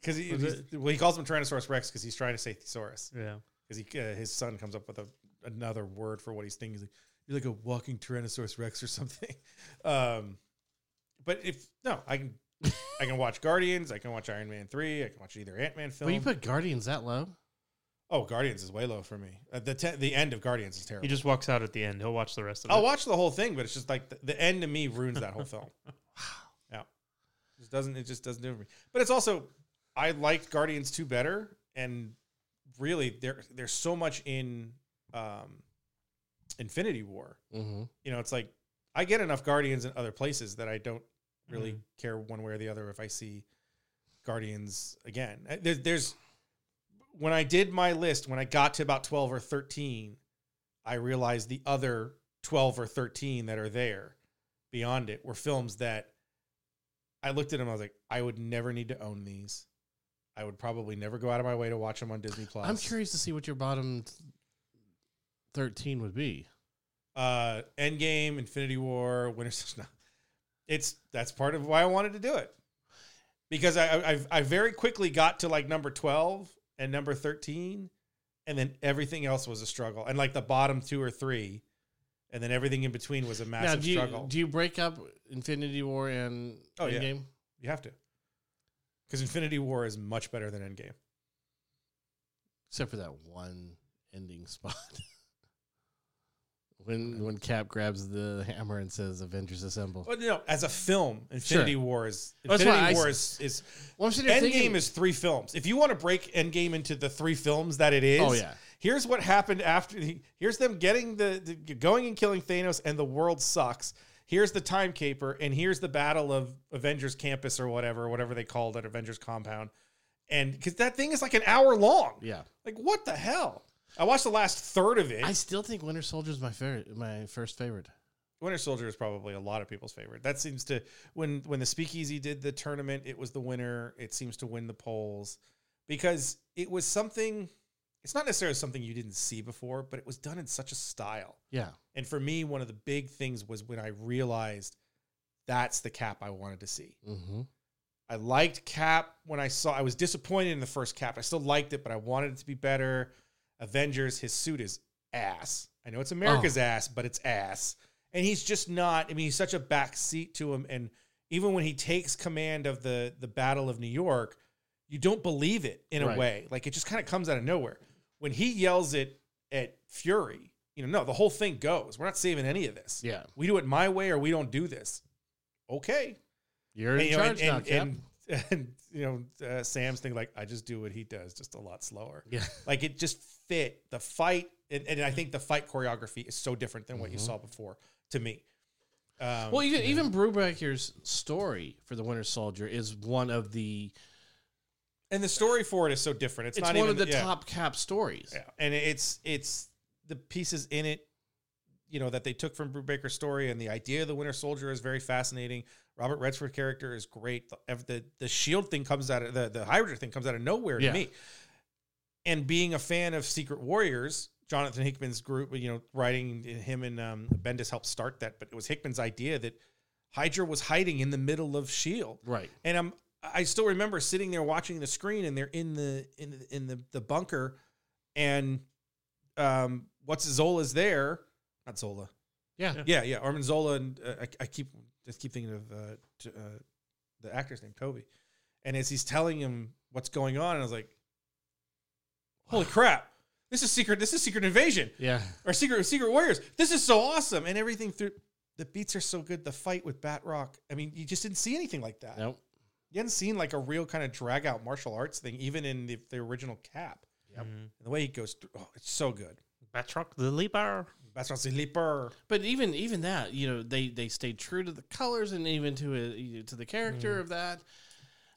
Speaker 7: Because he, he's- well, he calls him Tyrannosaurus Rex because he's trying to say Thesaurus.
Speaker 5: Yeah.
Speaker 7: because he uh, his son comes up with a, another word for what he's thinking. He's like, You're like a walking Tyrannosaurus Rex or something. Um, but if no, I can I can watch Guardians. I can watch Iron Man three. I can watch either Ant Man film.
Speaker 6: Well, you put Guardians that low.
Speaker 7: Oh, Guardians is way low for me. Uh, the te- the end of Guardians is
Speaker 5: He
Speaker 7: terrible.
Speaker 5: just walks out at the end. He'll watch the rest of
Speaker 7: I'll
Speaker 5: it.
Speaker 7: watch the whole thing, but it's just like the, the end to me ruins that whole film. Yeah, just doesn't it just doesn't do it for me. But it's also I liked Guardians two better, and really there there's so much in um, Infinity War.
Speaker 6: Mm-hmm.
Speaker 7: You know, it's like I get enough Guardians in other places that I don't really care one way or the other if I see Guardians again. Uh, There's, there's when I did my list, when I got to about 12 or 13, I realized the other 12 or 13 that are there beyond it were films that I looked at them. I was like, I would never need to own these. I would probably never go out of my way to watch them on Disney Plus.
Speaker 6: I'm curious to see what your bottom th- thirteen would be.
Speaker 7: uh Endgame, Infinity War, Winter Soldier. no. It's that's part of why I wanted to do it because I I, I've- I very quickly got to like number twelve and number thirteen, and then everything else was a struggle, and like the bottom two or three, and then everything in between was a massive
Speaker 6: do you,
Speaker 7: struggle.
Speaker 6: Do you break up Infinity War and
Speaker 7: Oh, yeah.
Speaker 6: Endgame?
Speaker 7: you have to, because Infinity War is much better than Endgame.
Speaker 6: Except for that one ending spot. when when Cap grabs the hammer and says Avengers Assemble.
Speaker 7: Well, no, as a film, Infinity
Speaker 6: Sure.
Speaker 7: War is
Speaker 6: That's
Speaker 7: Infinity
Speaker 6: why I s-
Speaker 7: War is is
Speaker 6: Well, I'm sitting here
Speaker 7: Endgame
Speaker 6: thinking-
Speaker 7: is three films. If you want to break Endgame into the three films that it is,
Speaker 6: Oh, yeah.
Speaker 7: Here's what happened after. the- Here's them getting the, the going and killing Thanos, and the world sucks. Here's the time caper, and here's the battle of Avengers Campus or whatever, whatever they called it, Avengers Compound, and because that thing is like an hour long.
Speaker 6: Yeah.
Speaker 7: Like what the hell? I watched the last third of it.
Speaker 6: I still think Winter Soldier is my favorite, my first favorite.
Speaker 7: Winter Soldier is probably a lot of people's favorite. That seems to when when the Speakeasy did the tournament, it was the winner. It seems to win the polls because it was something. It's not necessarily something you didn't see before, but it was done in such a style.
Speaker 6: Yeah.
Speaker 7: And for me, one of the big things was when I realized that's the cap I wanted to see.
Speaker 6: Mm-hmm.
Speaker 7: I liked Cap when I saw. I was disappointed in the first Cap. I still liked it, but I wanted it to be better. Avengers, his suit is ass. I know it's
Speaker 6: Oh.
Speaker 7: America's ass, but it's ass. And he's just not. I mean, he's such a backseat to him. And even when he takes command of the the Battle of New York, you don't believe it in
Speaker 6: Right.
Speaker 7: a way. Like it just kind of comes out of nowhere. When he yells it at Fury, you know, no, the whole thing goes. We're not saving any of this.
Speaker 6: Yeah.
Speaker 7: We do it my way, or we don't do this. Okay,
Speaker 6: You're in
Speaker 7: you know,
Speaker 6: charge now, Cap.
Speaker 7: and- and, you know, uh, Sam's thing like I just do what he does, just a lot slower.
Speaker 6: yeah.
Speaker 7: Like it just fit the fight, and, and I think the fight choreography is so different than what you saw before to me. Um,
Speaker 6: Mm-hmm. Well, even even Brubaker's story for the Winter Soldier is one of the
Speaker 7: and the story for it is so different. It's,
Speaker 6: it's
Speaker 7: not
Speaker 6: one
Speaker 7: even
Speaker 6: of the
Speaker 7: yeah.
Speaker 6: top Cap stories.
Speaker 7: Yeah. And it's it's the pieces in it, you know, that they took from Brubaker's story, and the idea of the Winter Soldier is very fascinating. Robert Redford character is great. The ev- the, the Shield thing comes out of the the Hydra thing comes out of nowhere
Speaker 6: Yeah.
Speaker 7: to me. And being a fan of Secret Warriors, Jonathan Hickman's group, you know, writing him and um, Bendis helped start that, but it was Hickman's idea that Hydra was hiding in the middle of Shield
Speaker 6: Right.
Speaker 7: and I'm I still remember sitting there watching the screen and they're in the in the, in the, the bunker and um what's Zola's there not Zola
Speaker 6: Yeah.
Speaker 7: yeah yeah Armin Zola and uh, I, I keep just keep thinking of uh, t- uh the actor's name Toby and as he's telling him what's going on I was like holy crap this is secret this is secret invasion
Speaker 6: Yeah.
Speaker 7: or Secret Secret Warriors. This is so awesome, and everything through the beats are so good. The fight with Batrock. I mean, you just didn't see anything like that.
Speaker 6: Nope.
Speaker 7: You hadn't seen like a real kind of drag out martial arts thing, even in the, the original Cap.
Speaker 5: Mhm.
Speaker 7: And the way he goes through, oh, it's so good.
Speaker 5: Batroc the Leaper.
Speaker 7: Batrock's a leaper.
Speaker 6: But even even that, you know, they they stayed true to the colors and even to a, to the character
Speaker 7: Mm.
Speaker 6: of that.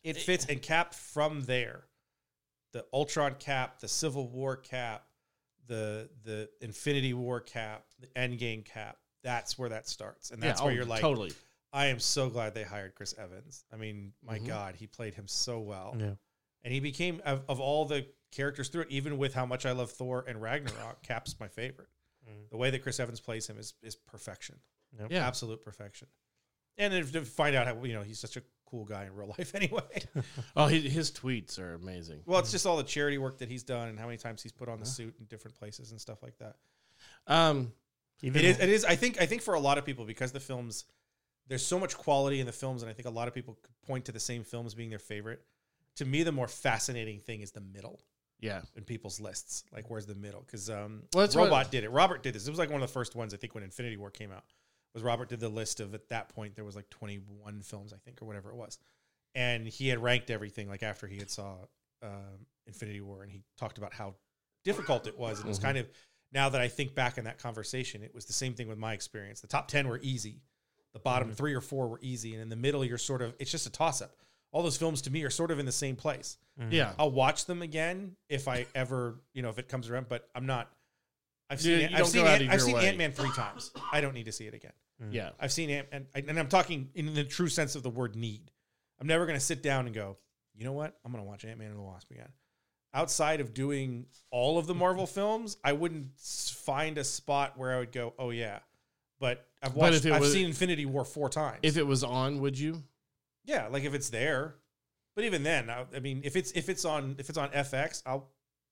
Speaker 7: It fits and Cap from there. The Ultron Cap, the Civil War Cap, the the Infinity War Cap, the Endgame Cap. That's where that starts, and that's
Speaker 6: yeah,
Speaker 7: where
Speaker 6: oh,
Speaker 7: you're like,
Speaker 6: totally.
Speaker 7: I am so glad they hired Chris Evans. I mean, my
Speaker 6: Mhm.
Speaker 7: God, he played him so well.
Speaker 5: Yeah.
Speaker 7: And he became, of, of all the characters through it, even with how much I love Thor and Ragnarok, Cap's my favorite.
Speaker 5: Mhm.
Speaker 7: The way that Chris Evans plays him is, is perfection,
Speaker 6: Yeah.
Speaker 7: absolute perfection. And if, to find out how, you know, he's such a cool guy in real life anyway.
Speaker 6: Oh, his, his tweets are amazing.
Speaker 7: well, it's just all the charity work that he's done and how many times he's put on the suit in different places and stuff like that.
Speaker 6: Um,
Speaker 5: Even
Speaker 7: It is. It is. I think. I think for a lot of people, because the films, there's so much quality in the films, and I think a lot of people could point to the same films being their favorite. To me, the more fascinating thing is the middle.
Speaker 6: Yeah.
Speaker 7: in people's lists. Like, where's the middle? Because um,
Speaker 6: Well, that's
Speaker 7: Robot
Speaker 6: what-
Speaker 7: did it. Robert did this. It was like one of the first ones I think when Infinity War came out. Was Robert did the list of at that point there was like 21 films I think or whatever it was, and he had ranked everything like after he had saw um, Infinity War and he talked about how difficult it was. And
Speaker 6: Mm-hmm.
Speaker 7: it was kind of now that I think back in that conversation, it was the same thing with my experience. The top 10 were easy. The bottom
Speaker 6: Mm-hmm.
Speaker 7: three or four were easy, and in the middle, you're sort of it's just a toss up. All those films to me are sort of in the same place.
Speaker 6: Yeah.
Speaker 7: I'll watch them again if I ever, you know, if it comes around. But I'm not. I've
Speaker 6: You-
Speaker 7: seen.
Speaker 6: you
Speaker 7: Ant-
Speaker 6: don't
Speaker 7: I've seen.
Speaker 6: go out
Speaker 7: Ant-
Speaker 6: of
Speaker 7: I've
Speaker 6: your
Speaker 7: seen
Speaker 6: way.
Speaker 7: Ant Man three times. I don't need to see it again.
Speaker 6: Yeah.
Speaker 7: I've seen Ant and and I'm talking in the true sense of the word need. I'm never going to sit down and go. You know what? I'm going to watch Ant Man and the Wasp again. Outside of doing all of the Marvel films, I wouldn't s- find a spot where I would go, "Oh yeah." But I've
Speaker 6: But
Speaker 7: watched.
Speaker 6: if it
Speaker 7: I've
Speaker 6: was-
Speaker 7: seen Infinity War four times.
Speaker 6: If it was on, would you?
Speaker 7: Yeah, like if it's there. But even then, I, I mean, if it's if it's on if it's on FX, I'll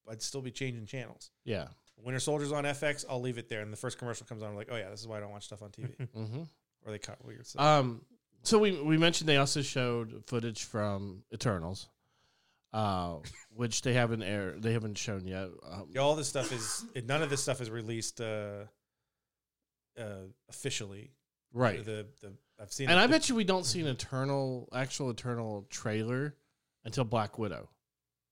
Speaker 7: I'd still be changing channels.
Speaker 6: Yeah.
Speaker 7: Winter Soldier's on FX, I'll leave it there. And the first commercial comes on, I'm like, oh yeah, this is why I don't watch stuff on TV,
Speaker 6: Mm-hmm.
Speaker 7: or they cut weird stuff.
Speaker 6: Um, so we we mentioned they also showed footage from Eternals, uh, which they haven't air they haven't shown yet. Um,
Speaker 7: Yeah, all this stuff is none of this stuff is released uh, uh, officially.
Speaker 6: right.
Speaker 7: The, the I've seen,
Speaker 6: And
Speaker 7: the-
Speaker 6: I bet you we don't see an Eternal actual Eternal trailer until Black Widow.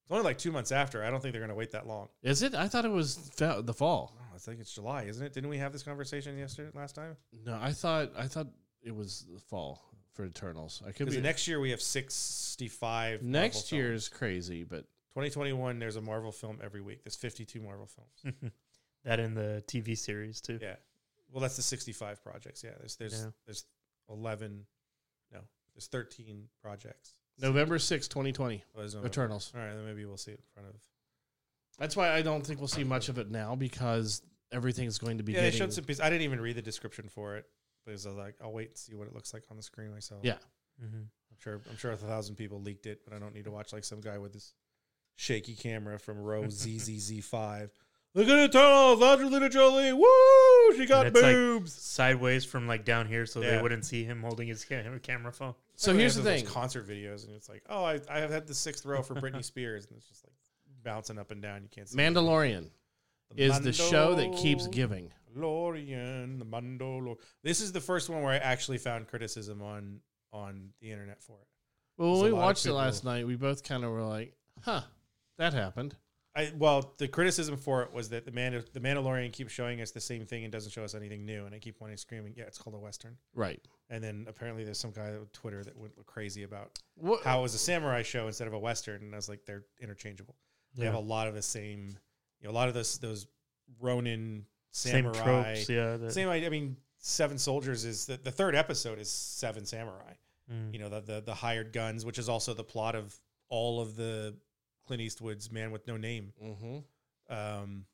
Speaker 7: it's only like two months after. I don't think they're gonna wait that long.
Speaker 6: Is it? I thought it was fa- the fall.
Speaker 7: Oh, I think it's July, isn't it? Didn't we have this conversation yesterday last time?
Speaker 6: No, I thought I thought it was the fall for Eternals. I could
Speaker 7: Because
Speaker 6: be
Speaker 7: next year we have sixty-five. Marvel
Speaker 6: next
Speaker 7: films.
Speaker 6: year is crazy, but
Speaker 7: 2021, there's a Marvel film every week. There's 52 Marvel
Speaker 5: Hmm.
Speaker 7: films.
Speaker 5: that in the TV series too.
Speaker 7: yeah. Well, that's the 65 projects. Yeah. There's there's
Speaker 5: Yeah.
Speaker 7: there's 11. No, there's 13 projects.
Speaker 6: November sixth, twenty twenty,
Speaker 7: Oh, there's November.
Speaker 6: Eternals.
Speaker 7: All right, then maybe we'll see it in front of.
Speaker 6: That's why I don't think we'll see much of it now because everything's going to be.
Speaker 7: Yeah, they
Speaker 6: getting,
Speaker 7: showed some pieces. I didn't even read the description for it because I was like, I'll wait and see what it looks like on the screen myself.
Speaker 6: Yeah.
Speaker 5: Mm-hmm.
Speaker 7: I'm sure. I'm sure a thousand people leaked it, but I don't need to watch like some guy with this shaky camera from row ZZZ5. Look at Eternals, Angelina Jolie. Woo! She got
Speaker 5: And it's like-
Speaker 7: boobs.
Speaker 5: Sideways from like down here, so
Speaker 7: Yeah.
Speaker 5: they wouldn't see him holding his ca- camera phone.
Speaker 6: So
Speaker 7: Everyone
Speaker 6: here's
Speaker 7: has
Speaker 6: the
Speaker 7: those
Speaker 6: thing.
Speaker 7: concert videos, and it's like, oh, I, I have had the sixth row for Britney Spears, and it's just like bouncing up and down. You can't see.
Speaker 6: Mandalorian is the show that keeps giving.
Speaker 7: Mandalorian, the Mandalor. This is the first one where I actually found criticism on on the internet for it.
Speaker 6: Well, when
Speaker 7: There's a
Speaker 6: we
Speaker 7: lot of
Speaker 6: watched it
Speaker 7: people-
Speaker 6: last night, we both kind of were like, "Huh, that happened."
Speaker 7: I, well, the criticism for it was that the man the Mandalorian keeps showing us the same thing and doesn't show us anything new, and I keep wanting to screaming, yeah, it's called a western.
Speaker 6: Right.
Speaker 7: And then apparently there's some guy on Twitter that went crazy about
Speaker 6: What?
Speaker 7: how it was a samurai show instead of a western, and I was like, they're interchangeable. They have a lot of the same, you know, a lot of those those Ronin
Speaker 5: Same
Speaker 7: samurai.
Speaker 5: tropes, yeah. that-
Speaker 7: Same idea. I mean, Seven Soldiers is the, the third episode is Seven Samurai.
Speaker 5: Mm.
Speaker 7: You know, the, the the hired guns, which is also the plot of all of the Clint Eastwood's Man with No Name.
Speaker 6: hmm
Speaker 7: Um,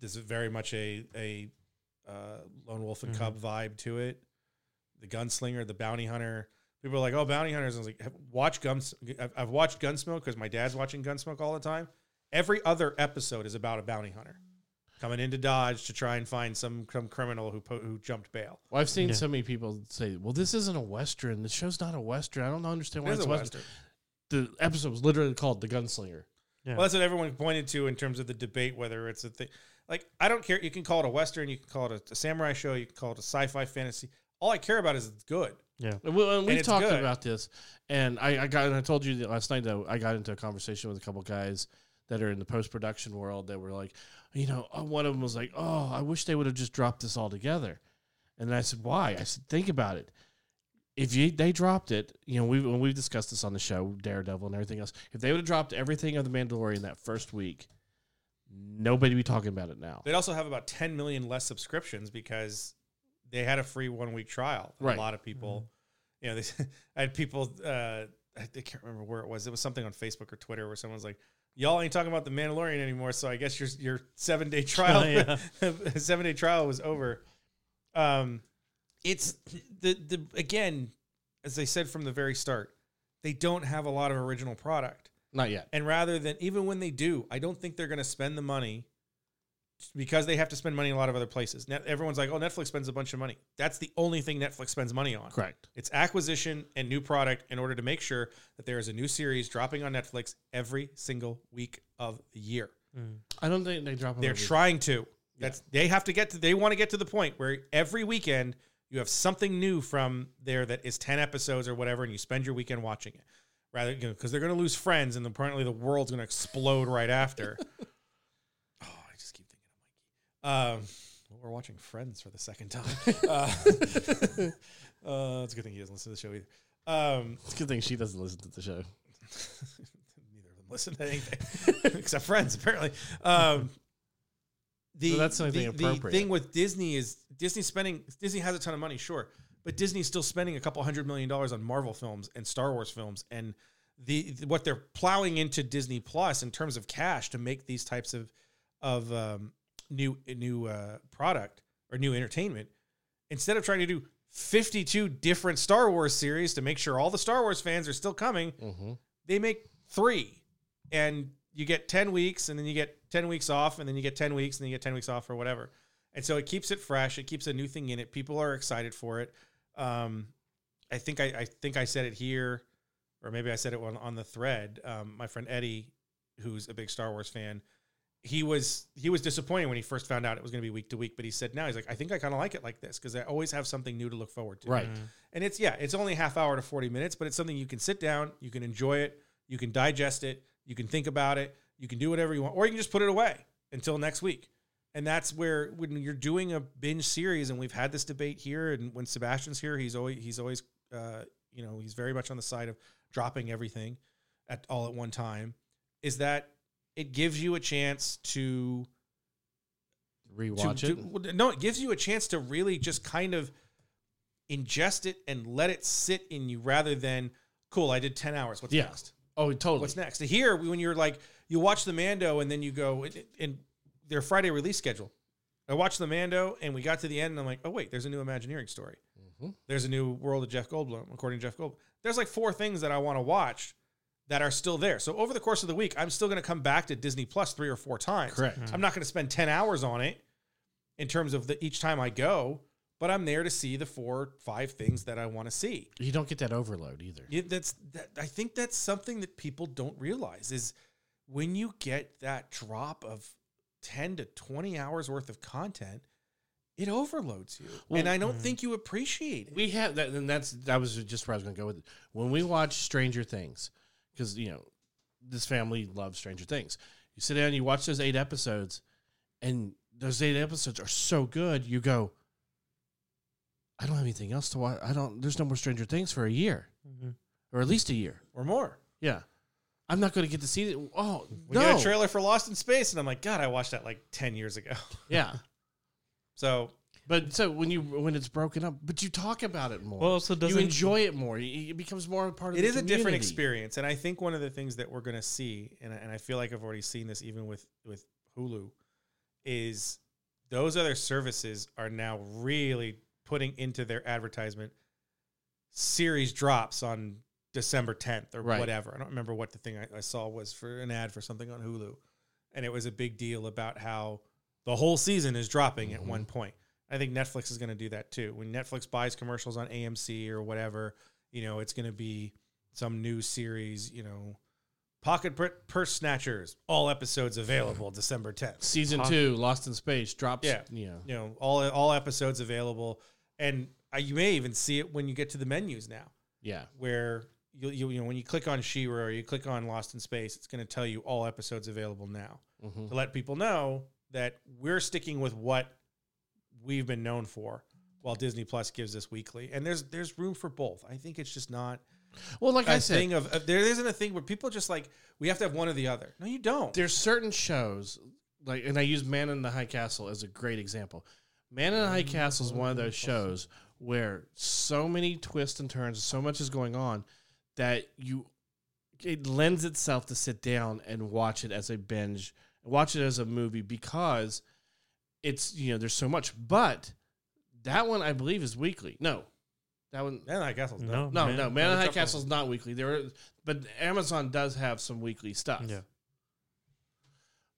Speaker 7: this is very much a a uh, Lone Wolf and Cub vibe to it. The gunslinger, the bounty hunter. People are like, "Oh, bounty hunters!" I was like, "Have- "Watch Guns." I've, I've watched Gunsmoke because my dad's watching Gunsmoke all the time. Every other episode is about a bounty hunter coming into Dodge to try and find some, some criminal who po- who jumped bail.
Speaker 6: Well, I've seen so many people say, "Well, this isn't a western. The show's not a western. I don't understand why
Speaker 7: It is
Speaker 6: it's
Speaker 7: a
Speaker 6: western."
Speaker 7: western.
Speaker 6: The episode was literally called "The Gunslinger."
Speaker 5: Yeah.
Speaker 7: Well, that's what everyone pointed to in terms of the debate whether it's a thing. Like, I don't care. You can call it a western. You can call it a, a samurai show. You can call it a sci-fi fantasy. All I care about is it's good.
Speaker 6: And we, and we
Speaker 7: it's
Speaker 6: talked
Speaker 7: good.
Speaker 6: about this, and I, I got and I told you that last night that I got into a conversation with a couple guys that are in the post production world that were like, you know, oh, one of them was like, oh, I wish they would have just dropped this all together, and I said, why? I said, think about it. If you, they dropped it, you know, we've, when we've discussed this on the show, Daredevil and everything else, if they would have dropped everything of The Mandalorian that first week, nobody would be talking about it now.
Speaker 7: They'd also have about 10 million less subscriptions because they had a free one week trial. And
Speaker 6: Right.
Speaker 7: A lot of people, you know, they, I had people, uh, I I can't remember where it was. It was something on Facebook or Twitter where someone's like, y'all ain't talking about the Mandalorian anymore. So I guess your, your seven day trial, seven day trial was over. Um, it's the, the, again, as I said from the very start, they don't have a lot of original product.
Speaker 6: Not yet.
Speaker 7: And rather than even when they do, I don't think they're going to spend the money because they have to spend money in a lot of other places. Net, everyone's like, "Oh, Netflix spends a bunch of money." That's the only thing Netflix spends money on.
Speaker 6: Correct.
Speaker 7: It's acquisition and new product in order to make sure that there is a new series dropping on Netflix every single week of the year.
Speaker 6: I don't think they drop them.
Speaker 7: They're
Speaker 6: every-
Speaker 7: trying to. That's they have to get to. They want to get to the point where every weekend you have something new from there that is ten episodes or whatever, and you spend your weekend watching it. Rather, you know, because they're going to lose friends, and apparently the world's going to explode right after. oh, I just keep thinking of Mikey. Um, well, we're watching Friends for the second time. uh, uh, it's a good thing he doesn't listen to the show either. Um,
Speaker 6: It's a good thing she doesn't listen to the show.
Speaker 7: neither of them listen to anything except Friends, apparently. Um, the
Speaker 6: So that's something
Speaker 7: the, the
Speaker 6: appropriate.
Speaker 7: thing with Disney is Disney spending. Disney has a ton of money, sure, but Disney's still spending a couple hundred million dollars on Marvel films and Star Wars films, and the, the- what they're plowing into Disney Plus in terms of cash to make these types of of um, new new uh, product or new entertainment instead of trying to do 52 different Star Wars series to make sure all the Star Wars fans are still coming,
Speaker 6: Mm-hmm.
Speaker 7: they make three and you get 10 weeks and then you get 10 weeks off and then you get 10 weeks and then you get 10 weeks off or whatever and so it keeps it fresh it keeps a new thing in it people are excited for it um, i think I, I think i said it here or maybe i said it on, on the thread um, my friend eddie who's a big star wars fan he was he was disappointed when he first found out it was going to be week to week but he said now he's like i think i kind of like it like this because i always have something new to look forward to
Speaker 6: Right.
Speaker 5: Mm.
Speaker 7: and it's yeah, it's only half hour to 40 minutes, but it's something you can sit down, you can enjoy it, you can digest it, you can think about it, you can do whatever you want, or you can just put it away until next week. And that's where when you're doing a binge series, and we've had this debate here, and when Sebastian's here, he's always he's always uh, you know he's very much on the side of dropping everything at all at one time. Is that it gives you a chance to to-
Speaker 6: Rewatch
Speaker 7: to-
Speaker 6: it.
Speaker 7: well, no, it gives you a chance to really just kind of ingest it and let it sit in you rather than, cool, I did 10 hours. What's
Speaker 6: Yeah.
Speaker 7: next?
Speaker 6: oh, totally.
Speaker 7: What's next? Here, when you're like, you watch the Mando and then you go, and- and their Friday release schedule. I watched the Mando and we got to the end and I'm like, oh, wait, there's a new Imagineering story. There's a new world of Jeff Goldblum, according to Jeff Goldblum. There's like four things that I want to watch that are still there. So over the course of the week, I'm still going to come back to Disney Plus three or four times.
Speaker 6: Correct.
Speaker 7: I'm not going to spend 10 hours on it in terms of the, each time I go, but I'm there to see the four, five things that I want to see.
Speaker 6: You don't get that overload either.
Speaker 7: Yeah, that's that, I think that's something that people don't realize is when you get that drop of 10 to 20 hours worth of content, it overloads you. and I don't think you appreciate it.
Speaker 6: We have that, and that's that was just where I was going to go with it. When we watch Stranger Things, because you know this family loves Stranger Things, you sit down, you watch those eight episodes, and those eight episodes are so good, you go, I don't have anything else to watch. I don't. There's no more Stranger Things for a year, or at least a year.
Speaker 7: or more.
Speaker 6: Yeah, I'm not going to get to see it. Oh
Speaker 7: We
Speaker 6: no,
Speaker 7: got a trailer for Lost in Space, and I'm like, God, I watched that like 10 years ago.
Speaker 6: yeah.
Speaker 7: So
Speaker 6: But so when you when it's broken up, but you talk about it more.
Speaker 5: Well, also
Speaker 6: you
Speaker 5: doesn't-
Speaker 6: enjoy it more. It it becomes more a part of
Speaker 7: it
Speaker 6: the
Speaker 7: is a different
Speaker 6: community.
Speaker 7: experience and i think one of the things that we're going to see and, I- and i feel like i've already seen this even with with hulu is those other services are now really putting into their advertisement series drops on december 10th or
Speaker 6: Right.
Speaker 7: whatever i don't remember what the thing I, I saw was for an ad for something on hulu and it was a big deal about how the whole season is dropping
Speaker 6: Mm-hmm.
Speaker 7: at one point i think netflix is going to do that too when netflix buys commercials on amc or whatever you know it's going to be some new series, you know, Pocket Pur- Purse Snatchers, all episodes available December 10th.
Speaker 6: season two, Lost in Space, drops.
Speaker 7: Yeah.
Speaker 6: you know,
Speaker 7: You know, all all episodes available and uh, you may even see it when you get to the menus now
Speaker 6: yeah,
Speaker 7: where you you, you know when you click on Shira or you click on Lost in Space, it's going to tell you all episodes available now
Speaker 6: Mm-hmm.
Speaker 7: to let people know that we're sticking with what we've been known for while Disney Plus gives us weekly. And there's there's room for both. I think it's just not
Speaker 6: Well, like I
Speaker 7: a
Speaker 6: said,
Speaker 7: thing of, of- there isn't a thing where people just like we have to have one or the other. No, you don't.
Speaker 6: there's certain shows like, and I use Man in the High Castle as a great example. Man in the High Castle is one of those shows where so many twists and turns, so much is going on that you it lends itself to sit down and watch it as a binge, watch it as a movie because it's you know there's so much. But that one I believe is weekly. No, that one
Speaker 7: Man, I guess I'll
Speaker 5: No,
Speaker 6: No,
Speaker 5: man.
Speaker 6: no, Man in the High
Speaker 7: Tough
Speaker 6: Castle is not weekly. There, are, but Amazon does have some weekly stuff.
Speaker 5: Yeah.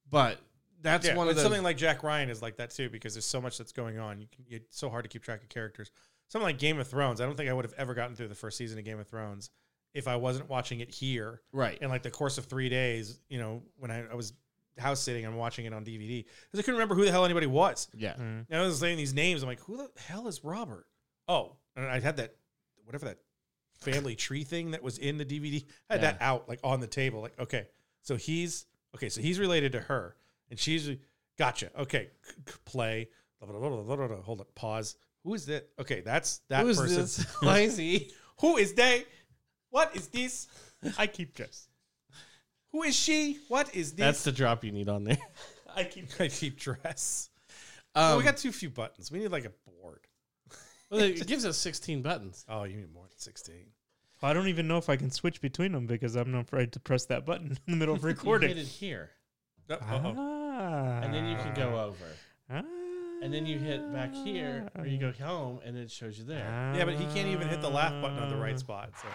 Speaker 6: But that's
Speaker 7: Yeah,
Speaker 6: one of
Speaker 7: but
Speaker 6: those.
Speaker 7: something like Jack Ryan is like that too because there's so much that's going on. You can, it's so hard to keep track of characters. Something like Game of Thrones. I don't think I would have ever gotten through the first season of Game of Thrones if I wasn't watching it here
Speaker 6: right.
Speaker 7: in like the course of three days. You know, when I, I was house sitting and watching it on DVD because I couldn't remember who the hell anybody was.
Speaker 6: Yeah.
Speaker 5: Mm.
Speaker 7: And I was saying these names. I'm like, who the hell is Robert? Oh, and I had that whatever that family tree thing that was in the DVD. I had that out like on the table. Like, okay, so he's okay, so he's related to her, and she's gotcha. Okay, c- c- play. Blah, blah, blah, blah, blah, blah. Hold up, pause. Who is that? Okay, that's that
Speaker 6: Who's
Speaker 7: person.
Speaker 6: this? Why is he?
Speaker 7: Who is they? What is this?
Speaker 5: I keep dress.
Speaker 7: Who is she? What is
Speaker 6: That's
Speaker 7: this?
Speaker 6: the drop you need on there.
Speaker 5: I keep.
Speaker 7: I keep dress.
Speaker 6: Um,
Speaker 7: oh, we got too few buttons. We need like a board.
Speaker 6: well, it gives us 16 buttons.
Speaker 7: Oh, you need more than sixteen.
Speaker 5: I don't even know if I can switch between them because I'm not afraid to press that button in the middle of
Speaker 6: You hit
Speaker 5: recording.
Speaker 6: it here,
Speaker 7: Oh, uh-oh.
Speaker 5: Ah.
Speaker 6: and then you can go over,
Speaker 5: Ah.
Speaker 6: and then you hit back here, or you go home, and it shows you there.
Speaker 5: Ah.
Speaker 7: Yeah, but he can't even hit the laugh button on the right spot. So.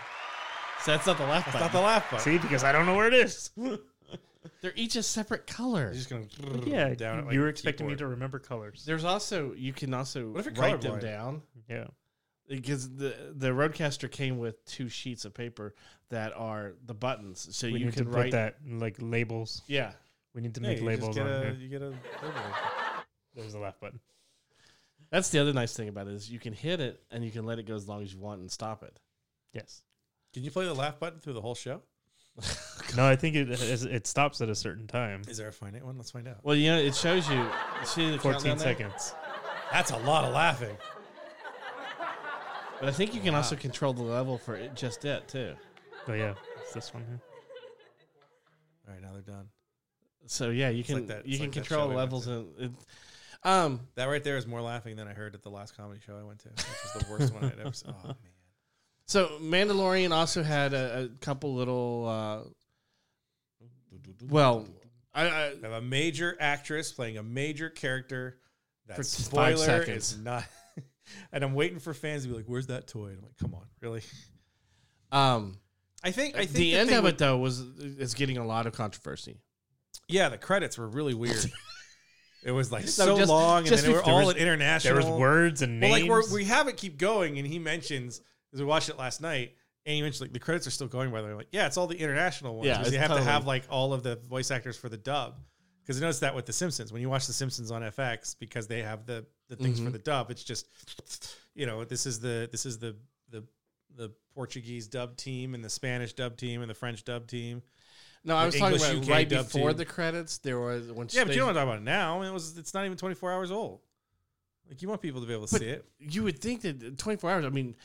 Speaker 6: So that's not the left
Speaker 7: Not
Speaker 6: button.
Speaker 7: the laugh button.
Speaker 5: Ah. See, because I don't know where it is.
Speaker 6: They're each a separate color.
Speaker 7: You're just gonna
Speaker 5: yeah,
Speaker 7: down it like
Speaker 5: you
Speaker 7: a
Speaker 5: were expecting
Speaker 7: keyboard.
Speaker 5: me to remember colors.
Speaker 6: There's also you can also
Speaker 7: What if you're
Speaker 6: write them
Speaker 7: colorblind?
Speaker 6: down
Speaker 5: Yeah.
Speaker 6: because the the roadcaster came with two sheets of paper that are the buttons, so
Speaker 5: We
Speaker 6: you
Speaker 5: need to
Speaker 6: can
Speaker 5: put
Speaker 6: write
Speaker 5: that like labels.
Speaker 6: Yeah,
Speaker 5: We need to
Speaker 7: Yeah,
Speaker 5: make
Speaker 7: you just
Speaker 5: labels
Speaker 7: get
Speaker 5: on
Speaker 7: a-
Speaker 5: here.
Speaker 7: You get a label.
Speaker 5: There's a laugh button.
Speaker 6: that's the other nice thing about it is you can hit it and you can let it go as long as you want and stop it.
Speaker 5: Yes.
Speaker 7: Can you play the laugh button through the whole show?
Speaker 5: No, I think it is- it stops at a certain time.
Speaker 7: Is there a finite one? Let's find out.
Speaker 6: Well, you know it shows you. See the
Speaker 5: 14
Speaker 6: countdown there?
Speaker 5: seconds.
Speaker 7: That's a lot of laughing.
Speaker 6: But I think you can
Speaker 7: Ah.
Speaker 6: also control the level for it, just it too.
Speaker 5: But Oh, yeah, it's this one here.
Speaker 7: All right, now they're done.
Speaker 6: So yeah, you can
Speaker 7: like that-
Speaker 6: you
Speaker 7: it's
Speaker 6: can
Speaker 7: like that show
Speaker 6: control
Speaker 7: we went
Speaker 6: levels and it, um
Speaker 7: That right there is more laughing than I heard at the last comedy show I went to, which was the worst one I'd ever seen. Oh man,
Speaker 6: So Mandalorian also had a, a couple little. Uh, well, I, I
Speaker 7: I have a major actress playing a major character. That
Speaker 6: For five
Speaker 7: spoiler is
Speaker 6: seconds.
Speaker 7: not. and I'm waiting for fans to be like, "Where's that toy?" And I'm like, "Come on, really?"
Speaker 6: um
Speaker 7: I think. I think
Speaker 6: the end
Speaker 7: thing
Speaker 6: of
Speaker 7: with-
Speaker 6: it though was is getting a lot of controversy.
Speaker 7: Yeah, the credits were really weird. it was like so
Speaker 6: just-
Speaker 7: long, and
Speaker 6: just
Speaker 7: then they were
Speaker 6: bef- there
Speaker 7: all
Speaker 6: was-
Speaker 7: in international.
Speaker 5: There was words and
Speaker 7: Well,
Speaker 5: names.
Speaker 7: like we're, we have it keep going, and he mentions as we watched it last night, and he mentioned like the credits are still going. By the way, I'm like yeah, it's all the international ones.
Speaker 6: Yeah,
Speaker 7: because you
Speaker 6: it's
Speaker 7: have to
Speaker 6: totally-
Speaker 7: have like all of the voice actors for the dub. Because I noticed that with The Simpsons, when you watch The Simpsons on FX, because they have the the things
Speaker 6: Mm-hmm.
Speaker 7: for the dub, it's just you know this is the this is the the the Portuguese dub team and the Spanish dub team and the French dub team.
Speaker 6: No, I
Speaker 7: The
Speaker 6: was talking
Speaker 7: English
Speaker 6: about
Speaker 7: UK
Speaker 6: right
Speaker 7: dub
Speaker 6: before
Speaker 7: team.
Speaker 6: the credits. There was when
Speaker 7: Yeah, but
Speaker 6: they-
Speaker 7: you don't want to talk about it now. It was it's not even 24 hours old. Like you want people to be able to
Speaker 6: But
Speaker 7: see it.
Speaker 6: you would think that 24 hours. I mean,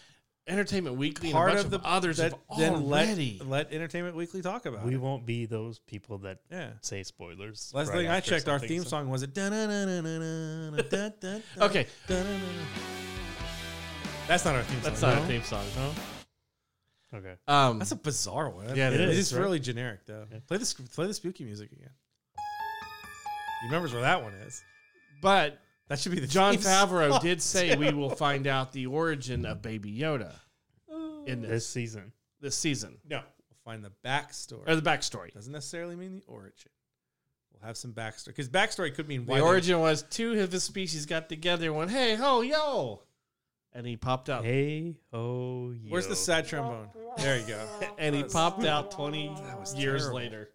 Speaker 6: Entertainment Weekly
Speaker 7: Part
Speaker 6: and a bunch
Speaker 7: of
Speaker 6: of,
Speaker 7: the-
Speaker 6: others have
Speaker 7: That- then let,
Speaker 6: already.
Speaker 7: let Entertainment Weekly talk about
Speaker 5: We
Speaker 7: it.
Speaker 5: won't be those people that
Speaker 7: Yeah.
Speaker 5: say spoilers.
Speaker 7: Last
Speaker 5: right
Speaker 7: thing I
Speaker 5: after
Speaker 7: checked, our
Speaker 5: something,
Speaker 7: theme
Speaker 5: so-
Speaker 7: song was a da-na-na-na-na-na, da-da-da,
Speaker 6: Okay.
Speaker 7: da-na-na-na. That's not our theme song.
Speaker 6: That's not a
Speaker 7: no?
Speaker 6: theme song.
Speaker 5: No. Okay.
Speaker 6: Um,
Speaker 7: That's a bizarre one.
Speaker 6: Yeah, it
Speaker 7: it is.
Speaker 5: is,
Speaker 7: It's
Speaker 5: right?
Speaker 7: really generic though. Play this. Play the spooky music again. He remembers where that one is.
Speaker 6: but
Speaker 7: That should be the
Speaker 6: John
Speaker 7: theme
Speaker 6: Favreau
Speaker 7: song.
Speaker 6: did say we will find out the origin of Baby Yoda in this,
Speaker 5: This season.
Speaker 6: this season
Speaker 7: No, we'll find the backstory.
Speaker 6: or the backstory.
Speaker 7: Doesn't necessarily mean the origin. We'll have some backstory because backstory could mean why
Speaker 6: The
Speaker 7: they-
Speaker 6: origin was two of his species got together and went, "Hey ho yo," and he popped out.
Speaker 5: Hey, oh, yeah.
Speaker 7: Where's the side trombone? There you go.
Speaker 6: And he popped out twenty
Speaker 7: was
Speaker 6: years
Speaker 7: terrible.
Speaker 6: later.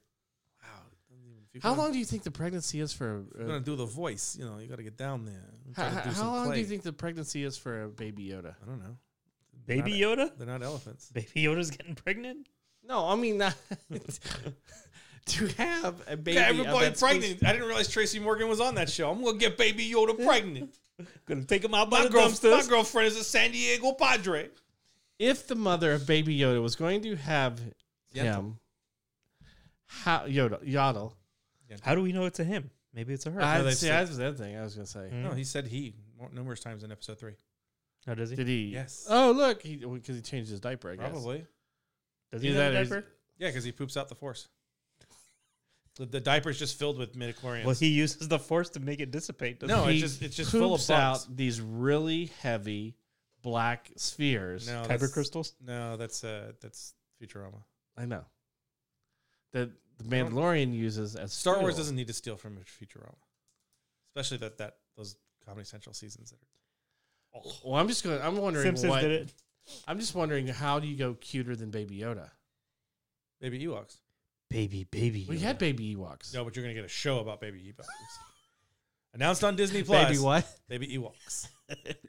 Speaker 7: If
Speaker 6: How
Speaker 7: you're gonna-
Speaker 6: long do you think the pregnancy is for?
Speaker 7: if You're
Speaker 6: Uh,
Speaker 7: gonna do the voice. You know, you gotta get down there. You
Speaker 6: how
Speaker 7: gotta do
Speaker 6: how
Speaker 7: some
Speaker 6: long do
Speaker 7: play.
Speaker 6: you think the pregnancy is for a baby Yoda?
Speaker 7: I don't know.
Speaker 5: Baby Yoda?
Speaker 7: They're not elephants.
Speaker 5: Baby Yoda's getting pregnant?
Speaker 6: No, I mean not to have a baby.
Speaker 7: Yeah,
Speaker 6: of
Speaker 7: everybody
Speaker 6: that species-
Speaker 7: pregnant. I didn't realize Tracy Morgan was on that show. I'm gonna get Baby Yoda pregnant.
Speaker 5: Gonna take him out by
Speaker 7: My,
Speaker 5: the
Speaker 7: girl, my
Speaker 5: dumpsters.
Speaker 7: girlfriend is a San Diego Padre.
Speaker 6: Mm-hmm. If the mother of baby Yoda was going to have him, how Yoda Yodel?
Speaker 5: How do we know it's a him? Maybe it's a her.
Speaker 6: I
Speaker 7: they
Speaker 6: see.
Speaker 7: said-
Speaker 6: That's the other thing I was gonna say.
Speaker 5: Mm.
Speaker 7: No, he said he more- numerous times in episode three.
Speaker 5: How does he?
Speaker 6: Did he?
Speaker 7: Yes.
Speaker 6: Oh, look, because he, well, 'cause he changed his diaper. I guess.
Speaker 7: Probably.
Speaker 5: does he
Speaker 6: Either
Speaker 5: have
Speaker 6: that
Speaker 5: a
Speaker 6: or he's-
Speaker 5: diaper?
Speaker 7: Yeah, because he poops out the force. The, the diaper's just filled with midichlorians.
Speaker 5: Well, he uses the force to make it dissipate. doesn't
Speaker 7: No,
Speaker 5: he?
Speaker 7: it's
Speaker 6: He
Speaker 7: just- it's just full of
Speaker 6: poops
Speaker 7: bugs.
Speaker 6: out these really heavy black spheres.
Speaker 7: no,
Speaker 5: Kyber
Speaker 7: that's-
Speaker 5: crystals?
Speaker 7: No, that's uh, that's Futurama.
Speaker 6: I know. That the Mandalorian uses as
Speaker 7: Star Wars
Speaker 6: fuel.
Speaker 7: doesn't need to steal from Futurama, especially that that those Comedy Central seasons. That are,
Speaker 6: Well, I'm just going. to I'm wondering
Speaker 5: Simpsons
Speaker 6: what.
Speaker 5: did it.
Speaker 6: I'm just wondering how do you go cuter than Baby Yoda?
Speaker 7: Baby Ewoks.
Speaker 5: Baby, baby.
Speaker 6: We
Speaker 5: Yoda.
Speaker 6: had Baby Ewoks.
Speaker 7: No, but you're gonna get a show about Baby Ewoks. Announced on Disney Plus.
Speaker 2: Baby, what?
Speaker 7: Baby Ewoks.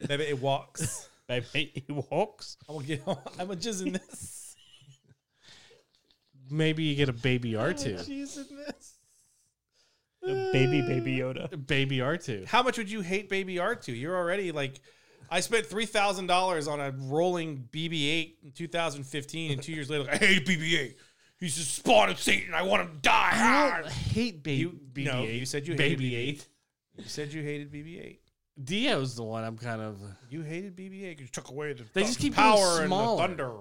Speaker 7: Baby Ewoks.
Speaker 5: baby Ewoks.
Speaker 7: I'm gonna get. I'm a jizz in this.
Speaker 6: Maybe you get a Baby R2.
Speaker 7: Jizz in this.
Speaker 5: The baby, baby Yoda.
Speaker 6: baby R2.
Speaker 7: How much would you hate Baby R2? You're already like, I spent three thousand dollars on a rolling BB-8 in 2015, and two years later, like, I hate BB-8. He's the spawn of Satan. I want him to die.
Speaker 6: I
Speaker 7: Ah!
Speaker 6: don't hate Baby.
Speaker 7: You-
Speaker 6: BB-8.
Speaker 7: no, you said you hated
Speaker 6: Baby
Speaker 7: BB-8.
Speaker 6: Eight.
Speaker 7: You said you hated BB-8.
Speaker 6: Dio's the one I'm kind of.
Speaker 7: You hated BB-8 because you took away the
Speaker 6: They
Speaker 7: th-
Speaker 6: just keep getting
Speaker 7: power and the
Speaker 6: smaller.
Speaker 7: thunder.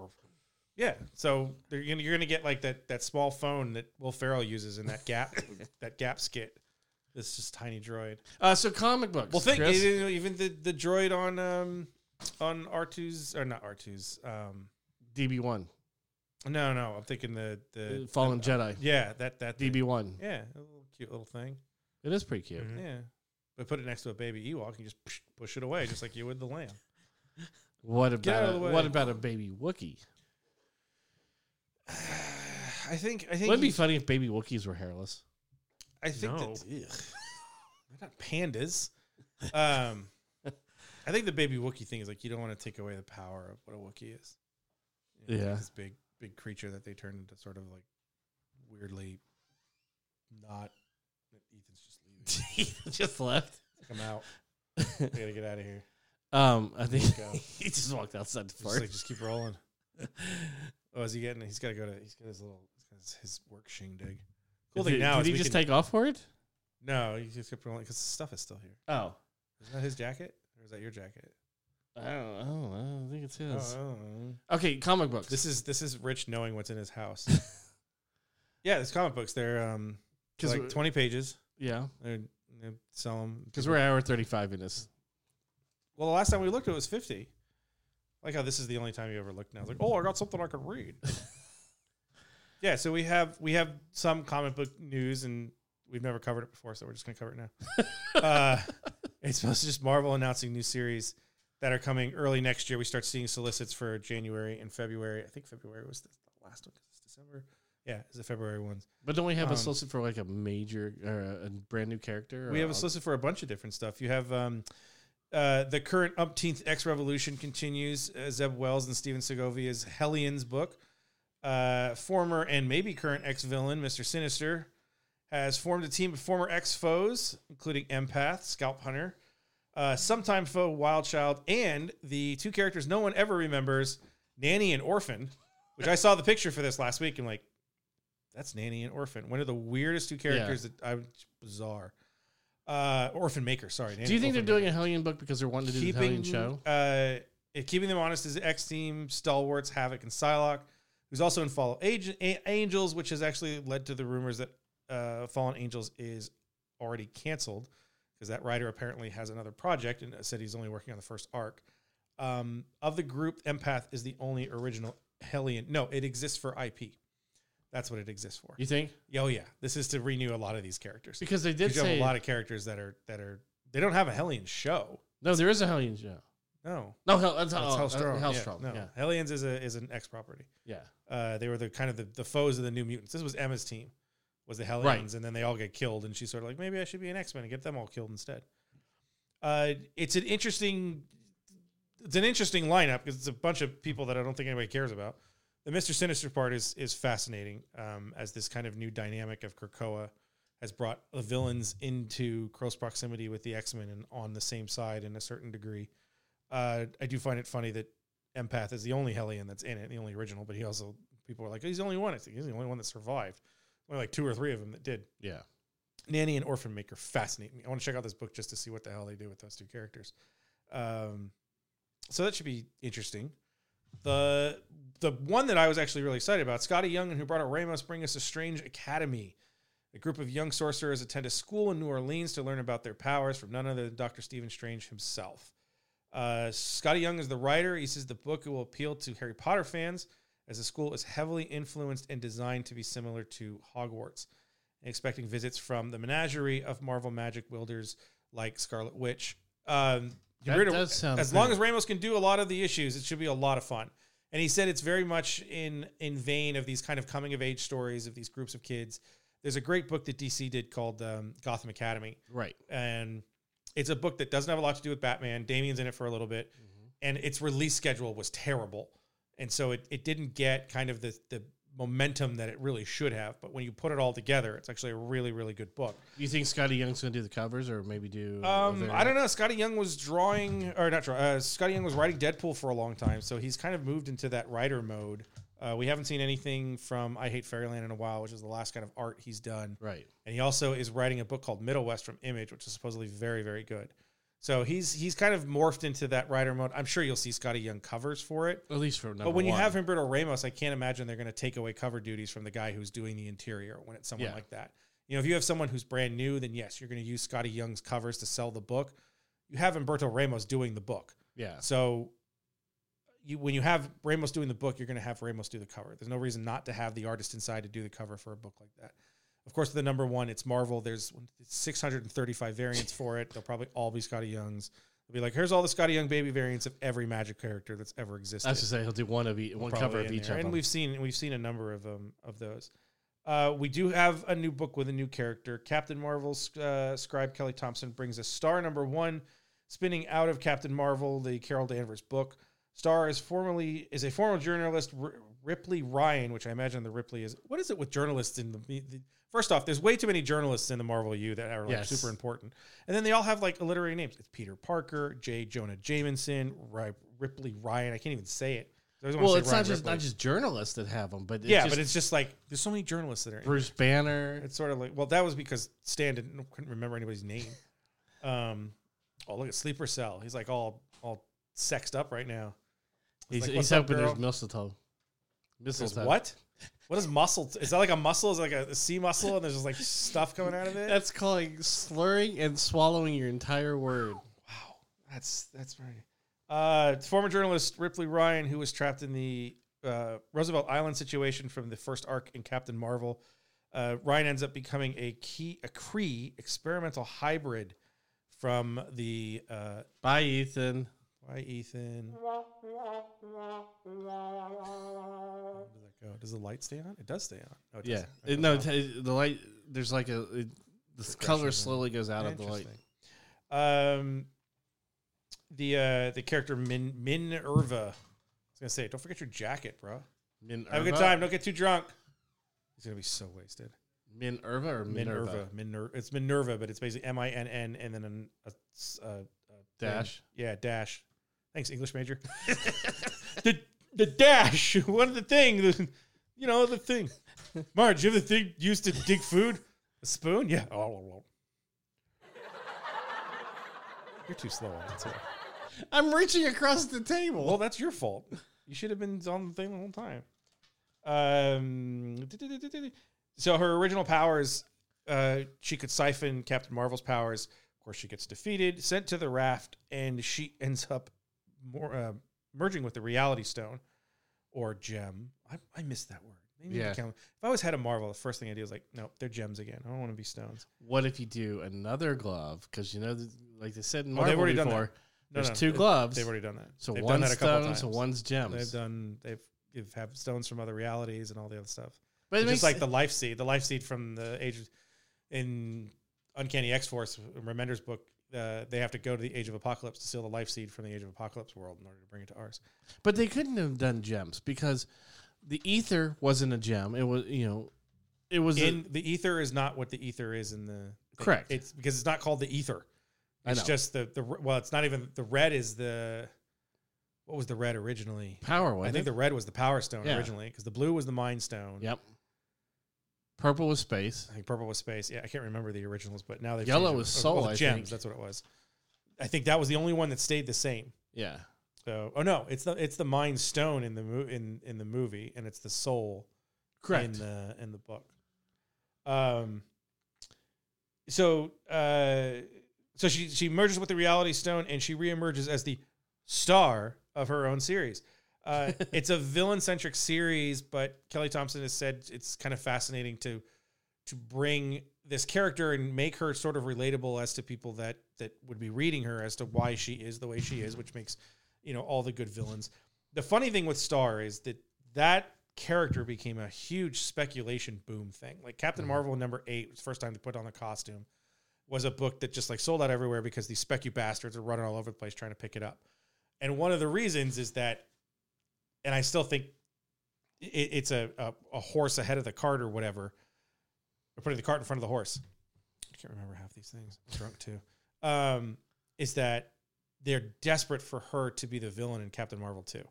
Speaker 7: Yeah, so they're gonna, you're gonna get like that that small phone that Will Ferrell uses in that gap that gap skit. This just tiny droid.
Speaker 6: Uh, so comic books.
Speaker 7: Well, think
Speaker 6: Chris.
Speaker 7: even, even the the droid on um on R2's or not R2's um
Speaker 6: DB1,
Speaker 7: no no I'm thinking the the
Speaker 6: uh, Fallen
Speaker 7: the-
Speaker 6: Jedi.
Speaker 7: Uh, yeah that that thing.
Speaker 6: DB1.
Speaker 7: yeah a little cute little thing
Speaker 6: It is pretty cute.
Speaker 7: yeah but put it next to a baby Ewok and just push, push it away just like you would the lamb
Speaker 6: What
Speaker 7: out of
Speaker 6: about a,
Speaker 7: the way.
Speaker 6: what about a baby Wookie?
Speaker 7: I think I think
Speaker 6: Wouldn't it be funny if baby Wookiees were hairless?
Speaker 7: I think
Speaker 5: No.
Speaker 7: that, they're not pandas um I think the baby Wookiee thing is like you don't want to take away the power of what a Wookiee is You know,
Speaker 6: Yeah.
Speaker 7: this big big creature that they turned into sort of like weirdly not Ethan's just leaving.
Speaker 6: just left.
Speaker 7: I'm out. I gotta get out of here.
Speaker 6: Um, I think
Speaker 7: go.
Speaker 6: he just walked outside the
Speaker 7: Just
Speaker 6: fart.
Speaker 7: like just keep rolling. Oh, is he getting? He's gotta go to. He's got his little he's got his, his work shindig. Cool
Speaker 6: did
Speaker 7: thing now
Speaker 6: did
Speaker 7: is
Speaker 6: he
Speaker 7: we
Speaker 6: just
Speaker 7: can,
Speaker 6: take off for it?
Speaker 7: No, he just kept rolling because the stuff is still here.
Speaker 6: Oh,
Speaker 7: Is that his jacket or is that your jacket?
Speaker 6: I don't, I don't know. I think it's
Speaker 7: Oh,
Speaker 6: his.
Speaker 7: I don't know.
Speaker 6: Okay, comic books.
Speaker 7: This is this is Rich knowing what's in his house. yeah, there's comic books. They're um they're
Speaker 6: 'Cause
Speaker 7: like
Speaker 6: we-
Speaker 7: 20 pages.
Speaker 6: yeah,
Speaker 7: They're, they sell them
Speaker 6: because we're hour thirty-five in this.
Speaker 7: Well, the last time we looked, it was 50. Like how this is the only time you ever looked now. It's like, oh, I got something I can read. yeah, so we have we have some comic book news, and we've never covered it before, so we're just gonna cover it now. uh, it's mostly just Marvel announcing new series that are coming early next year. We start seeing solicits for January and February. I think February was the last one. 'cause It's December. Yeah, it's the February ones.
Speaker 6: But don't we have
Speaker 7: Um,
Speaker 6: a solicit for like a major or a, a brand new character? or
Speaker 7: We have
Speaker 6: a-
Speaker 7: us listed for a bunch of different stuff. You have um, uh, the current umpteenth X Revolution continues. Uh, Zeb Wells and Steven Segovia's Hellions book. Uh, former and maybe current ex villain Mister Sinister has formed a team of former ex foes, including Empath, Scalp Hunter, uh, sometime foe Wild Child, and the two characters no one ever remembers, Nanny and Orphan. Which I saw the picture for this last week. and like, that's Nanny and Orphan. One of the weirdest two characters that I bizarre. Uh, Orphan Maker, sorry.
Speaker 6: Do you think they're doing a Hellion book because they're wanting to do the Hellion
Speaker 7: keeping
Speaker 6: show?
Speaker 7: Uh, if keeping them honest is X Team, Stalwarts, Havoc, and Psylocke, who's also in Fallen Age- A- Angels, which has actually led to the rumors that uh, Fallen Angels is already canceled because that writer apparently has another project and uh, said he's only working on the first arc. Um, of the group, Empath is the only original Hellion. No, it exists for IP. That's what it exists for.
Speaker 6: You think?
Speaker 7: Oh yeah, this is to renew a lot of these characters.
Speaker 6: Because they did
Speaker 7: Because you have
Speaker 6: say
Speaker 7: a lot of characters that are that are they don't have a Hellion show.
Speaker 6: no. There is a Hellion show.
Speaker 7: No,
Speaker 6: No, Hell, that's,
Speaker 7: That's
Speaker 6: oh,
Speaker 7: Hellstrom.
Speaker 6: uh,
Speaker 7: yeah,
Speaker 6: Hellstrom.
Speaker 7: no.
Speaker 6: yeah,
Speaker 7: Hellions is a is an X property.
Speaker 6: yeah.
Speaker 7: Uh, they were the kind of the, the foes of the New Mutants. This was Emma's team, was the Hellions, and then they all get killed, and she's sort of like, maybe I should be an X Men and get them all killed instead. Uh, it's an interesting, it's an interesting lineup because it's a bunch of people that I don't think anybody cares about. The Mister Sinister part is is fascinating um, as this kind of new dynamic of Krakoa has brought the villains into close proximity with the X Men and on the same side in a certain degree. Uh, I do find it funny that Empath is the only Hellion that's in it, the only original, but he also people are like, he's the only one. I think he's the only one that survived. Only like two or three of them that did.
Speaker 6: Yeah.
Speaker 7: Nanny and Orphan Maker fascinate me. I want to check out this book just to see what the hell they do with those two characters. Um, so that should be interesting. The the one that I was actually really excited about, Scotty Young and Huberto Ramos bring us a strange academy. A group of young sorcerers attend a school in New Orleans to learn about their powers from none other than Dr. Stephen Strange himself. Uh, Scotty Young is the writer. He says the book will appeal to Harry Potter fans as the school is heavily influenced and designed to be similar to Hogwarts, expecting visits from the menagerie of Marvel magic wielders like Scarlet Witch. Um,
Speaker 6: That
Speaker 7: Gerudo-
Speaker 6: does sound
Speaker 7: as long
Speaker 6: pretty-
Speaker 7: as Ramos can do a lot of the issues, it should be a lot of fun. And he said it's very much in in vein of these kind of coming of age stories of these groups of kids. There's a great book that DC did called um, Gotham Academy,
Speaker 6: Right.
Speaker 7: and it's a book that doesn't have a lot to do with Batman. Damien's in it for a little bit, and its release schedule was terrible, and so it, it didn't get kind of the the momentum that it really should have. But when you put it all together, it's actually a really really good book.
Speaker 6: Do you think Scotty Young's going to do the covers or maybe do.
Speaker 7: Um, I don't know. Scotty Young was drawing, or not drawing. Uh, Scotty Young was writing Deadpool for a long time, so he's kind of moved into that writer mode. Uh, we haven't seen anything from I Hate Fairyland in a while, which is the last kind of art he's done.
Speaker 6: Right.
Speaker 7: And he also is writing a book called Middle West from Image, which is supposedly very, very good. So he's he's kind of morphed into that writer mode. I'm sure you'll see Scotty Young covers for it.
Speaker 6: At least for number
Speaker 7: But when you
Speaker 6: one.
Speaker 7: have Humberto Ramos, I can't imagine they're going to take away cover duties from the guy who's doing the interior when it's someone
Speaker 6: Yeah.
Speaker 7: like that. You know, if you have someone who's brand new, then yes, you're going to use Scotty Young's covers to sell the book. You have Humberto Ramos doing the book.
Speaker 6: Yeah.
Speaker 7: So you when you have Ramos doing the book, you're going to have Ramos do the cover. There's no reason not to have the artist inside to do the cover for a book like that. Of course, the number one, it's Marvel. There's 635 variants for it. They'll probably all be Scotty Young's. They'll be like, here's all the Scotty Young baby variants of every magic character that's ever existed
Speaker 6: I was to say he'll do one of each, one
Speaker 7: probably
Speaker 6: cover of
Speaker 7: in
Speaker 6: each
Speaker 7: there.
Speaker 6: of
Speaker 7: and
Speaker 6: them.
Speaker 7: we've seen we've seen a number of um of those. Uh, we do have a new book with a new character. Captain Marvel's uh, scribe Kelly Thompson brings us Star number one, spinning out of Captain Marvel, the Carol Danvers book. Star is formerly is a former journalist R- Ripley Ryan, which I imagine the Ripley is. What is it with journalists in the, the? First off, there's way too many journalists in the Marvel U that are like
Speaker 6: Yes.
Speaker 7: super important, and then they all have like literary names. It's Peter Parker, J. Jonah Jameson, Ri- Ripley Ryan. I can't even say it. I always wanna
Speaker 6: Well,
Speaker 7: say
Speaker 6: it's
Speaker 7: Ryan
Speaker 6: not just
Speaker 7: Ripley.
Speaker 6: not just journalists that have them, but it's
Speaker 7: yeah,
Speaker 6: just
Speaker 7: but it's just like there's so many journalists that are. In.
Speaker 6: Bruce Banner.
Speaker 7: It's sort of like well, that was because Stan didn't couldn't remember anybody's name. Um, oh look at Sleeper Cell. He's like all all sexed up right now.
Speaker 6: He's,
Speaker 7: like,
Speaker 6: he's
Speaker 7: "What's up,
Speaker 6: helping
Speaker 7: girl?"
Speaker 6: his mistletoe.
Speaker 7: There's
Speaker 6: Mistletoe.
Speaker 7: what? What is muscle? Is that like a muscle? Is it like a, a sea muscle, and there's just like stuff coming out of it.
Speaker 6: That's calling slurring and swallowing your entire word.
Speaker 7: Wow, that's that's very. Uh, former journalist Ripley Ryan, who was trapped in the uh, Roosevelt Island situation from the first arc in Captain Marvel, uh, Ryan ends up becoming a key a Cree experimental hybrid from the uh,
Speaker 6: Bye, Ethan.
Speaker 7: why Ethan. How does that go? Does the light stay on? It does stay on. Oh, it
Speaker 6: Yeah.
Speaker 7: doesn't.
Speaker 6: It- no, t- the light. There's like a. It, the color
Speaker 7: in.
Speaker 6: slowly goes out of the light.
Speaker 7: Interesting. Um, the uh, the character Min Minerva. I was gonna say, don't forget your jacket, bro.
Speaker 6: Minerva?
Speaker 7: Have a good time. Don't get too drunk. He's gonna be so wasted.
Speaker 6: Minerva or Minerva?
Speaker 7: Minerva. Minerva. It's Minerva, but it's basically M I N N and then an, a, s- a- a
Speaker 6: Dash.
Speaker 7: thing. Yeah, dash. Thanks, English major. the the dash. One of the thing. The, you know the thing. Marge, you have the thing used to dig food. A spoon? Yeah. Oh, well, well. You're too slow on that. too.
Speaker 6: I'm reaching across the table.
Speaker 7: Well, that's your fault. You should have been on the thing the whole time. Um, so her original powers, uh, she could siphon Captain Marvel's powers. Of course, she gets defeated, sent to the raft, and she ends up more uh, merging with the Reality Stone or gem. I, I miss that word. They need to
Speaker 6: Yeah.
Speaker 7: count- If I always had a Marvel, the first thing I do is like, nope, they're gems again. I don't want to be stones.
Speaker 6: what if you do another glove? Because you know, th- like they said in
Speaker 7: Oh, they've
Speaker 6: Marvel
Speaker 7: already done
Speaker 6: before,
Speaker 7: No,
Speaker 6: there's
Speaker 7: no,
Speaker 6: two
Speaker 7: they-
Speaker 6: gloves.
Speaker 7: They've already done that.
Speaker 6: so
Speaker 7: They've
Speaker 6: one's
Speaker 7: done that a couple
Speaker 6: stone, so
Speaker 7: times.
Speaker 6: one's gems.
Speaker 7: They've done. They've you've have stones from other realities and all the other stuff.
Speaker 6: but it
Speaker 7: It's
Speaker 6: makes
Speaker 7: just like the life seed, the life seed from the age of- in Uncanny X Force, Remender's book. Uh, they have to go to the Age of Apocalypse to steal the life seed from the Age of Apocalypse world in order to bring it to ours.
Speaker 6: But they couldn't have done gems because the ether wasn't a gem. It was, you know, it was a-
Speaker 7: In the ether is not what the ether is in the thing.
Speaker 6: Correct.
Speaker 7: It's because it's not called the ether.
Speaker 6: I
Speaker 7: It's
Speaker 6: know.
Speaker 7: just the the well. It's not even the red is the what was the red originally?
Speaker 6: power.
Speaker 7: I
Speaker 6: Wasn't
Speaker 7: think the red was the Power Stone
Speaker 6: Yeah.
Speaker 7: originally because the blue was the Mind Stone.
Speaker 6: Yep. Purple was space.
Speaker 7: I think purple was space. Yeah, I can't remember the originals, but now they've
Speaker 6: Yellow
Speaker 7: changed it.
Speaker 6: was
Speaker 7: Oh,
Speaker 6: soul,
Speaker 7: well, the
Speaker 6: I
Speaker 7: gems.
Speaker 6: think.
Speaker 7: That's what it was. I think that was the only one that stayed the same.
Speaker 6: Yeah.
Speaker 7: So, oh no, it's the it's the mind stone in the mo- in in the movie, and it's the soul in
Speaker 6: Correct.
Speaker 7: the in the book. Um. So, uh, so she she merges with the Reality Stone, and she reemerges as the star of her own series. Uh, it's a villain-centric series, but Kelly Thompson has said it's kind of fascinating to to bring this character and make her sort of relatable as to people that that would be reading her as to why she is the way she is, which makes you know all the good villains. The funny thing with Star is that that character became a huge speculation boom thing. Like Captain Marvel number eight, was the first time they put on the costume, was a book that just like sold out everywhere because these specu bastards are running all over the place trying to pick it up. And one of the reasons is that, and I still think it, it's a, a a horse ahead of the cart or whatever or putting the cart in front of the horse. I can't remember half these things. I'm drunk too. Um, is that they're desperate for her to be the villain in Captain Marvel 2. And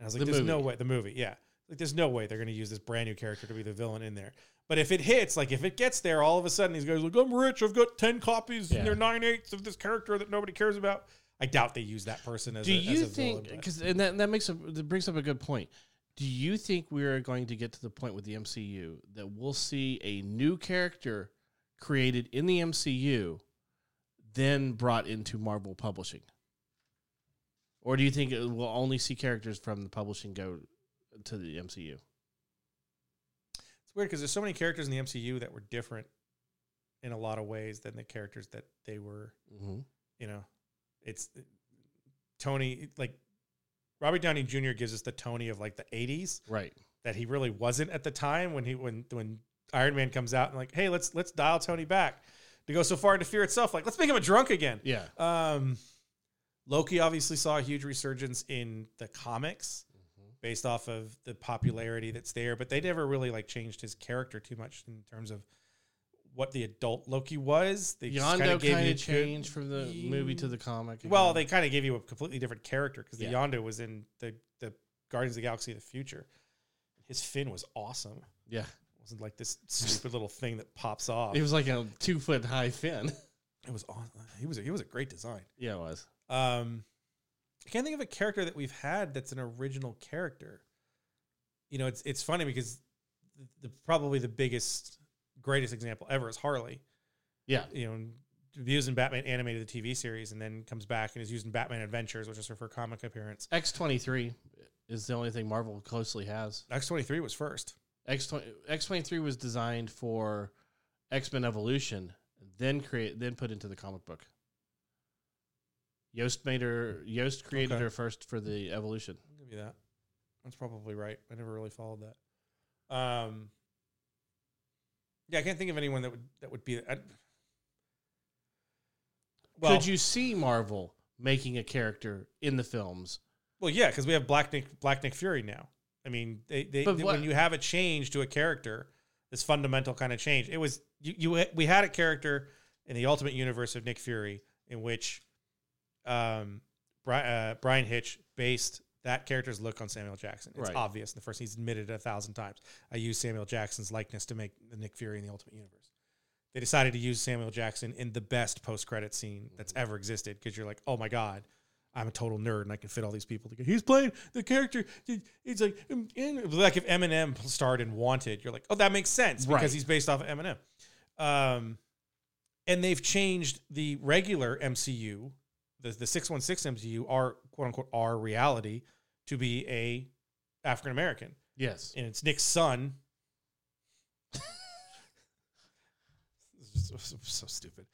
Speaker 7: I was like,
Speaker 6: The
Speaker 7: there's no
Speaker 6: movie.
Speaker 7: way. The movie, yeah. Like, there's no way they're going to use this brand new character to be the villain in there. But if it hits, like, if it gets there, all of a sudden these guys are like, I'm rich. I've got 10 copies
Speaker 6: Yeah.
Speaker 7: and they're nine eighths of this character that nobody cares about. I doubt they use that person as
Speaker 6: Do
Speaker 7: a, as
Speaker 6: you
Speaker 7: a
Speaker 6: think?
Speaker 7: villain. but-
Speaker 6: Because and that, that makes a, that brings up a good point. Do you think we are going to get to the point with the MCU that we'll see a new character created in the MCU, then brought into Marvel publishing, or do you think it- we'll only see characters from the publishing go to the MCU?
Speaker 7: It's weird because there's so many characters in the MCU that were different in a lot of ways than the characters that they were
Speaker 6: Mm-hmm.
Speaker 7: you know, it's uh, Tony like Robert Downey Jr. gives us the Tony of like the '80s
Speaker 6: Right.
Speaker 7: that he really wasn't at the time when he when when Iron Man comes out and like, hey, let's let's dial Tony back to go so far into Fear itself, like let's make him a drunk again.
Speaker 6: Yeah.
Speaker 7: Um, Loki obviously saw a huge resurgence in the comics based off of the popularity that's there, but they never really like changed his character too much in terms of what the adult Loki was. They just kinda
Speaker 6: Yondo
Speaker 7: gave
Speaker 6: kind
Speaker 7: you
Speaker 6: of
Speaker 7: good-
Speaker 6: changed from the movie to the comic.
Speaker 7: well,
Speaker 6: again.
Speaker 7: they kind of gave you a completely different character because the
Speaker 6: Yeah.
Speaker 7: Yondu was in the the Guardians of the Galaxy of the Future. His fin was awesome. It
Speaker 6: yeah,
Speaker 7: wasn't like this stupid little thing that pops off.
Speaker 6: it was like a two foot high fin.
Speaker 7: it was awesome. He was a, he was a great design.
Speaker 6: yeah, it was.
Speaker 7: Um, I can't think of a character that we've had that's an original character. You know, it's it's funny because the, the probably the biggest greatest example ever is Harley.
Speaker 6: Yeah.
Speaker 7: you know, used in Batman animated the TV series, and then comes back and is used in Batman Adventures, which is her first comic appearance.
Speaker 6: X twenty three is the only thing Marvel closely has.
Speaker 7: X twenty three was first.
Speaker 6: X X twenty three was designed for X Men Evolution, then create then put into the comic book. Yost made her. Yost created
Speaker 7: Okay.
Speaker 6: her first for the Evolution.
Speaker 7: I'll give you that. That's probably right. I never really followed that. Um, yeah, I can't think of anyone that would that would be. I, well,
Speaker 6: Could you see Marvel making a character in the films?
Speaker 7: well, yeah, because we have Black Nick Black Nick Fury now. I mean, they, they,
Speaker 6: But
Speaker 7: they-
Speaker 6: what-
Speaker 7: when you have a change to a character, this fundamental kind of change. It was you, you we had a character in the Ultimate Universe of Nick Fury in which, um, Bri- uh, Brian Hitch based that character's look on Samuel Jackson. It's
Speaker 6: Right.
Speaker 7: obvious in the first. He's admitted it a thousand times. I used Samuel Jackson's likeness to make the Nick Fury in the Ultimate Universe. They decided to use Samuel Jackson in the best post credit scene that's ever existed because you're like, oh my god. I'm a total nerd and I can fit all these people together. He's playing the character. It's like, um, and- like if Eminem starred in Wanted, you're like, oh, that makes sense because
Speaker 6: Right.
Speaker 7: he's based off of Eminem. Um, and they've changed the regular MCU, the the six one six MCU, our quote unquote our reality, to be a African American,
Speaker 6: Yes.
Speaker 7: and it's Nick's son. so, so- so stupid.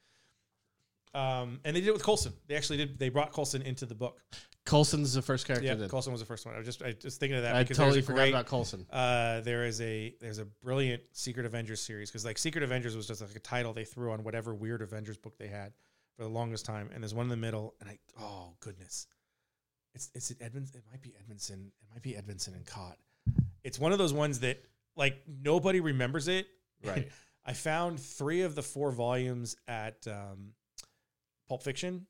Speaker 7: Um, and they did it with Colson. They actually did. They brought Colson into the book.
Speaker 6: Colson's the first character.
Speaker 7: Yeah,
Speaker 6: that,
Speaker 7: Colson was the first one. I was just I was just thinking of that
Speaker 6: I
Speaker 7: there's
Speaker 6: totally
Speaker 7: a
Speaker 6: forgot
Speaker 7: great-
Speaker 6: about Colson.
Speaker 7: uh, there is a there's a brilliant Secret Avengers series because like Secret Avengers was just like a title they threw on whatever weird Avengers book they had for the longest time, and there's one in the middle, and I oh goodness, it's it's it Edmonds it might be Edmondson it might be Edmondson and Cott. It's one of those ones that like nobody remembers it.
Speaker 6: Right.
Speaker 7: I found three of the four volumes at um, Pulp Fiction,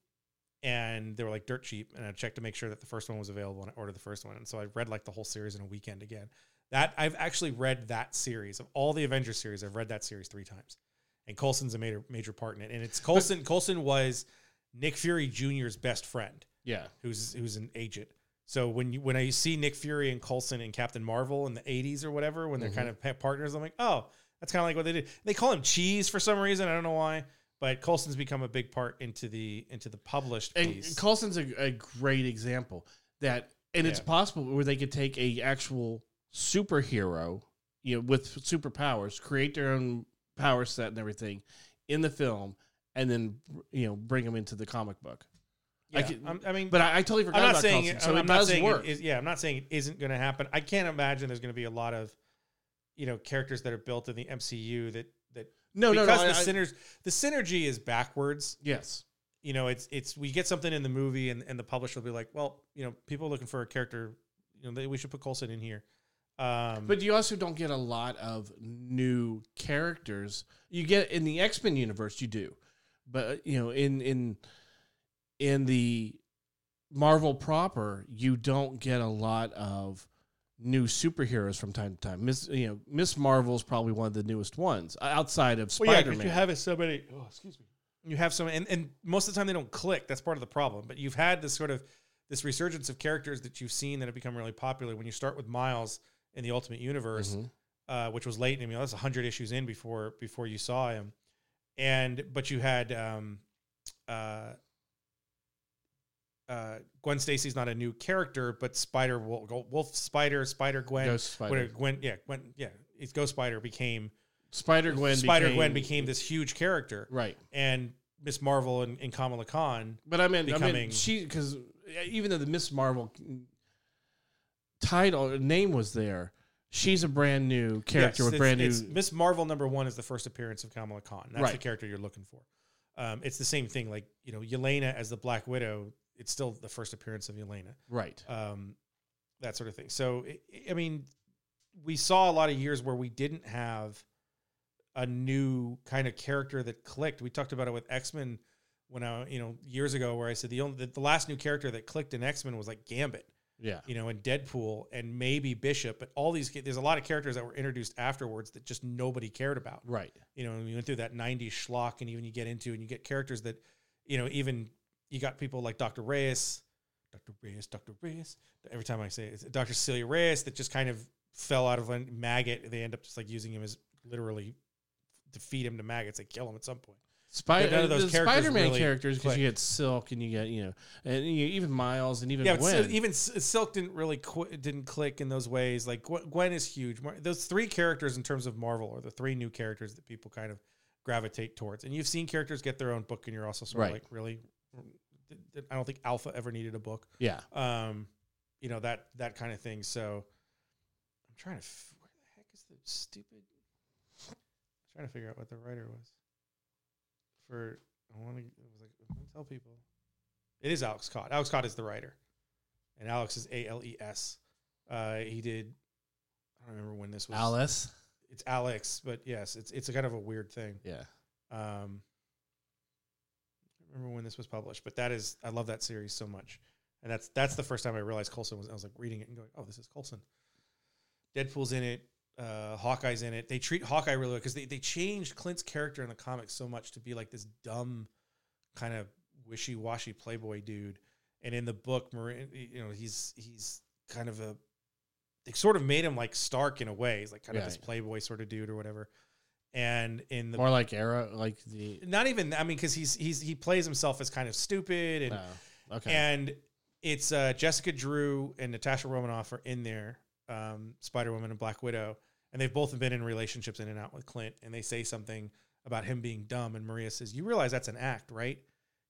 Speaker 7: and they were like dirt cheap. And I checked to make sure that the first one was available, and I ordered the first one. And so I read like the whole series in a weekend again. That I've actually read that series of all the Avengers series. I've read that series three times, and Coulson's a major major part in it. And it's Coulson. Coulson was Nick Fury Jr.'s best friend
Speaker 6: Yeah.
Speaker 7: who's who's an agent. So when you when I see Nick Fury and Coulson and Captain Marvel in the '80s or whatever, when they're kind
Speaker 6: Mm-hmm.
Speaker 7: of pa- partners, I'm like, oh, that's kind of like what they did. They call him Cheese for some reason. I don't know why, but Coulson's become a big part into the into the published
Speaker 6: And
Speaker 7: piece.
Speaker 6: Colson's a, a great example that and it's possible where they could take a actual superhero, you know, with superpowers, create their own power set and everything in the film, and then you know bring them into the comic book. I
Speaker 7: Yeah,
Speaker 6: could-
Speaker 7: I'm- I mean,
Speaker 6: But I, I totally forgot
Speaker 7: I'm not
Speaker 6: about
Speaker 7: saying
Speaker 6: Coulson,
Speaker 7: it,
Speaker 6: so
Speaker 7: I'm,
Speaker 6: it
Speaker 7: I'm not
Speaker 6: does
Speaker 7: saying
Speaker 6: work.
Speaker 7: It is, yeah, I'm not saying it isn't going to happen. I can't imagine there's going to be a lot of, you know, characters that are built in the MCU that that
Speaker 6: no, no,
Speaker 7: because
Speaker 6: no. I-
Speaker 7: the
Speaker 6: I-
Speaker 7: synerg- the synergy is backwards.
Speaker 6: yes,
Speaker 7: You know, it's it's we get something in the movie and and the publisher will be like, well, you know, people are looking for a character, you know, they, we should put Coulson in here. Um,
Speaker 6: Mm-hmm. But you also don't get a lot of new characters. You get in the X Men universe, you do, but uh, you know in in in the Marvel proper, you don't get a lot of new superheroes from time to time. Miss you know Miss Marvel's probably one of the newest ones uh, outside of
Speaker 7: Well, yeah,
Speaker 6: Spider
Speaker 7: 'cause
Speaker 6: Man.
Speaker 7: you have somebody. Oh, excuse me. You have some, and, and most of the time they don't click. That's part of the problem. But you've had this sort of this resurgence of characters that you've seen that have become really popular. When you start with Miles in the Ultimate Universe,
Speaker 6: Mm-hmm.
Speaker 7: uh, which was late, I mean, that was hundred issues in before before you saw him, and but you had um, uh, uh, Gwen Stacy's not a new character, but Spider Wolf, Wolf Spider, Spider Gwen,
Speaker 6: Ghost Spider.
Speaker 7: Gwen, yeah, Gwen, yeah, it's Ghost Spider became
Speaker 6: Spider Gwen.
Speaker 7: Spider Gwen became this huge character,
Speaker 6: right.
Speaker 7: and Miss Marvel and, and Kamala Khan.
Speaker 6: But I mean, I
Speaker 7: becoming-
Speaker 6: mean, she because even though the Miss Marvel title name was there, she's a brand new character
Speaker 7: Yes,
Speaker 6: with
Speaker 7: it's-
Speaker 6: brand
Speaker 7: it's
Speaker 6: new.
Speaker 7: Miss Marvel number one is the first appearance of Kamala Khan. That's the
Speaker 6: Right.
Speaker 7: character you're looking for. Um, it's the same thing, like you know Yelena as the Black Widow. It's still the first appearance of Yelena,
Speaker 6: Right.
Speaker 7: um, that sort of thing. So I- I mean, we saw a lot of years where we didn't have a new kind of character that clicked. We talked about it with X Men when I, you know, years ago, where I said the only the, the last new character that clicked in X Men was like Gambit.
Speaker 6: Yeah.
Speaker 7: you know, and Deadpool and maybe Bishop, but all these there's a lot of characters that were introduced afterwards that just nobody cared about.
Speaker 6: Right.
Speaker 7: You know, and we went through that 90s schlock and even you get into and you get characters that, you know, even you got people like Dr. Reyes, Dr. Reyes, Dr. Reyes. Every time I say it, it's Dr. Celia Reyes that just kind of fell out of a maggot. They end up just like using him as literally to feed him to maggots. They kill him at some point.
Speaker 6: Spider.
Speaker 7: But none of those
Speaker 6: the
Speaker 7: characters
Speaker 6: Spider-Man
Speaker 7: really
Speaker 6: characters because you
Speaker 7: click.
Speaker 6: get Silk and you get you know and you, even Miles and even
Speaker 7: Yeah, but
Speaker 6: Gwen.
Speaker 7: Sil- even S- Silk didn't really qu- didn't click in those ways. Like Gwen, Gwen is huge. Mar- Those three characters in terms of Marvel are the three new characters that people kind of gravitate towards. And you've seen characters get their own book, and you're also sort
Speaker 6: Right.
Speaker 7: of like, really, mm, I don't think Alpha ever needed a book.
Speaker 6: yeah.
Speaker 7: Um, you know that that kind of thing. So I'm trying to f- where the heck is the stupid? I'm trying to figure out what the writer was for. I want to. I was like, I want to tell people. It is Alex Cott. Alex Cott is the writer, and Alex is A L E S. Uh, he did. I don't remember when this was.
Speaker 6: Alice.
Speaker 7: It's Alex, but yes, it's it's a kind of a weird thing.
Speaker 6: Yeah.
Speaker 7: Um, I don't remember when this was published, but that is I love that series so much, and that's that's the first time I realized Coulson was. I was like reading it and going, "Oh, this is Coulson." Deadpool's in it. Uh, Hawkeye's in it. They treat Hawkeye really well because they they changed Clint's character in the comics so much to be like this dumb, kind of wishy washy playboy dude, and in the book, Marin, you know, he's he's kind of a they sort of made him like Stark in a way. He's like kind of this
Speaker 6: Right.
Speaker 7: playboy sort of dude or whatever. And in the
Speaker 6: More like Arrow, like the.
Speaker 7: not even I mean because he's he's he plays himself as kind of stupid and
Speaker 6: oh, okay.
Speaker 7: and it's uh, Jessica Drew and Natasha Romanoff are in there, um, Spider Woman and Black Widow, and they've both been in relationships in and out with Clint, and they say something about him being dumb, and Maria says, "You realize that's an act, right?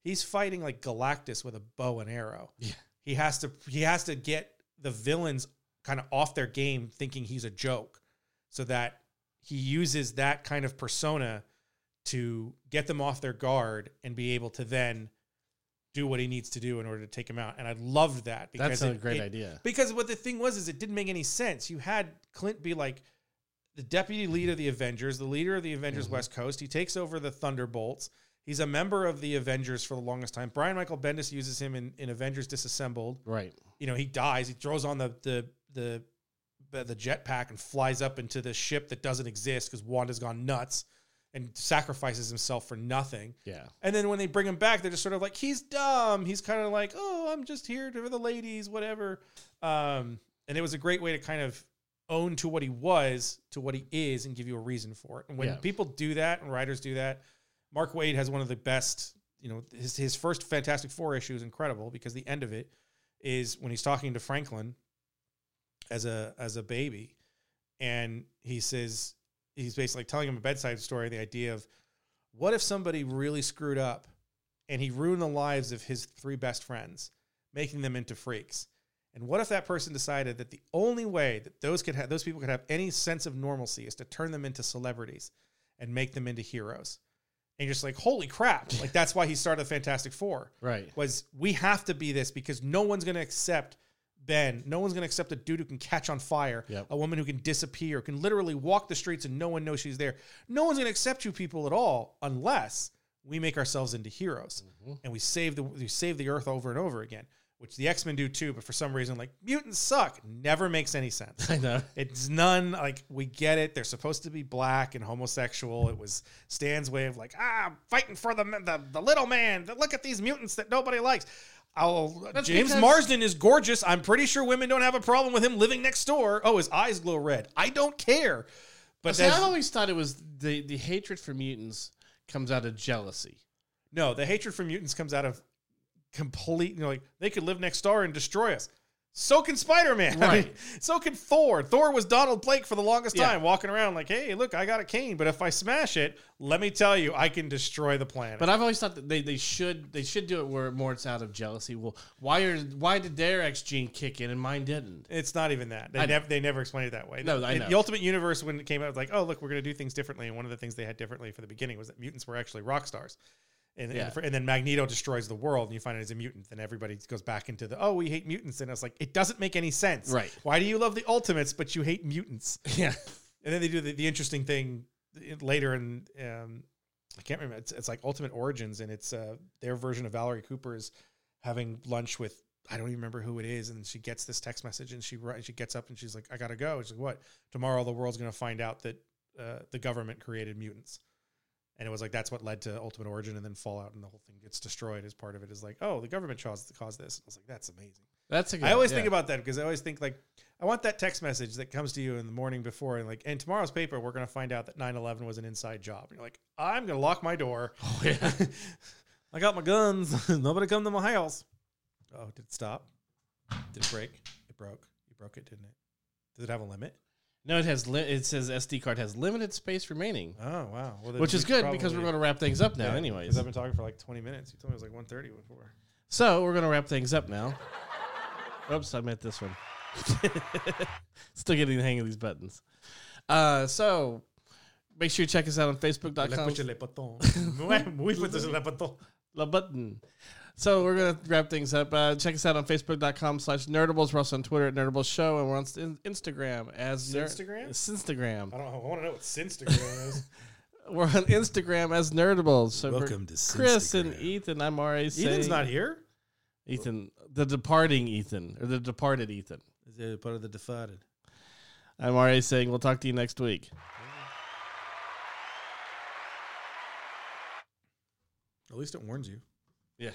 Speaker 7: He's fighting like Galactus with a bow and arrow.
Speaker 6: Yeah.
Speaker 7: He has to he has to get the villains kind of off their game, thinking he's a joke, so that he uses that kind of persona." To get them off their guard and be able to then do what he needs to do in order to take him out. And I loved that
Speaker 6: That's a
Speaker 7: it-
Speaker 6: great
Speaker 7: it-
Speaker 6: idea.
Speaker 7: Because what the thing was is it didn't make any sense. You had Clint be like the deputy leader of the Avengers, the leader of the Avengers West Coast. He takes over the Thunderbolts. He's a member of the Avengers for the longest time. Brian Michael Bendis uses him in, in Avengers Disassembled.
Speaker 6: Right.
Speaker 7: You know, he dies. He throws on the the the the, the jetpack and flies up into the ship that doesn't exist because Wanda's gone nuts and sacrifices himself for nothing.
Speaker 6: Yeah.
Speaker 7: And then when they bring him back, they're just sort of like, he's dumb. He's kind of like, oh, I'm just here for the ladies, whatever. Um, and it was a great way to kind of own to what he was, to what he is, and give you a reason for it. And when
Speaker 6: Yeah.
Speaker 7: people do that, and writers do that, Mark Wade has one of the best, you know, his, his first Fantastic Four issue is incredible because the end of it is when he's talking to Franklin as a as a baby, and he says he's basically telling him a bedside story. The idea of what if somebody really screwed up and he ruined the lives of his three best friends, making them into freaks. And what if that person decided that the only way that those could have those people could have any sense of normalcy is to turn them into celebrities and make them into heroes? And you're just like, holy crap! Like that's why he started the Fantastic Four.
Speaker 6: Right.
Speaker 7: Was we have to be this because no one's going to accept Ben. No one's going to accept a dude who can catch on fire,
Speaker 6: Yep.
Speaker 7: a woman who can disappear, can literally walk the streets and no one knows she's there. No one's going to accept you people at all unless we make ourselves into heroes
Speaker 6: Mm-hmm.
Speaker 7: and we save the we save the earth over and over again, which the X Men do too. But for some reason, like mutants suck, never makes any sense.
Speaker 6: I know.
Speaker 7: It's none like we get it. They're supposed to be black and homosexual. It was Stan's way of like ah, I'm fighting for the the, the little man. Look at these mutants that nobody likes. I'll, James
Speaker 6: because-
Speaker 7: Marsden is gorgeous. I'm pretty sure women don't have a problem with him living next door. Oh, his eyes glow red. I don't care. But
Speaker 6: See, I
Speaker 7: that's,
Speaker 6: always thought it was the, the hatred for mutants comes out of jealousy.
Speaker 7: no, the hatred for mutants comes out of complete. You know, like they could live next door and destroy us. So can Spider Man.
Speaker 6: Right.
Speaker 7: so can Thor. Thor was Donald Blake for the longest
Speaker 6: Yeah.
Speaker 7: time, walking around like, "Hey, look, I got a cane, but if I smash it, let me tell you, I can destroy the planet."
Speaker 6: But I've always thought that they, they should they should do it where more it's out of jealousy. Well, why are why did their X gene kick in and mine didn't?
Speaker 7: It's not even that. They
Speaker 6: I know.
Speaker 7: never they never explained it that way.
Speaker 6: No, I
Speaker 7: In
Speaker 6: know.
Speaker 7: The Ultimate Universe when it came out it was like, oh look, we're gonna do things differently. And one of the things they had differently for the beginning was that mutants were actually rock stars. And, and
Speaker 6: Yeah.
Speaker 7: fr- and then Magneto destroys the world, and you find out he's a mutant. Then everybody goes back into the oh, we hate mutants, and it's like it doesn't make any sense.
Speaker 6: Right.
Speaker 7: Why do you love the Ultimates but you hate mutants?
Speaker 6: Yeah,
Speaker 7: And then they do the, the interesting thing later in um, I can't remember. It's, it's like Ultimate Origins, and it's uh, their version of Valerie Cooper is having lunch with I don't even remember who it is, and she gets this text message, and she ri- she gets up and she's like, "I gotta go." She's like, "What? Tomorrow the world's gonna find out that uh, the government created mutants." And it was like that's what led to Ultimate Origin, and then Fallout, and the whole thing gets destroyed. As part of it is like, oh, the government caused caused this. I was like, that's amazing.
Speaker 6: that's a good
Speaker 7: I always
Speaker 6: yeah.
Speaker 7: think about that because I always think like I want that text message that comes to you in the morning before and like and tomorrow's paper we're going to find out that 9/11 was an inside job. And you're like, "I'm going to lock my door.
Speaker 6: Oh, yeah.
Speaker 7: I got my guns. Nobody come to my house." Oh, did it stop? Did it break? It broke. You broke it, didn't it? Does it have a limit?
Speaker 6: No, it has li- it says SD card has limited space remaining,
Speaker 7: Oh, wow. Well, then
Speaker 6: which
Speaker 7: we
Speaker 6: is good
Speaker 7: probably-
Speaker 6: because we're going to wrap things up now.
Speaker 7: Yeah, 'cause
Speaker 6: anyways,
Speaker 7: I've been talking for like 20 minutes. You told me it was like 1:30 before.
Speaker 6: so we're going to wrap things up now. Oops, I meant this one. Still getting the hang of these buttons. Uh, so make sure you check us out on Facebook.com. La button. So we're gonna wrap things up. Uh, check us out on Facebook.com slash Nerdables. We're also on Twitter at Nerdables Show, and we're on Sin- Instagram as Ner-
Speaker 7: Sinstagram?
Speaker 6: Sinstagram.
Speaker 7: I don't know. I want to know what Sinstagram is.
Speaker 6: We're on Instagram as Nerdables. So for
Speaker 2: Welcome to
Speaker 6: Chris and
Speaker 2: Sinstagram.
Speaker 6: Ethan. I'm RA.
Speaker 7: Ethan's not here.
Speaker 6: Ethan, the departing Ethan or the departed Ethan.
Speaker 2: Is it part of the divided?
Speaker 6: I'm RA saying we'll talk to you next week.
Speaker 7: At least it warns you.
Speaker 6: Yeah.